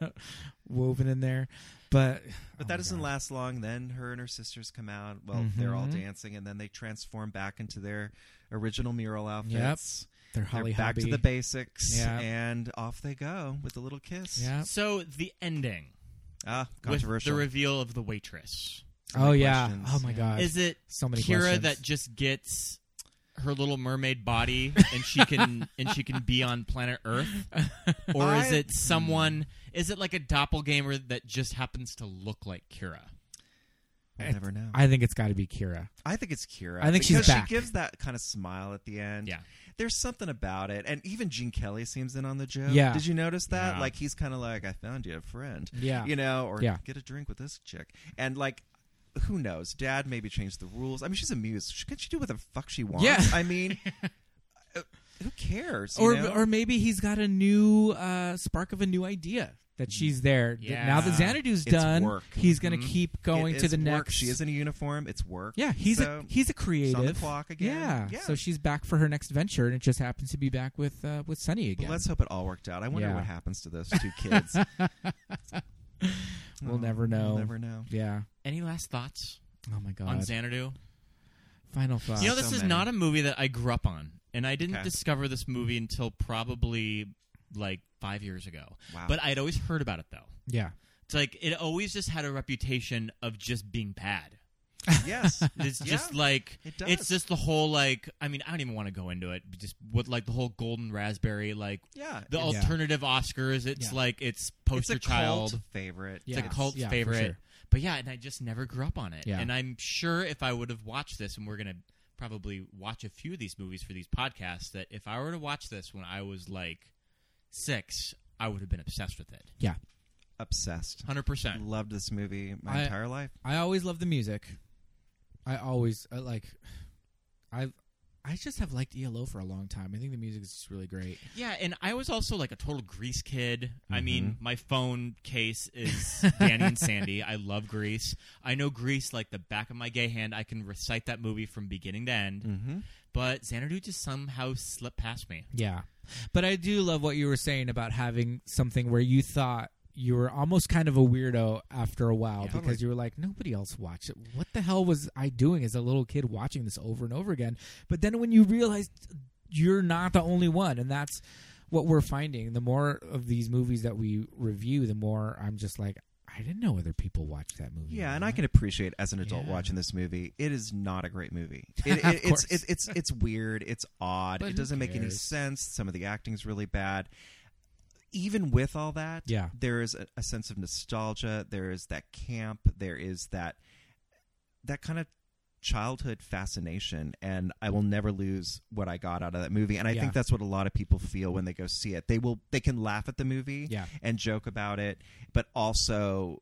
Speaker 7: woven in there. But
Speaker 9: But
Speaker 7: oh my
Speaker 9: that doesn't
Speaker 7: God. Mm-hmm.
Speaker 9: last long. Then her and her sisters come out. Well, they're all dancing, and then they transform back into their original mural outfits.
Speaker 7: They're
Speaker 9: They're
Speaker 7: Holly
Speaker 9: back to
Speaker 7: Hobby.
Speaker 9: the basics,
Speaker 7: Yeah.
Speaker 9: and off they go with a little kiss.
Speaker 7: Yeah.
Speaker 8: So the ending
Speaker 9: Ah,
Speaker 8: with
Speaker 9: controversial.
Speaker 8: the reveal of the waitress.
Speaker 9: So many
Speaker 7: Oh yeah.
Speaker 9: questions.
Speaker 7: Oh my God.
Speaker 8: Is it
Speaker 7: so many
Speaker 8: Kira
Speaker 7: questions.
Speaker 8: that just gets her little mermaid body and she can and she can be on planet Earth? Or is
Speaker 9: I-
Speaker 8: it someone is it like a doppelganger that just happens to look like Kira?
Speaker 9: We'll never know. I,
Speaker 7: I think it's got to be Kira.
Speaker 9: think it's Kira.
Speaker 7: I think she's
Speaker 9: because
Speaker 7: back.
Speaker 9: she gives that kind of smile at the end.
Speaker 8: Yeah.
Speaker 9: There's something about it, and even Gene Kelly seems in on the joke.
Speaker 7: Yeah.
Speaker 9: Did you notice that?
Speaker 8: Yeah.
Speaker 9: Like he's kind of like, "I found you a friend."
Speaker 7: Yeah.
Speaker 9: You know, or
Speaker 7: Yeah.
Speaker 9: get a drink with this chick, and like. Who knows? Dad maybe changed the rules. I mean, she's a muse. She, can she do what the fuck she wants?
Speaker 7: Yeah.
Speaker 9: I mean, uh, who cares? you
Speaker 7: or
Speaker 9: know?
Speaker 7: or maybe he's got a new uh, spark of a new idea that she's there. That Now that
Speaker 8: Yeah. Mm-hmm.
Speaker 7: Xanadu's
Speaker 9: It's
Speaker 7: done,
Speaker 9: work.
Speaker 7: he's gonna keep
Speaker 9: It
Speaker 7: going to
Speaker 9: is
Speaker 7: the
Speaker 9: work.
Speaker 7: next.
Speaker 9: She is in a uniform. It's work.
Speaker 7: yeah, he's
Speaker 9: So,
Speaker 7: a he's a creative.
Speaker 9: clock again.
Speaker 7: Yeah.
Speaker 9: Yeah.
Speaker 7: so she's back for her next venture, and it just happens to be back with uh, with Sunny
Speaker 9: but
Speaker 7: again.
Speaker 9: let's hope it all worked out. I wonder
Speaker 7: Yeah.
Speaker 9: what happens to those two kids.
Speaker 7: we'll never know.
Speaker 9: We'll never know.
Speaker 7: Yeah.
Speaker 8: Any last thoughts
Speaker 7: Oh my god.
Speaker 8: on Xanadu?
Speaker 7: Final thought.
Speaker 8: you know, this
Speaker 9: so
Speaker 8: is
Speaker 9: many.
Speaker 8: not a movie that I grew up on, and I didn't
Speaker 9: Okay.
Speaker 8: discover this movie until probably like five years ago.
Speaker 9: Wow.
Speaker 8: But I'd always heard about it though.
Speaker 7: yeah.
Speaker 8: It's like it always just had a reputation of just being bad.
Speaker 9: Yes.
Speaker 8: It's
Speaker 9: Yeah.
Speaker 8: just like
Speaker 9: It does.
Speaker 8: it's just the whole like I mean I don't even want to go into it. but Just with like the whole golden raspberry like
Speaker 9: Uh, Yeah.
Speaker 8: the
Speaker 9: it's-
Speaker 8: alternative Oscars. It's
Speaker 7: Yeah.
Speaker 8: like it's poster
Speaker 9: it's a
Speaker 8: child.
Speaker 9: cult favorite.
Speaker 7: Yeah.
Speaker 8: It's a cult
Speaker 7: Yeah, for
Speaker 8: favorite.
Speaker 7: sure.
Speaker 8: But yeah, and I just never grew up on it.
Speaker 7: Yeah.
Speaker 8: And I'm sure if I would have watched this, and we're gonna probably watch a few of these movies for these podcasts, that if I were to watch this when I was like six, I would have been obsessed with it.
Speaker 7: Yeah.
Speaker 9: Obsessed.
Speaker 8: Hundred percent.
Speaker 9: Loved this movie my
Speaker 7: I-
Speaker 9: entire life.
Speaker 7: I always love the music. I always I like. I I just have liked ELO for a long time. I think the music is just really great.
Speaker 8: Yeah, and I was also like a total Grease kid.
Speaker 9: Mm-hmm.
Speaker 8: I mean, my phone case is Danny and Sandy. I love Grease. I know Grease like the back of my gay hand. I can recite that movie from beginning to end.
Speaker 9: Mm-hmm.
Speaker 8: But Xanadu just somehow slipped past me.
Speaker 7: Yeah. But I do love what you were saying about having something where you thought you were almost kind of a weirdo after a while because
Speaker 9: Totally.
Speaker 7: you were like, nobody else watched it. What the hell was I doing as a little kid watching this over and over again? But then when you realize you're not the only one, and that's what we're finding. The more of these movies that we review, the more I'm just like, I didn't know other people watched that movie.
Speaker 9: Yeah, and I can appreciate as an adult
Speaker 7: Yeah.
Speaker 9: watching this movie. It is not a great movie. It,
Speaker 7: Of
Speaker 9: it, it's
Speaker 7: course.
Speaker 9: it, it's it's weird. It's odd.
Speaker 7: But
Speaker 9: it
Speaker 7: who
Speaker 9: doesn't make any
Speaker 7: cares?
Speaker 9: sense. Some of the acting's really bad. Even with all that,
Speaker 7: Yeah.
Speaker 9: there is a, a sense of nostalgia. There is that camp. There is that that kind of childhood fascination and I will never lose what I got out of that movie and I
Speaker 7: Yeah.
Speaker 9: think that's what a lot of people feel when they go see it. They will they can laugh at the movie
Speaker 7: Yeah.
Speaker 9: and joke about it but also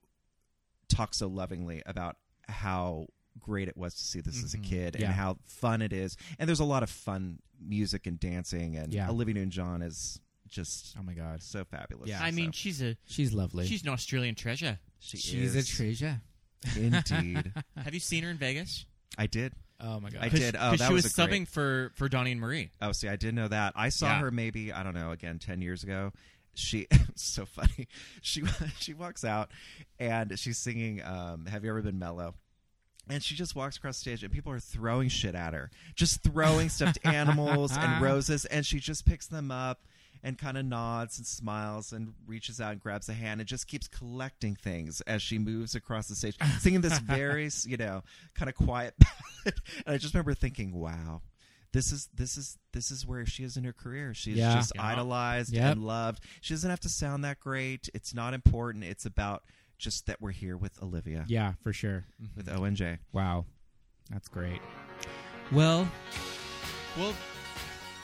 Speaker 9: talk so lovingly about how great it was to see this as a kid
Speaker 7: Mm-hmm. Yeah.
Speaker 9: and how fun it is. And there's a lot of fun music and dancing and
Speaker 7: Yeah.
Speaker 9: Olivia Newton John is just
Speaker 7: oh my god,
Speaker 9: so fabulous.
Speaker 8: I mean,
Speaker 9: so.
Speaker 8: she's a
Speaker 7: She's lovely.
Speaker 8: She's an Australian treasure.
Speaker 9: She
Speaker 7: She's
Speaker 9: is.
Speaker 7: a treasure.
Speaker 9: Indeed.
Speaker 8: Have you seen her in Vegas?
Speaker 9: I did.
Speaker 7: Oh my God.
Speaker 9: I
Speaker 8: 'Cause-
Speaker 9: did. Oh,
Speaker 8: 'cause
Speaker 9: that
Speaker 8: she
Speaker 9: was,
Speaker 8: was,
Speaker 9: a
Speaker 8: subbing
Speaker 9: great-
Speaker 8: for for Donnie and Marie.
Speaker 9: Oh, see, I didn't know that. I saw
Speaker 8: Yeah.
Speaker 9: her maybe I don't know again ten years ago. She so funny. She she walks out and she's singing um, "Have You Ever Been Mellow." And she just walks across the stage, and people are throwing shit at her, just throwing stuffed animals and roses, and she just picks them up and kind of nods and smiles and reaches out and grabs a hand and just keeps collecting things as she moves across the stage, singing this very, you know, kind of quiet ballad. And I just remember thinking, wow, this is this is this is where she is in her career. She's
Speaker 7: Yeah.
Speaker 9: just
Speaker 7: Yeah.
Speaker 9: idolized
Speaker 7: Yep.
Speaker 9: and loved. She doesn't have to sound that great. It's not important. It's about just that we're here with Olivia.
Speaker 7: Yeah, for sure.
Speaker 9: With ONJ.
Speaker 7: Wow. That's great. Well,
Speaker 8: Well,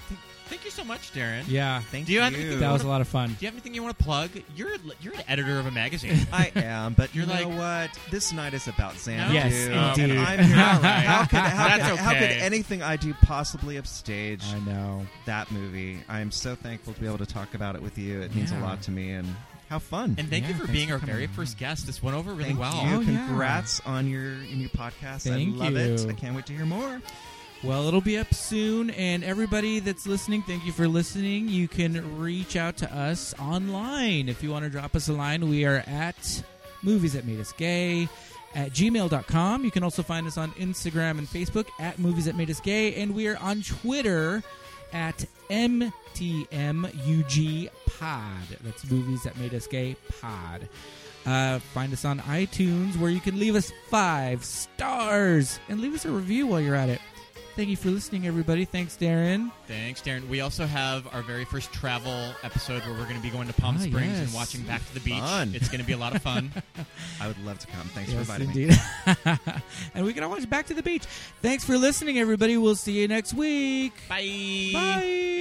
Speaker 8: th- thank you so much, Darren.
Speaker 7: yeah.
Speaker 9: Thank
Speaker 8: Do you have anything you
Speaker 7: That was a
Speaker 8: wanna-
Speaker 7: lot of fun.
Speaker 8: Do you have anything you want to plug? You're a- you're an editor of a magazine.
Speaker 9: I am, but
Speaker 8: You're
Speaker 9: you know
Speaker 8: like-
Speaker 9: what? This night is about Xanadu.
Speaker 7: Yes,
Speaker 9: And
Speaker 7: indeed.
Speaker 9: I'm here.
Speaker 8: All right.
Speaker 9: How could, how,
Speaker 8: That's
Speaker 9: could, how could
Speaker 8: okay.
Speaker 9: anything I do possibly upstage
Speaker 7: I know.
Speaker 9: that movie? I am so thankful to be able to talk about it with you. It means a
Speaker 7: Yeah.
Speaker 9: lot to me, and how fun!
Speaker 8: And thank
Speaker 7: Yeah,
Speaker 8: you for
Speaker 7: thanks
Speaker 8: being
Speaker 7: for
Speaker 8: our
Speaker 7: coming
Speaker 8: very
Speaker 7: on.
Speaker 8: first guest. This went over really
Speaker 9: Thank
Speaker 8: well.
Speaker 9: you.
Speaker 7: Oh, yeah.
Speaker 9: Congrats on your on your podcast.
Speaker 7: Thank
Speaker 9: I love it.
Speaker 7: you.
Speaker 9: I can't wait to hear more.
Speaker 7: Well, it'll be up soon, and everybody that's listening, thank you for listening. You can reach out to us online if you want to drop us a line. We are at movies that made us gay at gmail.com. You can also find us on Instagram and Facebook at movies that made us gay, and we are on Twitter at MTMUG Pod. That's movies that made us gay pod. Uh, find us on iTunes where you can leave us five stars and leave us a review while you're at it. Thank you for listening, everybody. Thanks, Darren.
Speaker 8: Thanks, Darren. We also have our very first travel episode where we're going to be going to Palm
Speaker 7: Ah,
Speaker 8: Springs and
Speaker 7: yes.
Speaker 8: watching Back to the Beach.
Speaker 9: Fun.
Speaker 8: It's going to be a lot of fun.
Speaker 9: I would love to come. Thanks for
Speaker 7: Yes,
Speaker 9: inviting me.
Speaker 7: indeed. and we can all watch Back to the Beach. Thanks for listening, everybody. We'll see you next week.
Speaker 8: Bye.
Speaker 7: Bye.